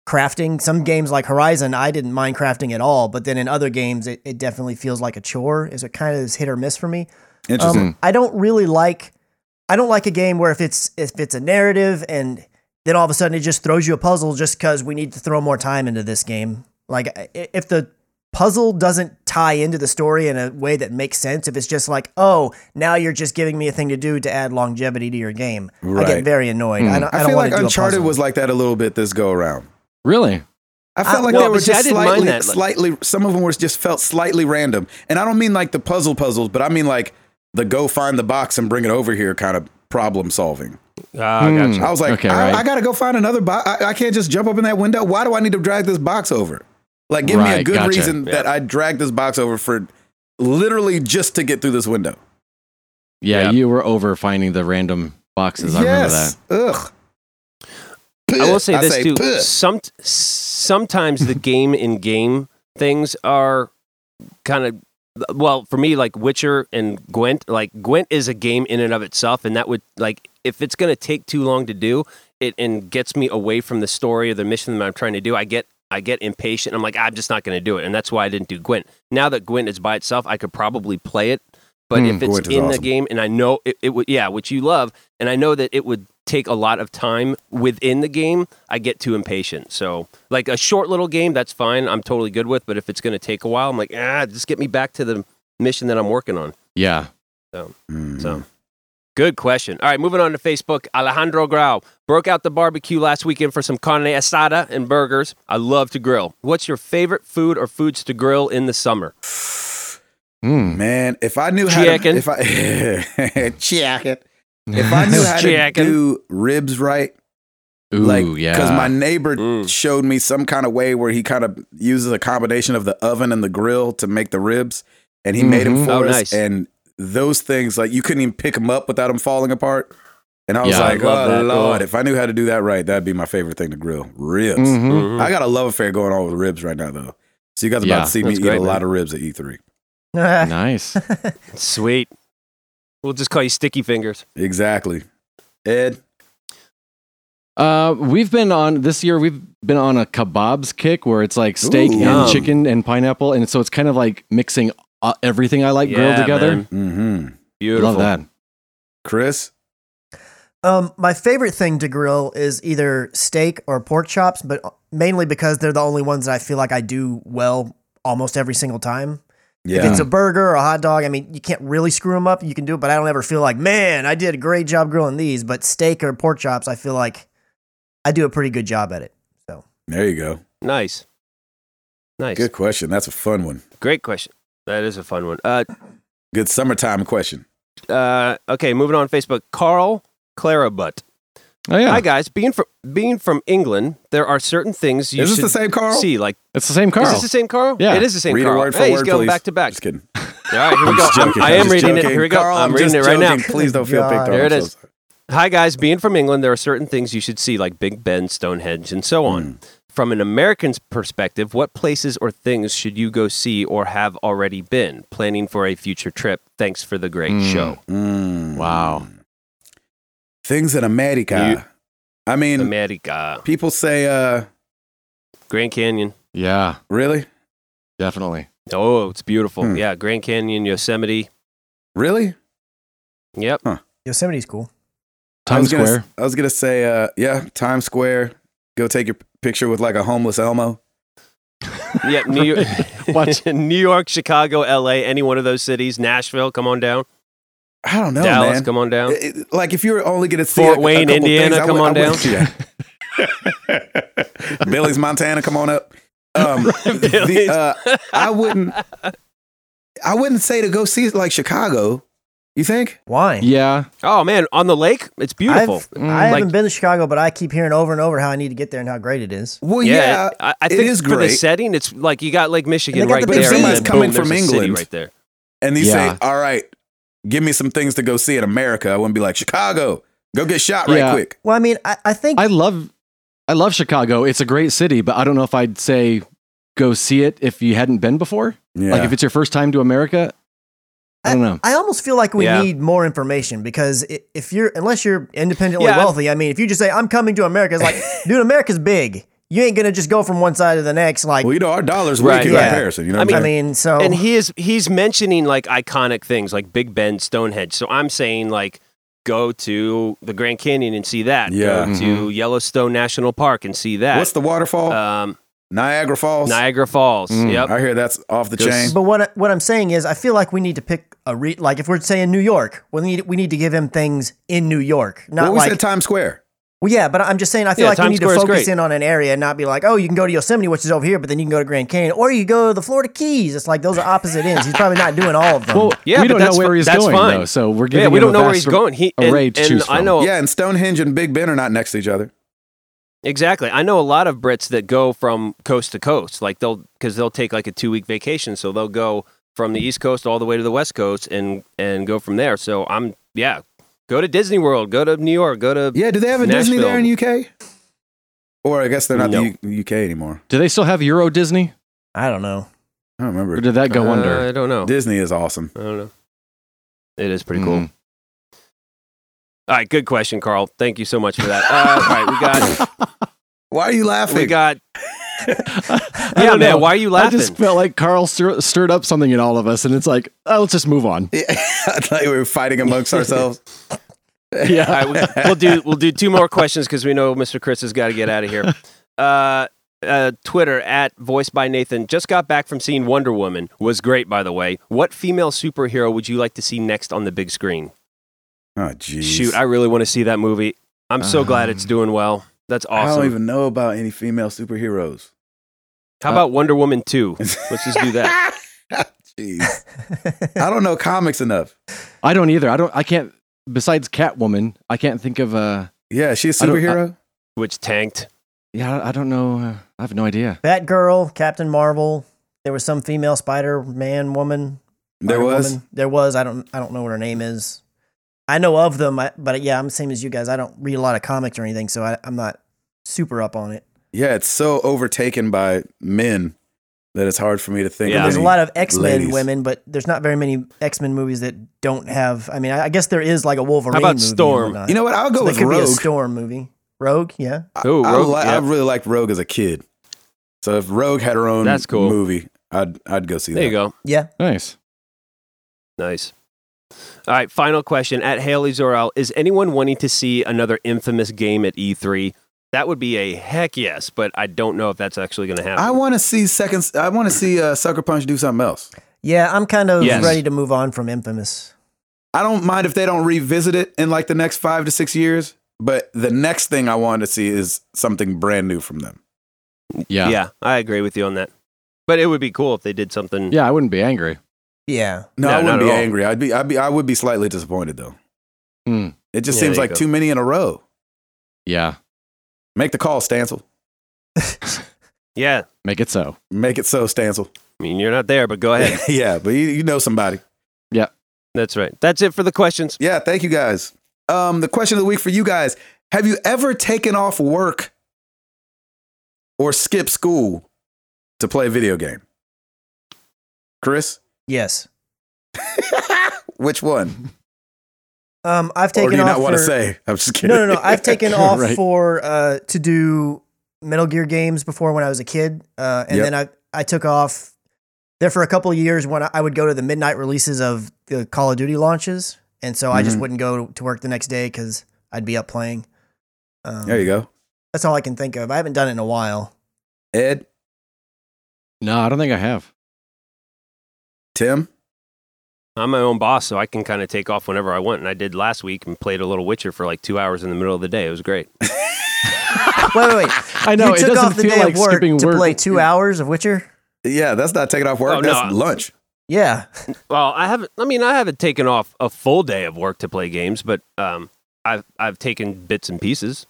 crafting. Some games like Horizon, I didn't mind crafting at all, but then in other games, it, it definitely feels like a chore. Is it kind of is hit or miss for me?
Interesting.
Um, I don't really like. I don't like a game where if it's if it's a narrative and then all of a sudden it just throws you a puzzle just because we need to throw more time into this game. Like i- if the puzzle doesn't tie into the story in a way that makes sense, if it's just like, oh, now you're just giving me a thing to do to add longevity to your game, I
Right.
get very annoyed. I
Hmm.
don't. I,
I,
don't
feel
want
like
to do a
Uncharted
puzzle.
was like that a little bit this go around.
really?
I felt
I-
like
well,
they were
but see, I
just
didn't mind
slightly,
that.
slightly. Some of them were just felt slightly random, and I don't mean like the puzzle puzzles, but I mean like the go find the box and bring it over here kind of problem solving.
Ah,
Hmm.
gotcha.
I was like,
Okay,
I,
right.
I gotta go find another box. I, I can't just jump up in that window. Why do I need to drag this box over? Like, give me a
Right,
good
gotcha.
reason
Yeah.
that I dragged this box over for literally just to get through this window.
Yeah,
Yeah.
you were over finding the random boxes. I remember that.
Ugh.
I will say this too.
"Puh."
Some sometimes the game in game things are kind of well for me like Witcher and Gwent. Like Gwent is a game in and of itself, and that would like if it's going to take too long to do it and gets me away from the story or the mission that I'm trying to do. I get I get impatient. I'm like I'm just not going to do it, and that's why I didn't do Gwent. Now that Gwent is by itself, I could probably play it. But
Hmm,
if it's
Gwent is
in the
awesome.
game, and I know it, it would, yeah, which you love, and I know that it would take a lot of time within the game, I get too impatient. So, like a short little game, that's fine. I'm totally good with. But if it's going to take a while, I'm like, ah, just get me back to the mission that I'm working on.
Yeah.
Mm.
So, good question. All right, moving on to Facebook. Alejandro Grau broke out the barbecue last weekend for some carne asada and burgers. I love to grill. What's your favorite food or foods to grill in the summer?
Hmm.
Man, if I knew how
Chicken.
to, if I chicken. If I knew how to
Chicken.
do ribs right,
Ooh,
like
yeah.
because my neighbor
Mm.
showed me some kind of way where he kind of uses a combination of the oven and the grill to make the ribs, and he made them
Mhm.
for
Oh,
us.
nice.
And those things, like you couldn't even pick them up without them falling apart. And I was
Yeah.
like,
I love
oh
that.
lord,
Oh.
if I knew how to do that right, that'd be my favorite thing to grill ribs.
Mm-hmm.
Mhm.
Hmm, I got a love affair going on with ribs right now, though. So you guys are about
Yeah,
to see me
that's
eat
great,
a
man.
lot of ribs at E E3.
Nice.
Sweet. We'll just call you Sticky Fingers.
Exactly. Ed,
Uh, we've been on this year. We've been on a kebabs kick where it's like steak
Ooh.
and
Yum.
chicken and pineapple, and so it's kind of like mixing uh, everything I like grilled
Yeah,
together.
man.
mm-hmm.
Beautiful.
Love that.
Chris,
Um, my favorite thing to grill is either steak or pork chops, but mainly because they're the only ones that I feel like I do well almost every single time. If
yeah,
it's a burger or a hot dog, I mean, you can't really screw them up. You can do it, but I don't ever feel like, man, I did a great job grilling these. But steak or pork chops, I feel like I do a pretty good job at it.
there you go.
Nice. Nice.
Good question. That's a fun one.
Great question. That is a fun one. Uh,
Good summertime question.
uh, okay, moving on. Facebook. Carl Clarabutt.
Oh yeah,
Hi guys. Being from being from England, there are certain things you
Is this
should
the same Carl?
see. Like,
it's the same Carl.
is this the same Carl?
Yeah.
It is the same
Read
Carl.
a word for
hey, he's
word,
going
please.
back to back.
Just kidding.
All right, here we
I'm
go.
just
I'm,
joking.
I
I'm
am
just
reading it.
joking.
Here we go.
Carl,
I'm, reading it
just
right now.
joking. Please don't feel
Good
picked on.
God.
There
I'm
it
so
is.
sorry.
Hi, guys. Being from England, there are certain things you should see, like Big Ben, Stonehenge, and
mm,
so on. From an American's perspective, what places or things should you go see or have already been? Planning for a future trip. Thanks for the great
Hmm.
Mm.
show.
Mm.
Wow.
Things in America. I mean,
America.
people say, uh,
Grand Canyon.
Yeah,
really?
definitely.
Oh, it's beautiful.
Hmm.
Yeah, Grand Canyon, Yosemite.
Really?
Yep.
Yosemite's cool.
I was
Times
gonna-
Square.
I was going to say, uh, yeah, Times Square. Go take your picture with like a homeless Elmo.
Yeah, New York,
Watch.
New York, Chicago, L.A., any one of those cities. Nashville, come on down.
I don't know,
Dallas,
man.
come on down.
It- it- like if you were only going to see
Fort
a- a
Wayne,
couple
Indiana,
things, I
come
would-
on
I
down.
would see that. Billings, Montana, come on up. Um, the,
Billings.
uh, I wouldn't. I wouldn't say to go see like Chicago. You think?
Why?
Yeah.
Oh man, on the lake, it's beautiful.
I've, I
like-
haven't been to Chicago, but I keep hearing over and over how I need to get there and how great it is.
Well,
yeah,
Oh, yeah,
I, I
it
think
is
for the
great.
setting, it's like you got Lake Michigan
And they got
right
the big
there. and
cities
then,
coming
boom, there's
from
a city
England.
right there.
and you
Yeah.
say, "All right, give me some things to go see in America." I wouldn't be like Chicago. Go get shot right
Yeah.
quick.
Well, I mean, I, I think
I love I love Chicago. It's a great city, but I don't know if I'd say go see it if you hadn't been before.
Yeah.
Like if it's your first time to America. I don't know.
I almost feel like we
Yeah.
need more information because i- if you're unless you're independently
Yeah, I'm-
wealthy, I mean, if you just say I'm coming to America, it's like, dude, America's big. You ain't gonna just go from one side to the next. Like,
well, you know, our dollars
Right,
weak in
yeah.
comparison. You know,
I
what
I
I'm
mean, so
Oh.
And he is he's mentioning like iconic things like Big Ben, Stonehenge. So I'm saying like go to the Grand Canyon and see that.
Yeah.
Go
Mm-hmm.
to Yellowstone National Park and see
saying?
that.
what's the waterfall?
um,
Niagara Falls.
Niagara Falls.
Mm.
Yep.
I hear that's off the
Goes-
chain.
But what I- what I'm saying is, I feel like we need to pick a re like if we're saying New York, we need we need to give him things in New York,
Well,
not
we
like
said Times Square.
well, yeah. But I'm just saying, I feel
Yeah,
like we
Times
need
Square is
to focus
great.
in on an area and not be like, oh, you can go to Yosemite, which is over here, but then you can go to Grand Canyon, or you go to the Florida Keys. It's like those are opposite ends. He's probably not doing all of them.
Well,
Yeah,
we
but
don't know
that's
where
fi-
he's
that's
going
fine.
though. So we're giving
Yeah, we
him a
don't know where
vast
he's going. He
array
and,
to
and
choose
I
from.
know
Yeah, and Stonehenge and Big Ben are not next to each other.
Exactly. I know a lot of Brits that go from coast to coast. Like they'll because they'll take like a two week vacation, so they'll go from the East Coast all the way to the West Coast and and go from there. So I'm yeah, go to Disney World, go to New York, go to
Yeah, do they have a Disney there in UK? Or I guess they're not
No.
the U- UK anymore.
Do they still have Euro Disney?
I don't know.
I don't
Or
remember.
did that go
Uh,
under?
I don't know.
Disney is awesome.
I don't know. It is pretty cool.
Mm.
All right, good question, Carl. Thank you so much for that. Uh, all right, we got
Why are you laughing?
we got
I
yeah,
don't
man.
know.
Why are you
I
laughing?
just felt like Carl stir- stirred up something in all of us, and it's like, oh, let's just move on.
I thought we were fighting amongst ourselves.
Yeah,
All right, we, will do we'll do two more questions because we know Mr. Chris has got to get out of here. Uh, uh, Twitter at Voice by Nathan just got back from seeing Wonder Woman. Was great, by the way. What female superhero would you like to see next on the big screen?
Oh, jeez.
Shoot, I really want to see that movie. I'm so glad it's
Um,
doing well. That's
I
awesome.
don't even know about any female superheroes.
How about Wonder Woman 2? Let's just do that.
jeez. I don't know comics enough.
I don't either. I don't. I can't. Besides Catwoman, I can't think of. Uh,
Yeah, she's a
I don't- I-
superhero.
Which tanked.
yeah, I don't know. Uh, I have no idea.
Batgirl, Captain Marvel. There was some female Spider Man woman.
There
Iron
was.
Woman. There was. I don't. I don't know what her name is. I know of them, I- but yeah, I'm the same as you guys. I don't read a lot of comics or anything, so I, I'm not super up on it.
Yeah, it's so overtaken by men that it's hard for me to think.
Yeah.
Of
There's a
any
lot of X Men
ladies.
women, but there's not very many X Men movies that don't have. I mean, I, I guess there is like a Wolverine.
How about
movie and
Storm?
whatnot.
You know what? I'll go
So there
with
could be a
Rogue.
Storm movie. Rogue, yeah.
Ooh,
I,
Rogue,
li- I
yeah.
really liked Rogue as a kid. So if Rogue had her own
That's cool.
movie, I'd I'd go see
There
that.
you go.
Yeah.
Nice.
Nice. All right, final question at Haley Zorel. Is anyone wanting to see another infamous game at E3? That would be a heck yes, but I don't know if that's actually going to happen.
I want to see seconds. I want to see uh, Sucker Punch do something else.
Yeah, I'm kind of
Yes.
ready to move on from Infamous.
I don't mind if they don't revisit it in like the next five to six years, but the next thing I want to see is something brand new from them.
Yeah.
yeah.
yeah.
I agree with you on that. But it would be cool if they did something.
I wouldn't be angry.
Yeah.
No,
No,
I
not
wouldn't
at
be
all.
angry. I'd be, I'd be, I would be slightly disappointed though.
Hmm.
It just
Yeah,
seems
there
like
you go.
too many in a row.
Yeah.
Make the call, Stancil.
Yeah.
Make it so.
Make it so, Stancil.
I mean, you're not there, but go ahead.
yeah, but you, you know somebody.
That's right. That's it for the questions.
Yeah, thank you guys.
Um, the question of the week for you guys: Have you ever taken off work
Or skip school to play a video game. Chris,
Yes.
which one?
Um, I've
Or
taken
do you
off
not want to
for-
say? I'm just kidding.
No, no, no. I've taken off
Right.
for uh, to do Metal Gear games before when I was a kid, uh, and
Yep.
then I I took off there for a couple of years when I- I would go to the midnight releases of the Call of Duty launches, and so I just
Mm-hmm.
Mhm.
wouldn't go to work the next day because I'd be up playing. Um,
There you go.
That's all I can think of. I haven't done it in a while.
Ed,
No, I don't think I have.
Tim,
I'm my own boss, so I can kind of take off whenever I want. And I did last week and played a little Witcher for like two hours in the middle of the day. It was great.
Wait, wait, wait.
I know
you
it
took
doesn't
off the
feel
day
like
of work
skipping
to
work.
play two hours of Witcher.
yeah, that's not taking off work.
Oh, no.
that's lunch.
Yeah,
Well, I haven't. I mean, I haven't taken off a full day of work to play games, but um, I've I've taken bits and pieces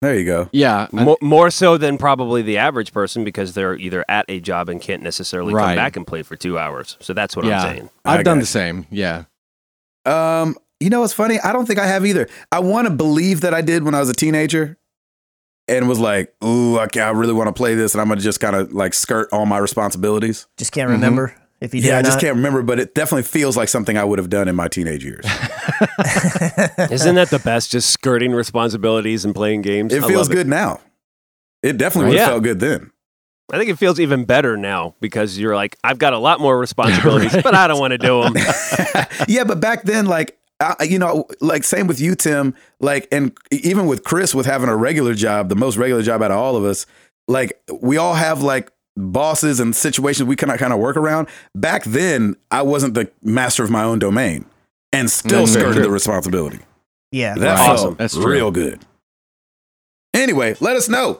There you go.
Yeah, I-
more, more so than probably the average person because they're either at a job and can't necessarily
Right.
come back and play for two hours. So that's what
Yeah.
I'm saying.
I
I've done
got
the same. Yeah,
Um, you know what's funny? I don't think I have either. I want to believe that I did when I was a teenager, and was like, "Ooh, I, ca- I really want to play this," and I'm gonna just kind of like skirt all my responsibilities.
just can't
Mhm.
remember if you did.
yeah,
or
I just
not.
can't remember, but it definitely feels like something I would have done in my teenage years.
Isn't that the best? Just skirting responsibilities and playing games.
It
I
feels
love
good now. It definitely would
Yeah.
have felt good then.
I think it feels even better now because you're like, I've got a lot more responsibilities, but I don't want to do them.
yeah, but back then, like, I, you know, like same with you, Tim. Like, and even with Chris, with having a regular job, the most regular job out of all of us. Like, we all have like bosses and situations we cannot kind of work around. Back then, I wasn't the master of my own domain, and still
That's very
skirted the
true.
responsibility.
yeah.
That's
Right.
awesome.
That's
That's
true.
real good. Anyway, let us know.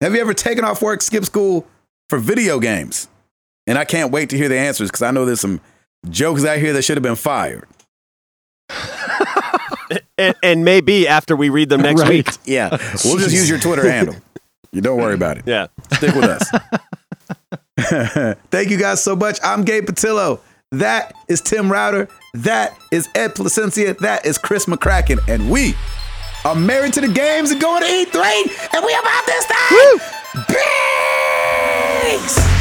Have you ever taken off work, skip school for video games? And I can't wait to hear the answers because I know there's some jokes out here that should have been fired.
And, and maybe after we read them next
Right.
week.
Yeah. We'll just use your Twitter handle. You don't worry about it.
Yeah.
Stick with us. Thank you guys so much. I'm Gabe Patillo. That is Tim Router. That is Ed Placencia. That is Chris McCracken. And we are married to E the games and going to E3. And we about this time. Peace!